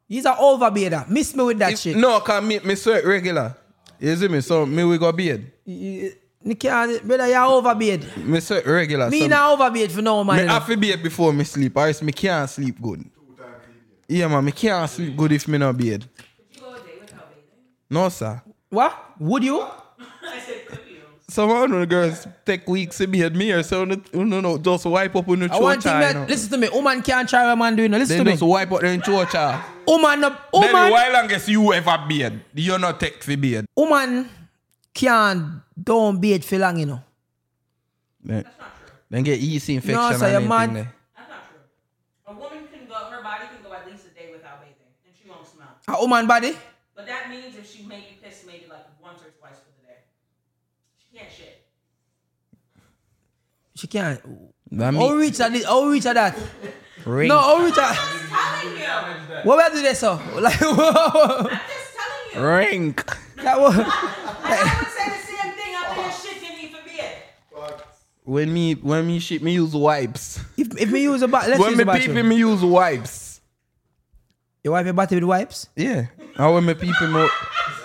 [SPEAKER 1] he's an overbaiter. Miss me with that
[SPEAKER 2] If-
[SPEAKER 1] shit.
[SPEAKER 2] No, cause me me sweat regular. You see me? So me we go beard.
[SPEAKER 1] You, you can't, brother, you're overbait.
[SPEAKER 2] Me sweat regular.
[SPEAKER 1] Me
[SPEAKER 2] so
[SPEAKER 1] not overbait for no man.
[SPEAKER 2] Me
[SPEAKER 1] you know.
[SPEAKER 2] have to bathe before me sleep, or else me can't sleep good. Yeah, man, me can't sleep good if me not bathe.
[SPEAKER 3] You go a day without bathing.
[SPEAKER 2] No, sir.
[SPEAKER 1] What? Would you?
[SPEAKER 3] I said, could you?
[SPEAKER 2] Some of the girls take weeks to bathe me, or so no, no, no, just wipe up on the
[SPEAKER 1] I want
[SPEAKER 2] church.
[SPEAKER 1] to listen to me. Woman can't try what man doing. Now Listen
[SPEAKER 2] Then just
[SPEAKER 1] to me. Oh,
[SPEAKER 2] wipe out the church. ah.
[SPEAKER 1] Woman, no,
[SPEAKER 2] Then the
[SPEAKER 1] woman,
[SPEAKER 2] while longest you ever beard, you not take for beard.
[SPEAKER 1] woman can't don't bathe for long, you know.
[SPEAKER 2] Then, then get yeast infection
[SPEAKER 1] No,
[SPEAKER 2] and
[SPEAKER 1] sir, you're
[SPEAKER 2] anything
[SPEAKER 1] mad.
[SPEAKER 2] there.
[SPEAKER 3] That's not true. A woman can go, her body can go at least a day without bathing, and she won't smell.
[SPEAKER 1] A woman body.
[SPEAKER 3] But that means if she maybe pissed maybe like once or twice for the day, she can't shit.
[SPEAKER 1] She can't.
[SPEAKER 2] That
[SPEAKER 1] How
[SPEAKER 2] mean
[SPEAKER 1] rich are this? How rich are that?
[SPEAKER 2] ring.
[SPEAKER 1] Oh, No, how rich are...
[SPEAKER 3] Telling you.
[SPEAKER 1] What we do this, so? *laughs* Like,
[SPEAKER 3] I'm just telling you.
[SPEAKER 2] Ring.
[SPEAKER 1] Like, what?
[SPEAKER 3] I would say the same thing. I think shit didn't even be it.
[SPEAKER 5] But
[SPEAKER 2] When me when me shit me use wipes.
[SPEAKER 1] if, if me use a bat, let's
[SPEAKER 2] When
[SPEAKER 1] use
[SPEAKER 2] me
[SPEAKER 1] a
[SPEAKER 2] people
[SPEAKER 1] bathroom.
[SPEAKER 2] me use wipes.
[SPEAKER 1] You wipe your body with wipes?
[SPEAKER 2] Yeah. And when me people me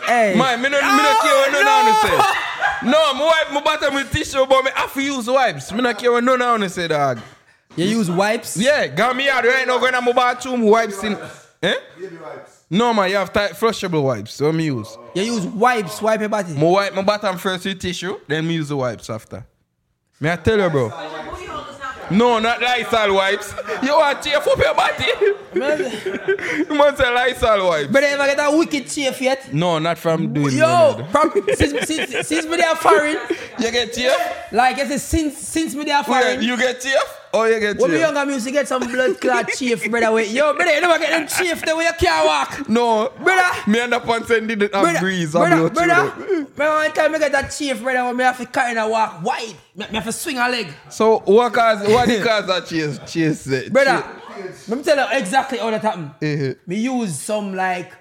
[SPEAKER 1] Hey.
[SPEAKER 2] Man, me no, me Eh. Ah, no care what none of them say. No, me wipe my bottom with tissue, but me have to use wipes. Me no care what none of them say, dog.
[SPEAKER 1] You use wipes?
[SPEAKER 2] Yeah, got me out right now going to my bathroom, wipes in. Eh?
[SPEAKER 5] baby wipes.
[SPEAKER 2] No, man, you have tight flushable wipes, so me use.
[SPEAKER 1] You use wipes, wipe your body.
[SPEAKER 2] Me wipe my bottom first with tissue, then me use the wipes after. Me I tell you, bro.
[SPEAKER 3] But your booty hole is not
[SPEAKER 2] No, not Lysol wipes. You want to chafe up your body? *laughs* you must say Lysol wipes.
[SPEAKER 1] Brother, ever get a wicked chafe yet?
[SPEAKER 2] No, not from doing
[SPEAKER 1] Yo,
[SPEAKER 2] lemonade.
[SPEAKER 1] from, since, since, since me they are
[SPEAKER 2] *laughs*
[SPEAKER 1] foreign,
[SPEAKER 2] You get chafe?
[SPEAKER 1] like I said, since since me they are
[SPEAKER 2] Wait,
[SPEAKER 1] foreign,
[SPEAKER 2] You get chafe? Oh, you get
[SPEAKER 1] when me
[SPEAKER 2] chafe?
[SPEAKER 1] younger me used to get some blood
[SPEAKER 2] *laughs*
[SPEAKER 1] clot chafe, brother. Wait, yo, brother, you never get them chafe the way you can't walk.
[SPEAKER 2] No.
[SPEAKER 1] Brother.
[SPEAKER 2] Me and the pants did it
[SPEAKER 1] Brother,
[SPEAKER 2] have breeze. I'm
[SPEAKER 1] brother,
[SPEAKER 2] not
[SPEAKER 1] brother,
[SPEAKER 2] sure.
[SPEAKER 1] remember one time I get that chafe, brother, when me have to carry and walk wide, me, me have to swing a leg.
[SPEAKER 2] So what cause what the cause of chase chase eh,
[SPEAKER 1] *laughs* Brother, let me tell you exactly how that happened.
[SPEAKER 2] Mhm.
[SPEAKER 1] Me use some like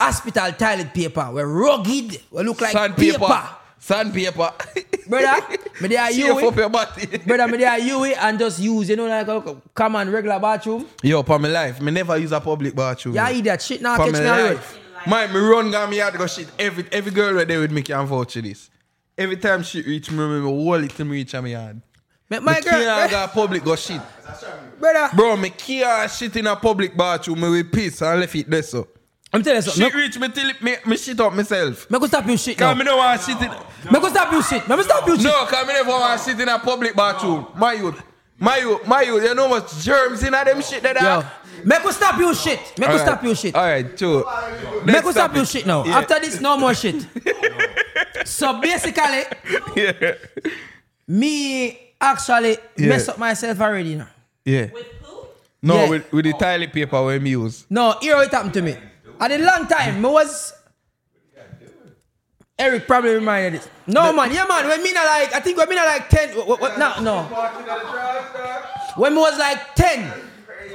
[SPEAKER 1] hospital toilet paper. We're rugged. We look like
[SPEAKER 2] sandpaper
[SPEAKER 1] paper.
[SPEAKER 2] sandpaper *laughs*
[SPEAKER 1] Brother, me there you
[SPEAKER 2] chafe up
[SPEAKER 1] it.
[SPEAKER 2] your body.
[SPEAKER 1] Brother, me there you it and just use, you know, like a common regular bathroom.
[SPEAKER 2] Yo, for my life, me never use a public bathroom.
[SPEAKER 1] Yeah, eat that shit now,
[SPEAKER 2] for
[SPEAKER 1] catch
[SPEAKER 2] my
[SPEAKER 1] me out.
[SPEAKER 2] life. Man, me run down me yard go shit. Every every girl right there with me can vouch for this. Every time she reach me, me, me hold it till me reach her my yard.
[SPEAKER 1] Make
[SPEAKER 2] My
[SPEAKER 1] my
[SPEAKER 2] me can't
[SPEAKER 1] girl,
[SPEAKER 2] go public go shit.
[SPEAKER 1] brother.
[SPEAKER 2] Bro, me can't shit in a public bathroom. Me with piss and left it there so.
[SPEAKER 1] I'm telling you
[SPEAKER 2] She
[SPEAKER 1] something. Make-
[SPEAKER 2] reach me till it, me, me shit up myself.
[SPEAKER 1] Make us stop you shit now.
[SPEAKER 2] Cause me
[SPEAKER 1] Make
[SPEAKER 2] no want shit in...
[SPEAKER 1] us stop you shit. Make us stop you shit.
[SPEAKER 2] No, cause me never want to sit in a public bathroom. My youth. My youth. My youth. You know what germs in a them shit that
[SPEAKER 1] Yo,
[SPEAKER 2] are.
[SPEAKER 1] make us stop you shit. Make us stop you shit.
[SPEAKER 2] Alright, two.
[SPEAKER 1] Make us stop you shit now.
[SPEAKER 2] Yeah.
[SPEAKER 1] After this, no more shit. so basically,
[SPEAKER 2] *laughs* Yeah.
[SPEAKER 1] me actually
[SPEAKER 2] Yeah.
[SPEAKER 1] mess up myself already. You know.
[SPEAKER 2] Yeah.
[SPEAKER 3] With who?
[SPEAKER 2] No,
[SPEAKER 1] Yeah.
[SPEAKER 2] with, with the toilet paper we use.
[SPEAKER 1] No, here it happened to me. At a long time, me was. Eric probably reminded it. No man, yeah man. When me not like, I think when me not like ten. What, what, no, no. When me was like ten,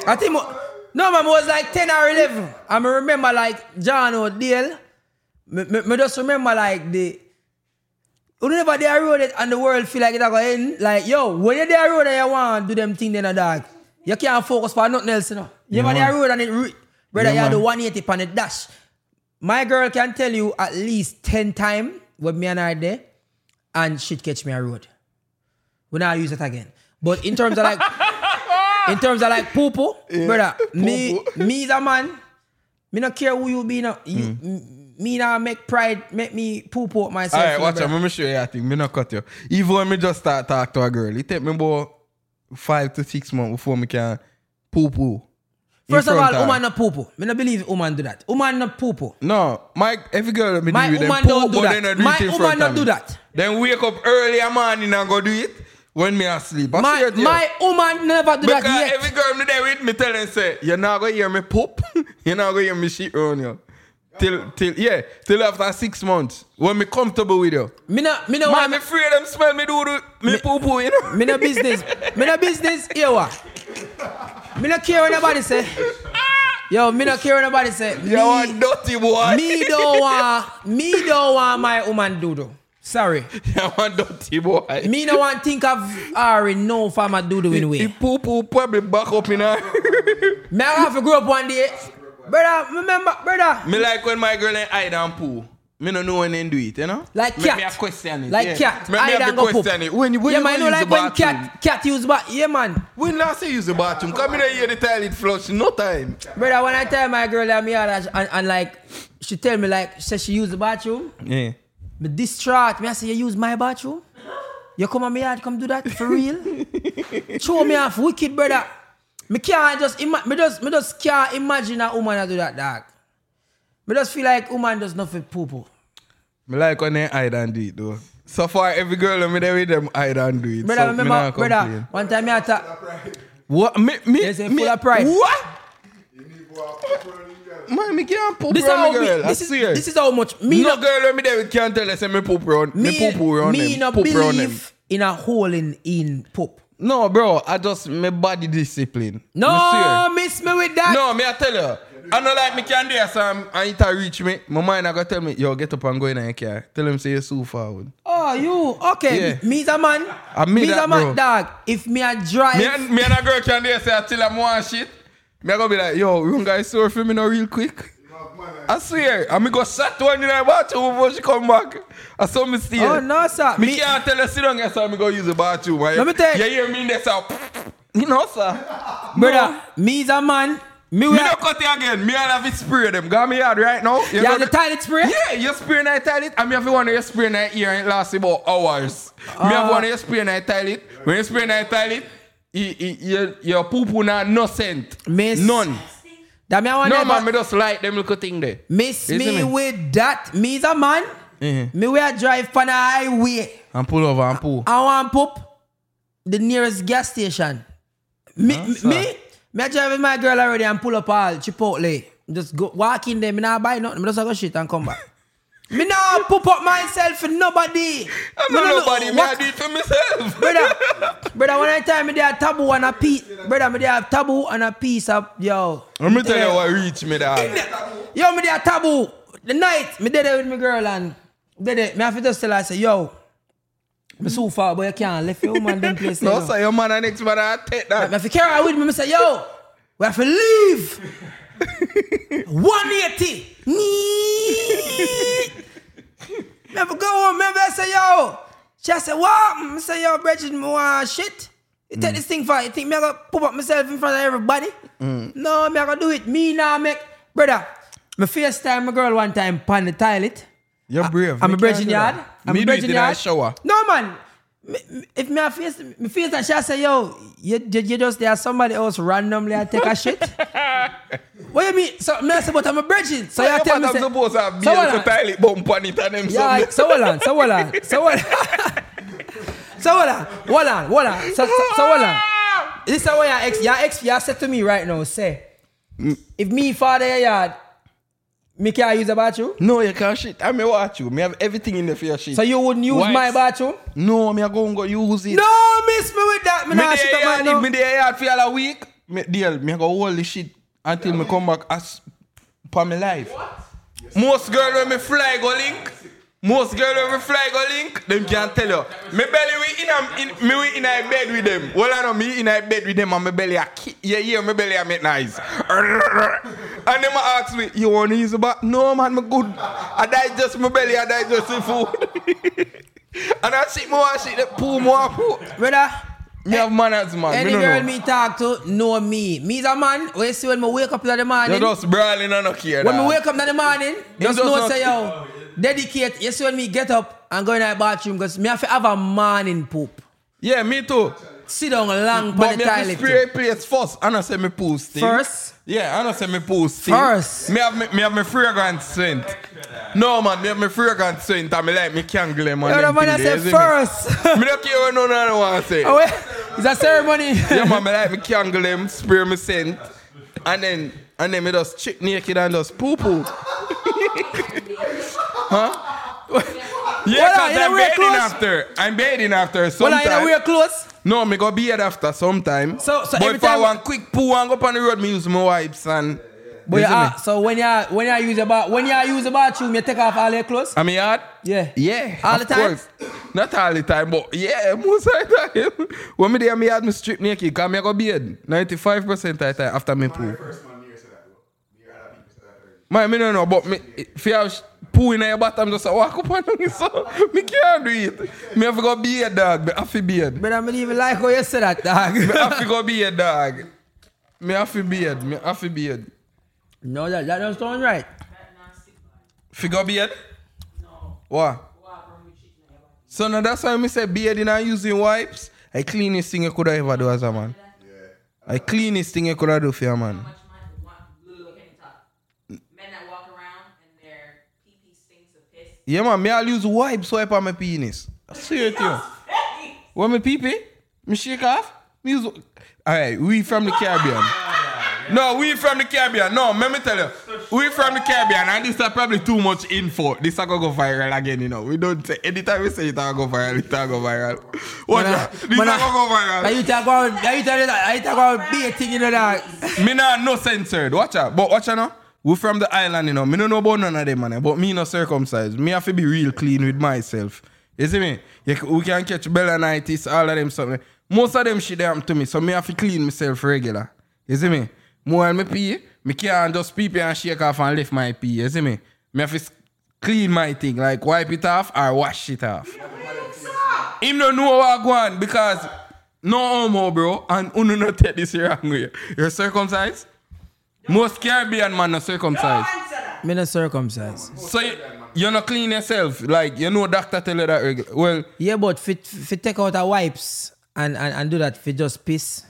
[SPEAKER 1] I think. mo- No man, me was like ten or eleven. I me remember like John O'Deal. Me, me, me just remember like the. Whenever they road it and the world feel like it a go end, like yo, when you there road and you want do them thing then a dog, you can't focus for nothing else, you know. You ever there road and it, re- brother,
[SPEAKER 2] Yeah,
[SPEAKER 1] you do
[SPEAKER 2] man.
[SPEAKER 1] 180 on the dash. My girl can tell you at least 10 times when me and her there, and shit catch me a road. We now use it again. But in terms of like, in terms of like poo poo, brother, me, me is a man. Me not care who you be now. You,
[SPEAKER 2] Mm.
[SPEAKER 1] m- me now make pride make me poo poo myself. you
[SPEAKER 2] Alright,
[SPEAKER 1] know,
[SPEAKER 2] watch
[SPEAKER 1] brother.
[SPEAKER 2] out. Let me show you a thing. Me not cut you. Even when me just start talk to a girl, it take me about five to six months before me can poo poo. in
[SPEAKER 1] First of
[SPEAKER 2] front
[SPEAKER 1] all,
[SPEAKER 2] her.
[SPEAKER 1] woman not poo poo. Me not believe woman do that. Woman not poo poo.
[SPEAKER 2] No, my every girl that me
[SPEAKER 1] My
[SPEAKER 2] deal with,
[SPEAKER 1] woman
[SPEAKER 2] them
[SPEAKER 1] don't
[SPEAKER 2] poop,
[SPEAKER 1] do
[SPEAKER 2] but
[SPEAKER 1] that.
[SPEAKER 2] they not do
[SPEAKER 1] My
[SPEAKER 2] it in
[SPEAKER 1] woman
[SPEAKER 2] front of
[SPEAKER 1] don't
[SPEAKER 2] me.
[SPEAKER 1] do that.
[SPEAKER 2] Then wake up early in the morning and go do it when me asleep. I
[SPEAKER 1] My
[SPEAKER 2] swear to you.
[SPEAKER 1] my woman never do
[SPEAKER 2] because
[SPEAKER 1] that yet.
[SPEAKER 2] every girl me there with me tell them say, you're not gonna hear me poop, *laughs* you're not gonna hear me shit on you. Till till yeah, till after six months when me comfortable with you.
[SPEAKER 1] Me not me not
[SPEAKER 2] Man,
[SPEAKER 1] want
[SPEAKER 2] me afraid them smell me do do me poo poo, you know.
[SPEAKER 1] me no business. Me no business. Here what? Me no care what nobody say. Yo, me no care what nobody say. Me,
[SPEAKER 2] *laughs* You are dirty boy.
[SPEAKER 1] me don't want me don't want my woman doodle. Sorry.
[SPEAKER 2] *laughs* You are dirty boy.
[SPEAKER 1] Me
[SPEAKER 2] *laughs*
[SPEAKER 1] no want think of her in no form of doodle in
[SPEAKER 2] He
[SPEAKER 1] way.
[SPEAKER 2] poo poo probably back up in her.
[SPEAKER 1] Me I have to grow up one day. Brother, remember, brother.
[SPEAKER 2] Me like when my girl ain't hide and poo. Me no know when they do it, you know?
[SPEAKER 1] Like
[SPEAKER 2] Me-
[SPEAKER 1] cat.
[SPEAKER 2] Me a question it.
[SPEAKER 1] Like
[SPEAKER 2] yeah.
[SPEAKER 1] cat.
[SPEAKER 2] Me, me
[SPEAKER 1] I
[SPEAKER 2] have
[SPEAKER 1] don't
[SPEAKER 2] to
[SPEAKER 1] go poop.
[SPEAKER 2] question it. When, when
[SPEAKER 1] yeah,
[SPEAKER 2] you
[SPEAKER 1] man, you
[SPEAKER 2] gonna
[SPEAKER 1] know,
[SPEAKER 2] use
[SPEAKER 1] like
[SPEAKER 2] the
[SPEAKER 1] when
[SPEAKER 2] bathroom?
[SPEAKER 1] cat cat use bath. Yeah, man.
[SPEAKER 2] When last you use the bathroom? Come in here, the toilet flush. No time.
[SPEAKER 1] Brother, when I tell my girl that me out and, and, and like she tell me like say she use the bathroom,
[SPEAKER 2] Yeah.
[SPEAKER 1] me distraught. Me I say you use my bathroom. You come on me yard, come do that for
[SPEAKER 2] *laughs*
[SPEAKER 1] real. Show me off wicked, brother. Me can't just ima- me just me just can't imagine a woman that do that, dog. Me just feel like woman does nothing poo poo.
[SPEAKER 2] Me like when they hide and do it, though. So far, every girl I'm there with them hide and do it.
[SPEAKER 1] Brother,
[SPEAKER 2] so me
[SPEAKER 1] remember,
[SPEAKER 2] not
[SPEAKER 1] brother,
[SPEAKER 2] complain.
[SPEAKER 1] one time me had to,
[SPEAKER 2] What? Me, me,
[SPEAKER 1] They say
[SPEAKER 2] me,
[SPEAKER 1] full of pride.
[SPEAKER 2] What?
[SPEAKER 5] You need to go out for a girl.
[SPEAKER 2] Man, me can't poop
[SPEAKER 1] this is
[SPEAKER 2] around
[SPEAKER 1] how
[SPEAKER 2] the girl.
[SPEAKER 1] me,
[SPEAKER 2] I
[SPEAKER 1] this is
[SPEAKER 2] swear.
[SPEAKER 1] this is how much me
[SPEAKER 2] no
[SPEAKER 1] not-
[SPEAKER 2] girl when me there with can't tell us say me poop around. Me,
[SPEAKER 1] me,
[SPEAKER 2] poop around
[SPEAKER 1] me
[SPEAKER 2] them.
[SPEAKER 1] not
[SPEAKER 2] poop around them.
[SPEAKER 1] believe in a hole in in poop.
[SPEAKER 2] No, bro. I just my body discipline. Me swear.
[SPEAKER 1] No, miss me with that.
[SPEAKER 2] No, me I tell you. I know like me can do this um, and it a reach me. My mind I go tell me, yo, get up and go in your car. Tell him say you're so forward.
[SPEAKER 1] Oh, you okay?
[SPEAKER 2] Yeah.
[SPEAKER 1] Me is a man.
[SPEAKER 2] I mean
[SPEAKER 1] is a
[SPEAKER 2] that,
[SPEAKER 1] man,
[SPEAKER 2] bro.
[SPEAKER 1] dog. If me a drive,
[SPEAKER 2] Me and, me and a girl can do this say till I'm one shit. Me I go be like, yo, wrong guy sore for me now real quick.
[SPEAKER 5] You know, man,
[SPEAKER 2] I swear. And me go shot one in her bathroom before she come back. I saw me steal.
[SPEAKER 1] oh no, sir.
[SPEAKER 2] Me,
[SPEAKER 1] Me,
[SPEAKER 2] can't tell her sit down here so me go use the bathroom. Right?
[SPEAKER 1] Let me tell you-
[SPEAKER 2] You hear me in there so you know sir.
[SPEAKER 1] brother, me is a man. Me
[SPEAKER 2] Me
[SPEAKER 1] with
[SPEAKER 2] not cut it again. Me all have it spray them. Got me out right now.
[SPEAKER 1] yeah,
[SPEAKER 2] You know-
[SPEAKER 1] the toilet spray.
[SPEAKER 2] Yeah, you spray in a toilet. I mean, if you want to spray in
[SPEAKER 1] Ah.
[SPEAKER 2] a ear, it lasts about hours. me have one you spray in a toilet. When you spray in a toilet, he, he, your, your poo poo not no scent.
[SPEAKER 1] Miss-
[SPEAKER 2] None.
[SPEAKER 1] That me I want
[SPEAKER 2] No
[SPEAKER 1] never-
[SPEAKER 2] man, me just like them little thing there.
[SPEAKER 1] Miss
[SPEAKER 2] You
[SPEAKER 1] me
[SPEAKER 2] see me? Mm-hmm.
[SPEAKER 1] with that. Me's a man. Me where I drive pan a highway.
[SPEAKER 2] And pull over and poo.
[SPEAKER 1] I want poop the nearest gas station. Me,
[SPEAKER 2] Ah,
[SPEAKER 1] me,
[SPEAKER 2] sir.
[SPEAKER 1] me, me I drive with my girl already and pull up all Chipotle. Just go walk in there. Me not buy nothing. Me just go shit and come
[SPEAKER 2] *laughs*
[SPEAKER 1] back. me not poop up myself for nobody.
[SPEAKER 2] I'm
[SPEAKER 1] Me no
[SPEAKER 2] not
[SPEAKER 1] know
[SPEAKER 2] nobody, me I
[SPEAKER 1] what-
[SPEAKER 2] do it for myself.
[SPEAKER 1] brother, brother, when I tell me they have taboo and a piece, brother, me they have taboo and a piece of yo.
[SPEAKER 2] *laughs* Let me tell you what reach me that.
[SPEAKER 1] Yo, me there taboo. The night, me did it with my girl and did it. Me have to just tell her, I say, yo, me so far, but you can't left your woman them place. you
[SPEAKER 2] No,
[SPEAKER 1] know.
[SPEAKER 2] so your man and next man, I take that.
[SPEAKER 1] Me have to carry her with me, me say, yo, we have to leave. *laughs* 180. Nee. me have to go home, me have to say, yo. She a say, what? Me say, yo, Bridget, me want shit. You take this thing for, you think me gonna poop up myself in front of everybody? No, me gonna do it. Me now make, brother, me FaceTime my girl one time, pan the toilet.
[SPEAKER 2] You're brave.
[SPEAKER 1] I'm a
[SPEAKER 2] Me
[SPEAKER 1] Virgin
[SPEAKER 2] can't do
[SPEAKER 1] Yard.
[SPEAKER 2] that.
[SPEAKER 1] I'm
[SPEAKER 2] Me
[SPEAKER 1] a
[SPEAKER 2] do it
[SPEAKER 1] Virgin
[SPEAKER 2] in a
[SPEAKER 1] Yard.
[SPEAKER 2] shower.
[SPEAKER 1] No, man. Me- me- If me a face, me face that shit, I say, yo, you, you, you just there somebody else randomly I take a
[SPEAKER 2] *laughs*
[SPEAKER 1] shit. what you mean? So me I say, but I'm a virgin. So you
[SPEAKER 2] Your
[SPEAKER 1] tell
[SPEAKER 2] man,
[SPEAKER 1] me,
[SPEAKER 2] I'm
[SPEAKER 1] say,
[SPEAKER 2] supposed to have
[SPEAKER 1] so
[SPEAKER 2] beer
[SPEAKER 1] hold
[SPEAKER 2] to
[SPEAKER 1] on.
[SPEAKER 2] toilet bump on it and them
[SPEAKER 1] yeah,
[SPEAKER 2] something.
[SPEAKER 1] like, so hold on, so hold on, *laughs* so hold on, so hold on, hold on, hold on, so, so, so hold on. This is what your ex, your ex, you said to me right now, say,
[SPEAKER 2] Mm.
[SPEAKER 1] if me father your yard, me can't use a bathroom.
[SPEAKER 2] No, you can't shit. I may watch you. Me have everything in there for your shit.
[SPEAKER 1] So you wouldn't use
[SPEAKER 2] Why?
[SPEAKER 1] my bathroom?
[SPEAKER 2] no, me a go and go use it.
[SPEAKER 1] No, miss me with that. Me,
[SPEAKER 2] me
[SPEAKER 1] nah
[SPEAKER 2] dey
[SPEAKER 1] shit up
[SPEAKER 2] yard,
[SPEAKER 1] right now.
[SPEAKER 2] me dey yard for all a week. Me deal, me go hold the shit until me come back as for my life. Most girl when me fly go link. Most girl when me fly go link, them can't tell you. Me belly we in, a, in me we in a bed with them. Well I know me in a bed with them and my belly a ki- yeah yeah my belly a make *laughs* nice. And them a ask me, you wanna use the bath? No man, me good. I digest my belly, I digest the food. *laughs* and I sit more, I sit the poo more poo.
[SPEAKER 1] Brother,
[SPEAKER 2] Me have manners, man.
[SPEAKER 1] any
[SPEAKER 2] Ah, me no
[SPEAKER 1] girl
[SPEAKER 2] know.
[SPEAKER 1] me talk to know me. Me's a man. When you see when me wake up in the
[SPEAKER 2] you
[SPEAKER 1] morning,
[SPEAKER 2] just brawling and not care.
[SPEAKER 1] when me
[SPEAKER 2] dawg.
[SPEAKER 1] wake up in the morning, just
[SPEAKER 2] does
[SPEAKER 1] know
[SPEAKER 2] not-
[SPEAKER 1] say yo, dedicate. You see when me get up and go in the bathroom because me have to have a morning poop.
[SPEAKER 2] Yeah, me too.
[SPEAKER 1] Sit down long
[SPEAKER 2] But
[SPEAKER 1] on
[SPEAKER 2] me
[SPEAKER 1] the
[SPEAKER 2] have to
[SPEAKER 1] toilet.
[SPEAKER 2] spray
[SPEAKER 1] too.
[SPEAKER 2] place first. I not say me post thing.
[SPEAKER 1] First?
[SPEAKER 2] Yeah, I not say me post thing.
[SPEAKER 1] First.
[SPEAKER 2] Me have me, me have my fragrance scent. No man, me have my fragrance scent and me like me candle man.
[SPEAKER 1] You know
[SPEAKER 2] them
[SPEAKER 1] the man I
[SPEAKER 2] thing there,
[SPEAKER 1] said
[SPEAKER 2] you see
[SPEAKER 1] first. *laughs*
[SPEAKER 2] Me, me don't care what no no want to say.
[SPEAKER 1] Oh, wait, It's a ceremony.
[SPEAKER 2] *laughs* yeah man, me like me candle them, spray me scent, and then and then me just chip naked and just poo *laughs* poo. huh? Yeah,
[SPEAKER 1] Hold on,
[SPEAKER 2] cause
[SPEAKER 1] you know
[SPEAKER 2] I'm
[SPEAKER 1] we're
[SPEAKER 2] bathing
[SPEAKER 1] close.
[SPEAKER 2] after. I'm bathing after.
[SPEAKER 1] *laughs* Well, I
[SPEAKER 2] Sometimes.
[SPEAKER 1] know we're close.
[SPEAKER 2] No, me go beard after sometime.
[SPEAKER 1] So- so
[SPEAKER 2] but
[SPEAKER 1] every
[SPEAKER 2] if I
[SPEAKER 1] time-
[SPEAKER 2] want quick poo and go up on the road, me use my wipes and.
[SPEAKER 1] But
[SPEAKER 2] You see
[SPEAKER 1] yeah,
[SPEAKER 2] me?
[SPEAKER 1] so when you when you use a bath when you use a bathroom, you take off all your clothes.
[SPEAKER 2] I'm yard.
[SPEAKER 1] Yeah.
[SPEAKER 2] Yeah.
[SPEAKER 1] All
[SPEAKER 2] of
[SPEAKER 1] the time?
[SPEAKER 2] course. Not all the time, but yeah, *laughs* most of the time. when me there, me had me strip naked, cause me I go beard. 95% of the time after me poo.
[SPEAKER 5] First man years of that, bro. You had a people say that early.
[SPEAKER 2] Man, me no know, but me if you have sh- poo in your bottom, just walk up on it. So me can't do it. Me have to go beard, dog. Me have to beard.
[SPEAKER 1] But I don't even like how you say that,
[SPEAKER 2] *laughs*
[SPEAKER 1] dog.
[SPEAKER 2] Me have to go beard, dog. Me have to beard. Me have to beard.
[SPEAKER 1] No, that, that don't sound right.
[SPEAKER 3] That nasty blood.
[SPEAKER 2] Figure beard?
[SPEAKER 3] No.
[SPEAKER 2] What?
[SPEAKER 3] Why bring me chicken and everything?
[SPEAKER 2] So now that's why me say bearding and using wipes. I cleanest thing you could ever do as a man. I cleanest thing you could e do for a man.
[SPEAKER 3] How much money want look can you talk? Men that walk around and their pee pee stinks of piss. *laughs*
[SPEAKER 2] Yeah man, me I'll use wipes wipe on my penis. I swear to you. When me pee pee, me shake off, me use... Alright, we from the Caribbean. No, we from the Caribbean. No, let me tell you. We from the Caribbean and this is probably too much info. This are gonna go viral again, you know. We don't say... Anytime we say it, I'll go viral. It will go viral. What?
[SPEAKER 1] Man,
[SPEAKER 2] This
[SPEAKER 1] I-
[SPEAKER 2] are
[SPEAKER 1] man,
[SPEAKER 2] gonna
[SPEAKER 1] I-
[SPEAKER 2] go viral.
[SPEAKER 1] Now you talk about, now you talk about, now you talk about dating, you know, dog.
[SPEAKER 2] *laughs* me nah no censored. Watch out. But watch out now. We from the island, you know. Me no know about none of them, man. eh, But me no circumcised. Me have to be real clean with myself. You see me? You, c- we can catch Bellanitis, all of them something. Most of them shit they happen to me, so me have to clean myself regular. You see me? More when me pee, me can't just pee pee and shake off and lift my pee. You see me? Me have to s- clean my thing, like wipe it off or wash it off. Him no know what go on because no homo, bro, and uno no take this *laughs* wrong way. You're circumcised? Most Caribbean man are circumcised.
[SPEAKER 1] Me not circumcised.
[SPEAKER 2] So you, you're not clean yourself. Like, you know doctor tell you that regular. Well,
[SPEAKER 1] Yeah, but fit, fit take out our wipes and, and, and do that, fit just piss.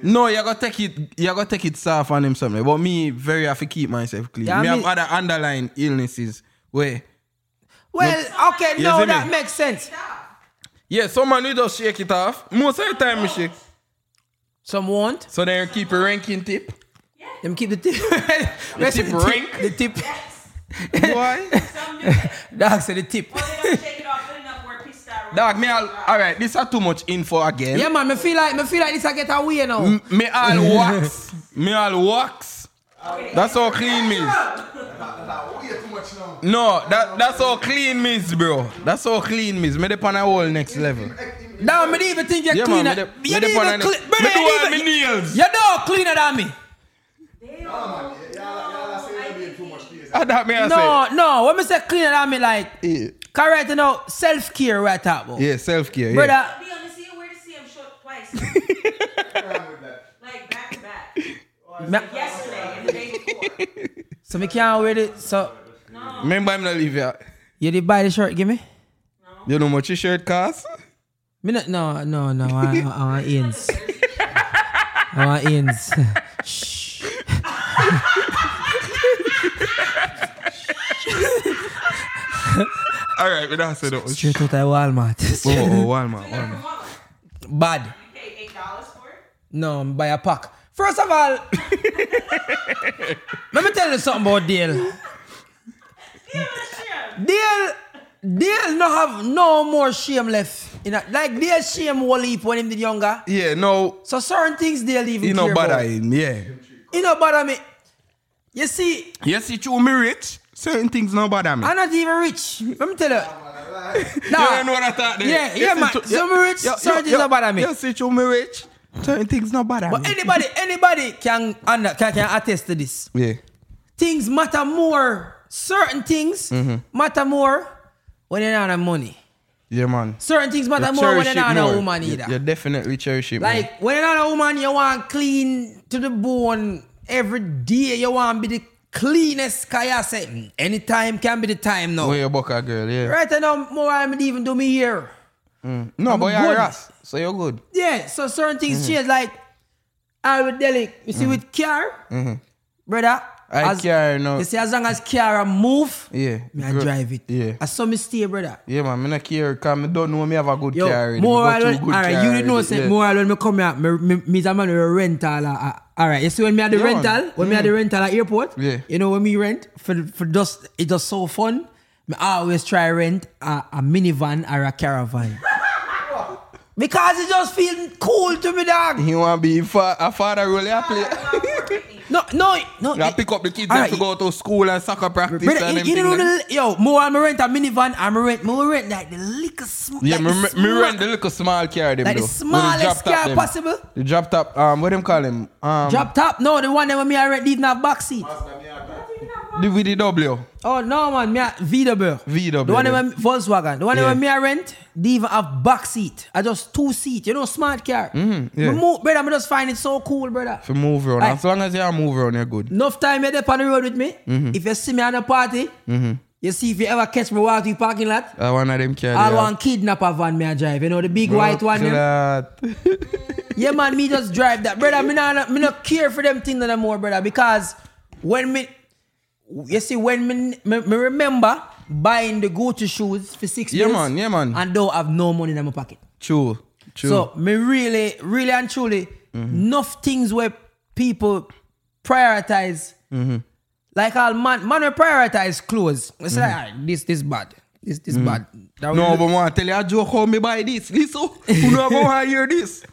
[SPEAKER 2] No, you gotta take it. You gotta take it soft on him something. But me, very have to keep myself clean.
[SPEAKER 1] Yeah,
[SPEAKER 2] me
[SPEAKER 1] I
[SPEAKER 2] have
[SPEAKER 1] mean-
[SPEAKER 2] other underlying illnesses. Where
[SPEAKER 1] Well, okay,
[SPEAKER 2] You
[SPEAKER 1] no,
[SPEAKER 2] see me?
[SPEAKER 1] that makes sense.
[SPEAKER 2] yeah, someone we just shake it off. Most of the time, we shake.
[SPEAKER 1] Some won't.
[SPEAKER 2] So then you keep a ranking tip.
[SPEAKER 1] Them keep the tip. *laughs* the
[SPEAKER 2] tip rank?
[SPEAKER 1] The tip.
[SPEAKER 2] Why?
[SPEAKER 3] Some do that.
[SPEAKER 1] Dog said the tip.
[SPEAKER 3] Or they don't shake it off good enough where piss
[SPEAKER 2] *laughs*
[SPEAKER 3] out.
[SPEAKER 2] Dog, me all, all right. This are too much info again.
[SPEAKER 1] Yeah, man, me feel like me feel like this I get away now.
[SPEAKER 2] M- me *laughs* all wax. me all wax.
[SPEAKER 3] Okay.
[SPEAKER 2] That's how clean me. is.
[SPEAKER 5] Like, way too much now.
[SPEAKER 2] No, that that's how clean me is, bro. That's how clean me is. Me dey on a whole next level.
[SPEAKER 1] Now me didn't even think you're
[SPEAKER 2] Yeah, man,
[SPEAKER 1] cleaner.
[SPEAKER 2] me de-
[SPEAKER 1] you
[SPEAKER 2] me de
[SPEAKER 1] didn't
[SPEAKER 2] pon
[SPEAKER 1] even
[SPEAKER 2] a-
[SPEAKER 1] clean.
[SPEAKER 2] me
[SPEAKER 1] brother,
[SPEAKER 2] do
[SPEAKER 1] you
[SPEAKER 2] all
[SPEAKER 1] even-
[SPEAKER 2] me nails.
[SPEAKER 1] You know cleaner than me.
[SPEAKER 2] I *laughs* that me I
[SPEAKER 1] No, no. When me say cleaner than me, like
[SPEAKER 2] say.
[SPEAKER 1] correct, you know, self care right up, bro.
[SPEAKER 2] Yeah, self care. Yeah.
[SPEAKER 1] brother.
[SPEAKER 3] Be on the sea where to see him short twice. like back to back.
[SPEAKER 1] Me,
[SPEAKER 3] Yesterday and the day before.
[SPEAKER 1] so me can't wear it. So
[SPEAKER 2] Remember, I'm not leave ya.
[SPEAKER 1] you did buy the shirt, give me.
[SPEAKER 2] You know how much your shirt cost?
[SPEAKER 1] Me not, no, no, no. I, I, I want ends. I want
[SPEAKER 2] *laughs*
[SPEAKER 1] ends. Shh.
[SPEAKER 2] All right, we don't say that. Whoa,
[SPEAKER 1] Straight out of Walmart.
[SPEAKER 2] whoa, *laughs* whoa, Walmart, Walmart.
[SPEAKER 1] *laughs* Bad.
[SPEAKER 3] You pay eight dollars for it.
[SPEAKER 1] No, I'm buy a pack. First of
[SPEAKER 2] *laughs*
[SPEAKER 1] all, let me tell you something about Dale.
[SPEAKER 3] Yeah, sure.
[SPEAKER 1] Dale, Dale no have no more shame left. You know, like Dale shame will leap when him did younger.
[SPEAKER 2] Yeah, no,
[SPEAKER 1] So certain things Dale even
[SPEAKER 2] you know
[SPEAKER 1] care
[SPEAKER 2] bother
[SPEAKER 1] about.
[SPEAKER 2] him. Yeah.
[SPEAKER 1] You know bother me. You see,
[SPEAKER 2] Yes, you true me rich. Certain things no bother me.
[SPEAKER 1] I'm not even rich. Let me tell
[SPEAKER 2] *laughs*
[SPEAKER 1] you.
[SPEAKER 2] You don't know
[SPEAKER 1] Nah,
[SPEAKER 2] what I thought. there.
[SPEAKER 1] Yeah,
[SPEAKER 2] Yes,
[SPEAKER 1] yeah,
[SPEAKER 2] you
[SPEAKER 1] man.
[SPEAKER 2] true-
[SPEAKER 1] So me rich, certain things no bother me.
[SPEAKER 2] Yes, you true me rich. Certain things no bother
[SPEAKER 1] but
[SPEAKER 2] me.
[SPEAKER 1] anybody, anybody can, under- can can attest to this.
[SPEAKER 2] Yeah.
[SPEAKER 1] Things matter more. Certain things
[SPEAKER 2] Mm-hmm.
[SPEAKER 1] matter more when you don't have money.
[SPEAKER 2] Yeah, man.
[SPEAKER 1] Certain things matter more when
[SPEAKER 2] cherish
[SPEAKER 1] you're
[SPEAKER 2] it
[SPEAKER 1] not a
[SPEAKER 2] more.
[SPEAKER 1] woman
[SPEAKER 2] You-
[SPEAKER 1] either.
[SPEAKER 2] You definitely cherish it. more.
[SPEAKER 1] Like when you're not a woman, you want clean to the bone every day. You want be the cleanest. Cause you say "Mm, any time can be the time now.
[SPEAKER 2] Oh, you buck a girl, yeah.
[SPEAKER 1] Right now, more I'm even do me here.
[SPEAKER 2] No,
[SPEAKER 1] I'm
[SPEAKER 2] but you're
[SPEAKER 1] good.
[SPEAKER 2] a ras, so you're good.
[SPEAKER 1] Yeah, so certain things change. Like I with Delic, you see with Kiar, brother.
[SPEAKER 2] I care now.
[SPEAKER 1] You see, as long as Kiara move,
[SPEAKER 2] Yeah,
[SPEAKER 1] me I
[SPEAKER 2] gr-
[SPEAKER 1] drive it.
[SPEAKER 2] yeah.
[SPEAKER 1] I saw me stay, brother.
[SPEAKER 2] Yeah, man, I don't care because I don't know me have a good
[SPEAKER 1] Yo,
[SPEAKER 2] car already.
[SPEAKER 1] more
[SPEAKER 2] Me got
[SPEAKER 1] I
[SPEAKER 2] two
[SPEAKER 1] learn,
[SPEAKER 2] good
[SPEAKER 1] all right,
[SPEAKER 2] car
[SPEAKER 1] you didn't know,
[SPEAKER 2] already,
[SPEAKER 1] say,
[SPEAKER 2] yeah.
[SPEAKER 1] more I learn me come here, me, me, me, a man with a rental, uh, uh, all right, you see when me at the
[SPEAKER 2] Yeah, man. Mm.
[SPEAKER 1] rental, when me at the rental at airport,
[SPEAKER 2] Yeah.
[SPEAKER 1] you know when me rent, for, for just, it just so fun, me always try rent a, a minivan or a caravan. *laughs* because it just feel cool to me, dog.
[SPEAKER 2] He want to be fa- a father role, I
[SPEAKER 1] *laughs*
[SPEAKER 2] play.
[SPEAKER 1] No, no, no.
[SPEAKER 2] I
[SPEAKER 1] it-
[SPEAKER 2] pick up the kids
[SPEAKER 1] all
[SPEAKER 2] have to
[SPEAKER 1] right.
[SPEAKER 2] go to school and soccer practice
[SPEAKER 1] Brother,
[SPEAKER 2] and
[SPEAKER 1] you, you
[SPEAKER 2] everything.
[SPEAKER 1] know
[SPEAKER 2] like-
[SPEAKER 1] the, yo, more I'm rent a minivan, I'm rent, more rent like the little small.
[SPEAKER 2] yeah,
[SPEAKER 1] like
[SPEAKER 2] me,
[SPEAKER 1] the
[SPEAKER 2] me- me rent
[SPEAKER 1] small-
[SPEAKER 2] the little small car them
[SPEAKER 1] Like the
[SPEAKER 2] though. With
[SPEAKER 1] smallest
[SPEAKER 2] drop top
[SPEAKER 1] car
[SPEAKER 2] them.
[SPEAKER 1] possible.
[SPEAKER 2] The drop top, um, what them call him? Um,
[SPEAKER 1] Drop top, no, the one that when me I rent didn't have back seat.
[SPEAKER 2] The VDW.
[SPEAKER 1] Oh no man, me a VW.
[SPEAKER 2] VW,
[SPEAKER 1] The one
[SPEAKER 2] yeah.
[SPEAKER 1] that Volkswagen. The one
[SPEAKER 2] Yeah.
[SPEAKER 1] that me I rent, they even have back seat. I just two seat. You know, smart car.
[SPEAKER 2] Mm-hmm, yeah.
[SPEAKER 1] Me move, brother, I just find it so cool, brother.
[SPEAKER 2] If you move around,
[SPEAKER 1] Aye.
[SPEAKER 2] as long as you move around, you're good.
[SPEAKER 1] Enough time you're there on the road with me.
[SPEAKER 2] Mm-hmm.
[SPEAKER 1] If you see me on a party, you see if you ever catch me walking the parking lot,
[SPEAKER 2] I Uh, one of them car.
[SPEAKER 1] I
[SPEAKER 2] they
[SPEAKER 1] want
[SPEAKER 2] have.
[SPEAKER 1] kidnapper van me I drive. You know, the big white one. them.
[SPEAKER 2] Blood clot.
[SPEAKER 1] Yeah, man, me just drive that. Brother, me not, me not care for them things no more, brother. Because when me, you see, when me, me, me remember buying the Gucci shoes for six
[SPEAKER 2] Yeah,
[SPEAKER 1] bills
[SPEAKER 2] man, yeah, man.
[SPEAKER 1] And don't have no money in my pocket.
[SPEAKER 2] True. True. Mm-hmm.
[SPEAKER 1] So, me really, really and truly, enough things where people prioritize.
[SPEAKER 2] Mm-hmm.
[SPEAKER 1] Like, all man, man will prioritize clothes. It's like, "Ah, this, this bad. This, this bad. That
[SPEAKER 2] Mm-hmm. No,
[SPEAKER 1] will-
[SPEAKER 2] but man, I tell you a joke how me buy this. Listen, you know going to hear this.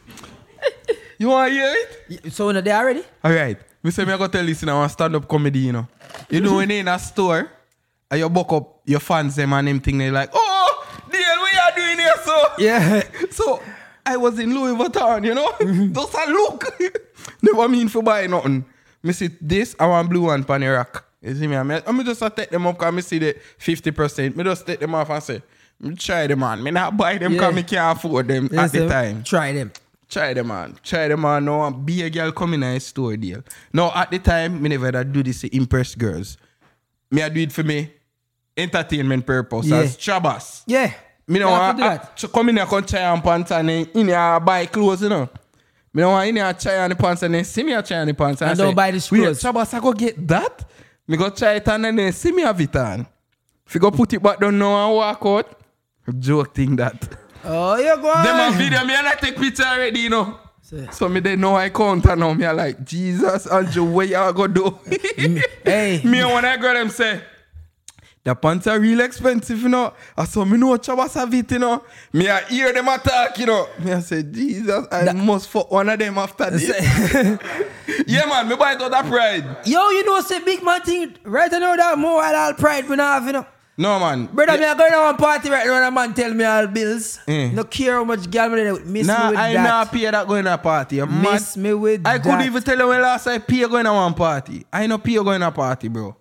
[SPEAKER 2] You want to hear it?
[SPEAKER 1] so, no, they already?
[SPEAKER 2] All right. Me say me I go tell this in our stand-up comedy, you know. You know when you in a store and you buck up your fans them and them thing, they like, oh, deal, we are doing here, so.
[SPEAKER 1] Yeah.
[SPEAKER 2] So, I was in Louis Vuitton, you know.
[SPEAKER 1] *laughs*
[SPEAKER 2] Just a look. *laughs* Never mean for buy nothing. Me see this, I want blue one pan the rack. You see me? I me, I me just a take them up because me see the 50%. Me just take them off and say, me try them on. Me not buy them because
[SPEAKER 1] Yeah.
[SPEAKER 2] me can't afford them
[SPEAKER 1] Yeah,
[SPEAKER 2] at the
[SPEAKER 1] so
[SPEAKER 2] time.
[SPEAKER 1] Try them.
[SPEAKER 2] Try them on. Try them on now and be a girl coming in a store deal. Now at the time, me never had do this to impress girls. Me I do it for me entertainment purpose
[SPEAKER 1] Yeah.
[SPEAKER 2] as chabas.
[SPEAKER 1] Yeah.
[SPEAKER 2] Me
[SPEAKER 1] You
[SPEAKER 2] know
[SPEAKER 1] have to do
[SPEAKER 2] I,
[SPEAKER 1] that.
[SPEAKER 2] I, come in here, come try and pants and then in here I buy clothes, you know. Me don't want any a try on the pants and then see me a try on the pants.
[SPEAKER 1] And don't buy the
[SPEAKER 2] Wait,
[SPEAKER 1] screws."
[SPEAKER 2] Shabas, I go get that? Me go try it on and then see me have it on. If you go put it back down now and walk out, joke thing that. *laughs*
[SPEAKER 1] Oh, you go
[SPEAKER 2] Them a
[SPEAKER 1] on.
[SPEAKER 2] video, me and I take picture already, you know.
[SPEAKER 1] So-
[SPEAKER 2] So me they know I count and now me a like, Jesus, Andrew, what y'all go
[SPEAKER 1] *laughs*
[SPEAKER 2] do?
[SPEAKER 1] Hey,
[SPEAKER 2] *laughs* me and when I go them say, the pants are real expensive, you know. I saw me know Chabas have it, you know. Me I hear them attack, you know. Me I say, Jesus, I must fuck one of them after this. yeah, man, me buy it out of pride.
[SPEAKER 1] *laughs* yo, you know, say big man thing right now that more at all pride we not have, you know.
[SPEAKER 2] No, man.
[SPEAKER 1] Brother,
[SPEAKER 2] Yeah.
[SPEAKER 1] me I going to one party right now and a man tell me all bills.
[SPEAKER 2] Mm.
[SPEAKER 1] No care how much girl me there with. Miss me
[SPEAKER 2] Nah,
[SPEAKER 1] with
[SPEAKER 2] I
[SPEAKER 1] that.
[SPEAKER 2] not pay that going to a party. I'm mad.
[SPEAKER 1] Miss me with
[SPEAKER 2] I
[SPEAKER 1] that.
[SPEAKER 2] couldn't even tell you when last I pay going to one party. I no pay going to a party, bro.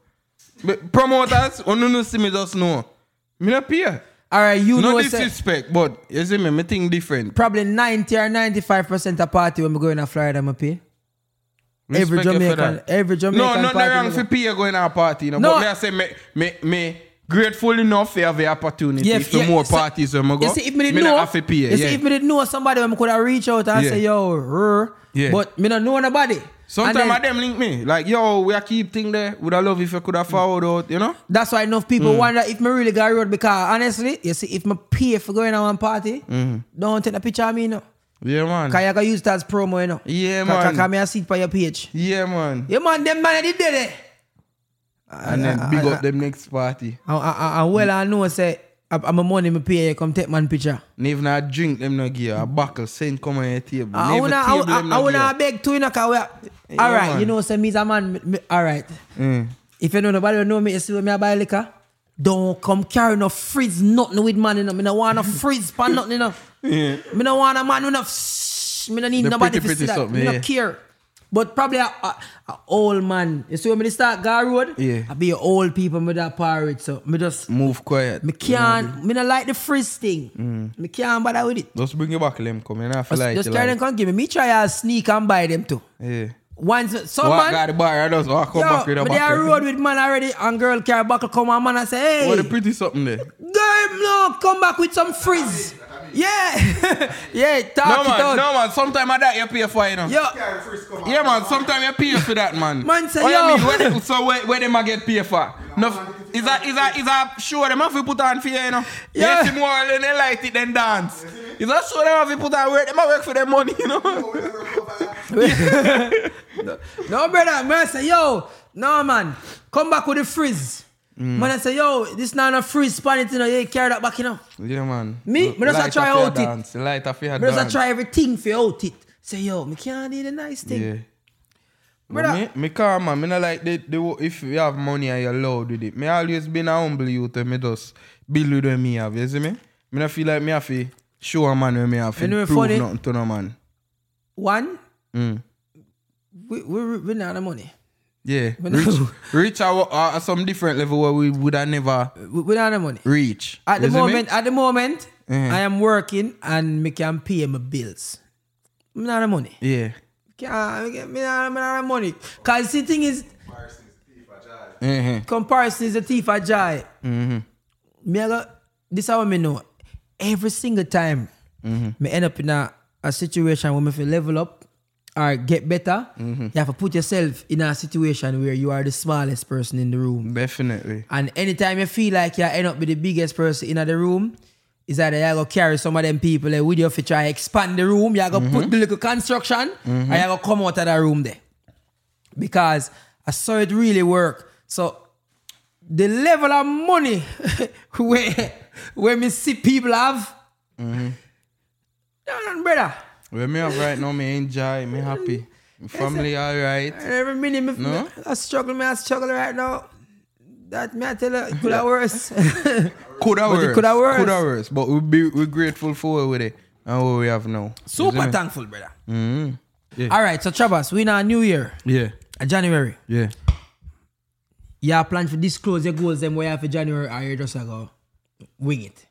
[SPEAKER 2] But promoters, when you no see me just know. Me no pay.
[SPEAKER 1] All right, you
[SPEAKER 2] No
[SPEAKER 1] know, say,
[SPEAKER 2] disrespect, but you see me, me think different.
[SPEAKER 1] probably 90 or 95% of party when we going to Florida, me pay. Every
[SPEAKER 2] Respect you for
[SPEAKER 1] Jamaican,
[SPEAKER 2] that.
[SPEAKER 1] every Jamaican
[SPEAKER 2] No, not
[SPEAKER 1] party
[SPEAKER 2] wrong
[SPEAKER 1] me
[SPEAKER 2] for
[SPEAKER 1] go-
[SPEAKER 2] pay going to a party, you know,
[SPEAKER 1] No.
[SPEAKER 2] but me I say me, me, me grateful enough for have the opportunity
[SPEAKER 1] Yeah,
[SPEAKER 2] for
[SPEAKER 1] yeah,
[SPEAKER 2] more
[SPEAKER 1] so-
[SPEAKER 2] parties when I go.
[SPEAKER 1] You see, if me didn't
[SPEAKER 2] not
[SPEAKER 1] know,
[SPEAKER 2] have to pay,
[SPEAKER 1] you see,
[SPEAKER 2] yeah.
[SPEAKER 1] if me didn't know somebody, I could have reached out and
[SPEAKER 2] Yeah.
[SPEAKER 1] say, yo, rrr.
[SPEAKER 2] Yeah.
[SPEAKER 1] but me not know nobody.
[SPEAKER 2] Sometimes
[SPEAKER 1] And then-
[SPEAKER 2] I them link me. Like, yo, we a keep thing there. Would I love if you could have followed out, you know?
[SPEAKER 1] That's why enough people
[SPEAKER 2] Mm.
[SPEAKER 1] wonder if me really got road because honestly, you see, if me pay for going on one party,
[SPEAKER 2] Mm.
[SPEAKER 1] don't take a picture of me, you know.
[SPEAKER 2] Yeah, man.
[SPEAKER 1] Because you can use that as promo, you know.
[SPEAKER 2] Yeah,
[SPEAKER 1] Cause,
[SPEAKER 2] man.
[SPEAKER 1] Because me a seat for your page.
[SPEAKER 2] Yeah, man.
[SPEAKER 1] Yeah, man, them man, they did it.
[SPEAKER 2] And then big up them next party.
[SPEAKER 1] And, and, and well, I know, say, I'm a money me pay, come take man picture.
[SPEAKER 2] And even a drink them no give a buckle send come on your table.
[SPEAKER 1] I
[SPEAKER 2] Never
[SPEAKER 1] wanna, I,
[SPEAKER 2] table
[SPEAKER 1] wanna-
[SPEAKER 2] them
[SPEAKER 1] I
[SPEAKER 2] no
[SPEAKER 1] wanna
[SPEAKER 2] give.
[SPEAKER 1] beg too, you know, cause we, all right,
[SPEAKER 2] man. Mm.
[SPEAKER 1] you know, say me's a man, me, me, all right. If you know nobody will know me, you see when me I buy liquor, don't come carry no frizz nothing with man, you know. Me no
[SPEAKER 2] *laughs*
[SPEAKER 1] want no frizz pan nothing, you know.
[SPEAKER 2] Yeah.
[SPEAKER 1] Me no want a man with no, f- me no need
[SPEAKER 2] The
[SPEAKER 1] nobody
[SPEAKER 2] pretty,
[SPEAKER 1] to see
[SPEAKER 2] pretty
[SPEAKER 1] that.
[SPEAKER 2] something,
[SPEAKER 1] Me no
[SPEAKER 2] yeah.
[SPEAKER 1] care. But probably a, a, a old man. You see when me start Gar Road,
[SPEAKER 2] Yeah.
[SPEAKER 1] I be old people me that pirate, so me just,
[SPEAKER 2] Move quiet.
[SPEAKER 1] me can't, me no like the frizz thing.
[SPEAKER 2] Mm.
[SPEAKER 1] Me can't bother with it.
[SPEAKER 2] Just bring your buckle them come. You know, I feel like
[SPEAKER 1] just
[SPEAKER 2] you
[SPEAKER 1] carry them
[SPEAKER 2] like-
[SPEAKER 1] come give me. Me try and sneak and buy them too.
[SPEAKER 2] Yeah.
[SPEAKER 1] Once some
[SPEAKER 2] Walk
[SPEAKER 1] man,
[SPEAKER 2] out the bar. I just walk up back with
[SPEAKER 1] yo,
[SPEAKER 2] a
[SPEAKER 1] but they are
[SPEAKER 2] buckle.
[SPEAKER 1] road with man already, and girl carry buckle come and man and say, hey,
[SPEAKER 2] What a pretty something there.
[SPEAKER 1] girl, no, come back with some frizz. Yeah, *laughs* yeah,
[SPEAKER 2] No
[SPEAKER 1] talk it
[SPEAKER 2] man,
[SPEAKER 1] out.
[SPEAKER 2] no man. Sometimes I that you pay for you know.
[SPEAKER 1] Yo,
[SPEAKER 5] Carry first come
[SPEAKER 2] Yeah
[SPEAKER 5] out.
[SPEAKER 2] man, sometimes you pay for that man.
[SPEAKER 1] Man say,
[SPEAKER 2] What you
[SPEAKER 1] yo.
[SPEAKER 2] mean? Where they- so where, where them a get pay for? No, is that is that is that show them have to put on for you, you know?
[SPEAKER 1] Yeah.
[SPEAKER 2] Yes, more and they light it then dance. Is that show them have to put on work? Them a work for their money, you know?
[SPEAKER 5] We never come back.
[SPEAKER 1] no brother, man I say, yo, no man, come back with the frizz.
[SPEAKER 2] Mm.
[SPEAKER 1] Man I say, yo, this not a frizz span it, you know, yeah, carry that back, you know.
[SPEAKER 2] Yeah man.
[SPEAKER 1] Me? Me just a
[SPEAKER 2] Light
[SPEAKER 1] try
[SPEAKER 2] up your
[SPEAKER 1] out it.
[SPEAKER 2] dance. Light up your
[SPEAKER 1] But
[SPEAKER 2] dance.
[SPEAKER 1] just try everything for out it. Say, yo, me can't do the nice thing.
[SPEAKER 2] Yeah. But
[SPEAKER 1] Brother.
[SPEAKER 2] me, me calm man, me not like the, the wo- if you have money and you're loud with it. Me always been a humble youth and me just build with what me have, you see me? Me not feel like me have to show a man when me have to
[SPEAKER 1] You know what
[SPEAKER 2] prove
[SPEAKER 1] funny?
[SPEAKER 2] nothing to no man.
[SPEAKER 1] One,
[SPEAKER 2] Mm.
[SPEAKER 1] we, we, we not the money.
[SPEAKER 2] Yeah.
[SPEAKER 1] Me not-
[SPEAKER 2] Reach,
[SPEAKER 1] *laughs*
[SPEAKER 2] reach our, uh, some different level where we would have never
[SPEAKER 1] We, we not the money.
[SPEAKER 2] reach.
[SPEAKER 1] At the
[SPEAKER 2] you see me?
[SPEAKER 1] moment, at the moment,
[SPEAKER 2] Mhm.
[SPEAKER 1] I am working and me can pay my bills. Me not have money.
[SPEAKER 2] Yeah.
[SPEAKER 1] Can't, me, me not, me not have money. Cause the thing is,
[SPEAKER 5] Morrison's thief, I jive.
[SPEAKER 2] hmm
[SPEAKER 1] comparison is a thief of joy. Me I go, this how me know. Every single time me end up in a, a situation where me feel level up or get better, you have to put yourself in a situation where you are the smallest person in the room.
[SPEAKER 2] Definitely.
[SPEAKER 1] And anytime you feel like you end up with the biggest person in the room, is that you go carry some of them people there with you if you try expand the room, you go put the little construction and you go come out of that room there. Because I saw it really work. So the level of money *laughs* where where me see people have, mm brother.
[SPEAKER 2] Where me have right now, me enjoy, me
[SPEAKER 1] *laughs*
[SPEAKER 2] happy. My family alright.
[SPEAKER 1] Every minute me,
[SPEAKER 2] No?
[SPEAKER 1] I struggle, me I struggle right now. That me I tell you, it could have worse. *laughs*
[SPEAKER 2] Could have
[SPEAKER 1] But it
[SPEAKER 2] worse.
[SPEAKER 1] coulda worse.
[SPEAKER 2] Coulda worse. But we be we grateful for what we there and what we have now.
[SPEAKER 1] Super thankful, brother.
[SPEAKER 2] Mm-hmm.
[SPEAKER 1] All right, so Travis, we in a new year,
[SPEAKER 2] Yeah.
[SPEAKER 1] a January.
[SPEAKER 2] Yeah.
[SPEAKER 1] You have plan to disclose your goals them way after January, or you just a go wing it.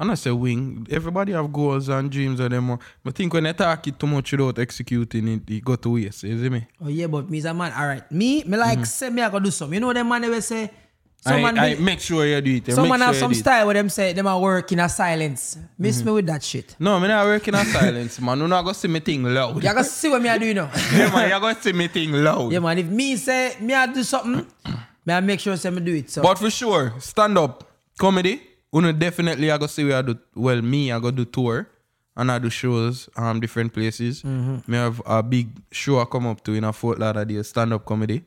[SPEAKER 2] And I say wing. Everybody have goals and dreams and them. But think when they talk it too much without executing it, it go to waste. You see me?
[SPEAKER 1] Oh yeah, but me is a man. All right, me, me like say me I go do something. You know them man they will say, Someone
[SPEAKER 2] Mm-hmm. I, I
[SPEAKER 1] be-
[SPEAKER 2] make sure you do it. I
[SPEAKER 1] Someone
[SPEAKER 2] make
[SPEAKER 1] have
[SPEAKER 2] sure
[SPEAKER 1] some
[SPEAKER 2] you do it. Mm-hmm.
[SPEAKER 1] style where them say them are work in a silence. Miss me with that shit.
[SPEAKER 2] No, me not working on silence, man. You not gonna see me thing loud.
[SPEAKER 1] You gotta see what me I do, you know.
[SPEAKER 2] *laughs* yeah, man, you gonna see me thing loud.
[SPEAKER 1] yeah, man. If me say me I do something, me I make sure say me do it. So
[SPEAKER 2] But for sure, stand up comedy. Uno definitely I go see where I do. Well, me I go do tour and I do shows um different places. Me have a big show I come up to in a Fort Lauderdale stand up comedy,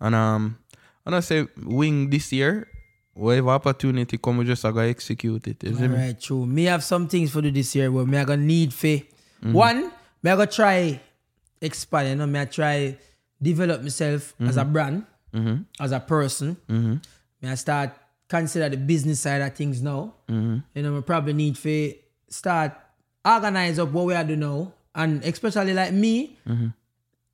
[SPEAKER 2] and um and I say wing this year. Whatever opportunity come, we just I go execute it. Is it? me?
[SPEAKER 1] Alright, true. Me have some things for do this year where me I gonna need for one, me I gonna try expand, you know, me I try develop myself as a brand, as a person. Me I start consider the business side of things now. You know, me probably need for start organize up what we are doing now. And especially like me,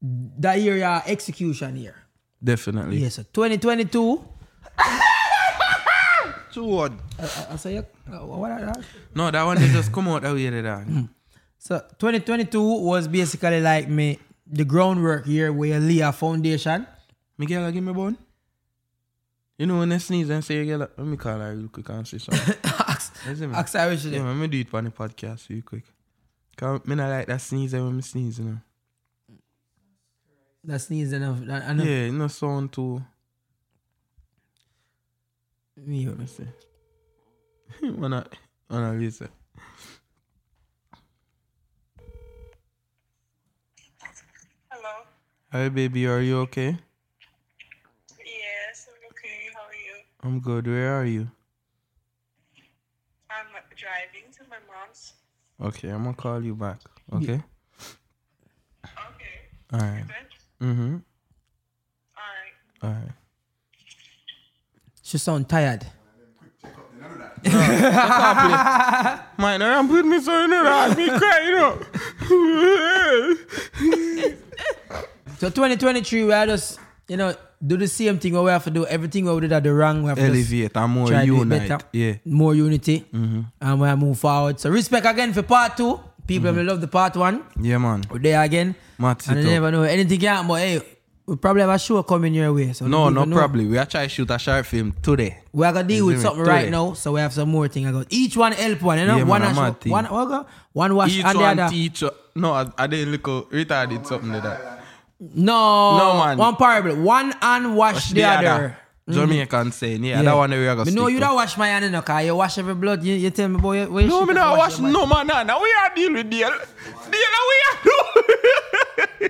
[SPEAKER 1] that year yeah, execution year.
[SPEAKER 2] Definitely.
[SPEAKER 1] Yes, sir. 2022.
[SPEAKER 2] Two word.
[SPEAKER 1] I, I say, yeah, what are that?
[SPEAKER 2] No, that one they just come out that way, that.
[SPEAKER 1] So 2022 was basically like me the groundwork year where you lay a foundation. *laughs*
[SPEAKER 2] Miguel, I give me bone. You know when they sneeze and say, "Girl, let me call her real quick and say something."
[SPEAKER 1] Ask
[SPEAKER 2] *laughs* Is it me?
[SPEAKER 1] ask Irish
[SPEAKER 2] Hmm. Yeah,
[SPEAKER 1] today.
[SPEAKER 2] man, me do it on the podcast real quick. Cause me not like that sneeze when me sneeze, you know.
[SPEAKER 1] That sneeze and I've- and and I've-
[SPEAKER 2] Yeah, it no sound too. *laughs*
[SPEAKER 1] me.
[SPEAKER 2] Let me see. when I when I listen.
[SPEAKER 6] Hello.
[SPEAKER 2] Hi baby, are you okay?
[SPEAKER 6] Yes, I'm okay. How are you?
[SPEAKER 2] I'm good. Where are you?
[SPEAKER 6] I'm driving to my mom's.
[SPEAKER 2] Okay, I'm gonna call you back. Okay.
[SPEAKER 6] Okay.
[SPEAKER 2] All right.
[SPEAKER 6] Good.
[SPEAKER 2] Mm-hmm.
[SPEAKER 6] All right.
[SPEAKER 2] All right.
[SPEAKER 1] She sound tired.
[SPEAKER 2] Mine, I'm putting me so in it. I be *laughs* crying up.
[SPEAKER 1] So 2023 we are just you know do the same thing where we have to do everything where we did at the wrong we have to just
[SPEAKER 2] Elevate. I'm more
[SPEAKER 1] try to do it
[SPEAKER 2] unite.
[SPEAKER 1] better.
[SPEAKER 2] Yeah. Mm-hmm.
[SPEAKER 1] More unity. And we move forward. So respect again for part two. People mm love the part one.
[SPEAKER 2] Yeah, man.
[SPEAKER 1] We're there again.
[SPEAKER 2] Matt,
[SPEAKER 1] and you
[SPEAKER 2] Mm-hmm. sit up.
[SPEAKER 1] never know anything can happen, but hey, we probably have a show coming your way. So
[SPEAKER 2] No,
[SPEAKER 1] people
[SPEAKER 2] no
[SPEAKER 1] know.
[SPEAKER 2] problem. We are trying to shoot a short film today.
[SPEAKER 1] We are gonna deal with
[SPEAKER 2] Isn't it?
[SPEAKER 1] something right
[SPEAKER 2] Today.
[SPEAKER 1] now, so we have some more thing. I got each one help one, you know,
[SPEAKER 2] Yeah, man,
[SPEAKER 1] one,
[SPEAKER 2] I'm
[SPEAKER 1] ash-
[SPEAKER 2] mad thing.
[SPEAKER 1] one, what go? one wash
[SPEAKER 2] Each
[SPEAKER 1] and the
[SPEAKER 2] one
[SPEAKER 1] other.
[SPEAKER 2] teach. No, I, I didn't look out. retarded something like that.
[SPEAKER 1] No,
[SPEAKER 2] No, man.
[SPEAKER 1] one parable, one and wash, the, other.
[SPEAKER 2] Mm.
[SPEAKER 1] Mm.
[SPEAKER 2] Jamaican saying, yeah, that one that we are gonna
[SPEAKER 1] Me know
[SPEAKER 2] stick
[SPEAKER 1] you
[SPEAKER 2] to.
[SPEAKER 1] don't wash my hand, you know, cause you wash every blood. You, you tell me boy, where
[SPEAKER 2] No,
[SPEAKER 1] shit
[SPEAKER 2] me
[SPEAKER 1] you
[SPEAKER 2] not
[SPEAKER 1] wash
[SPEAKER 2] watch
[SPEAKER 1] your body.
[SPEAKER 2] no man. Now we are *laughs* deal with deal. Deal, we are do.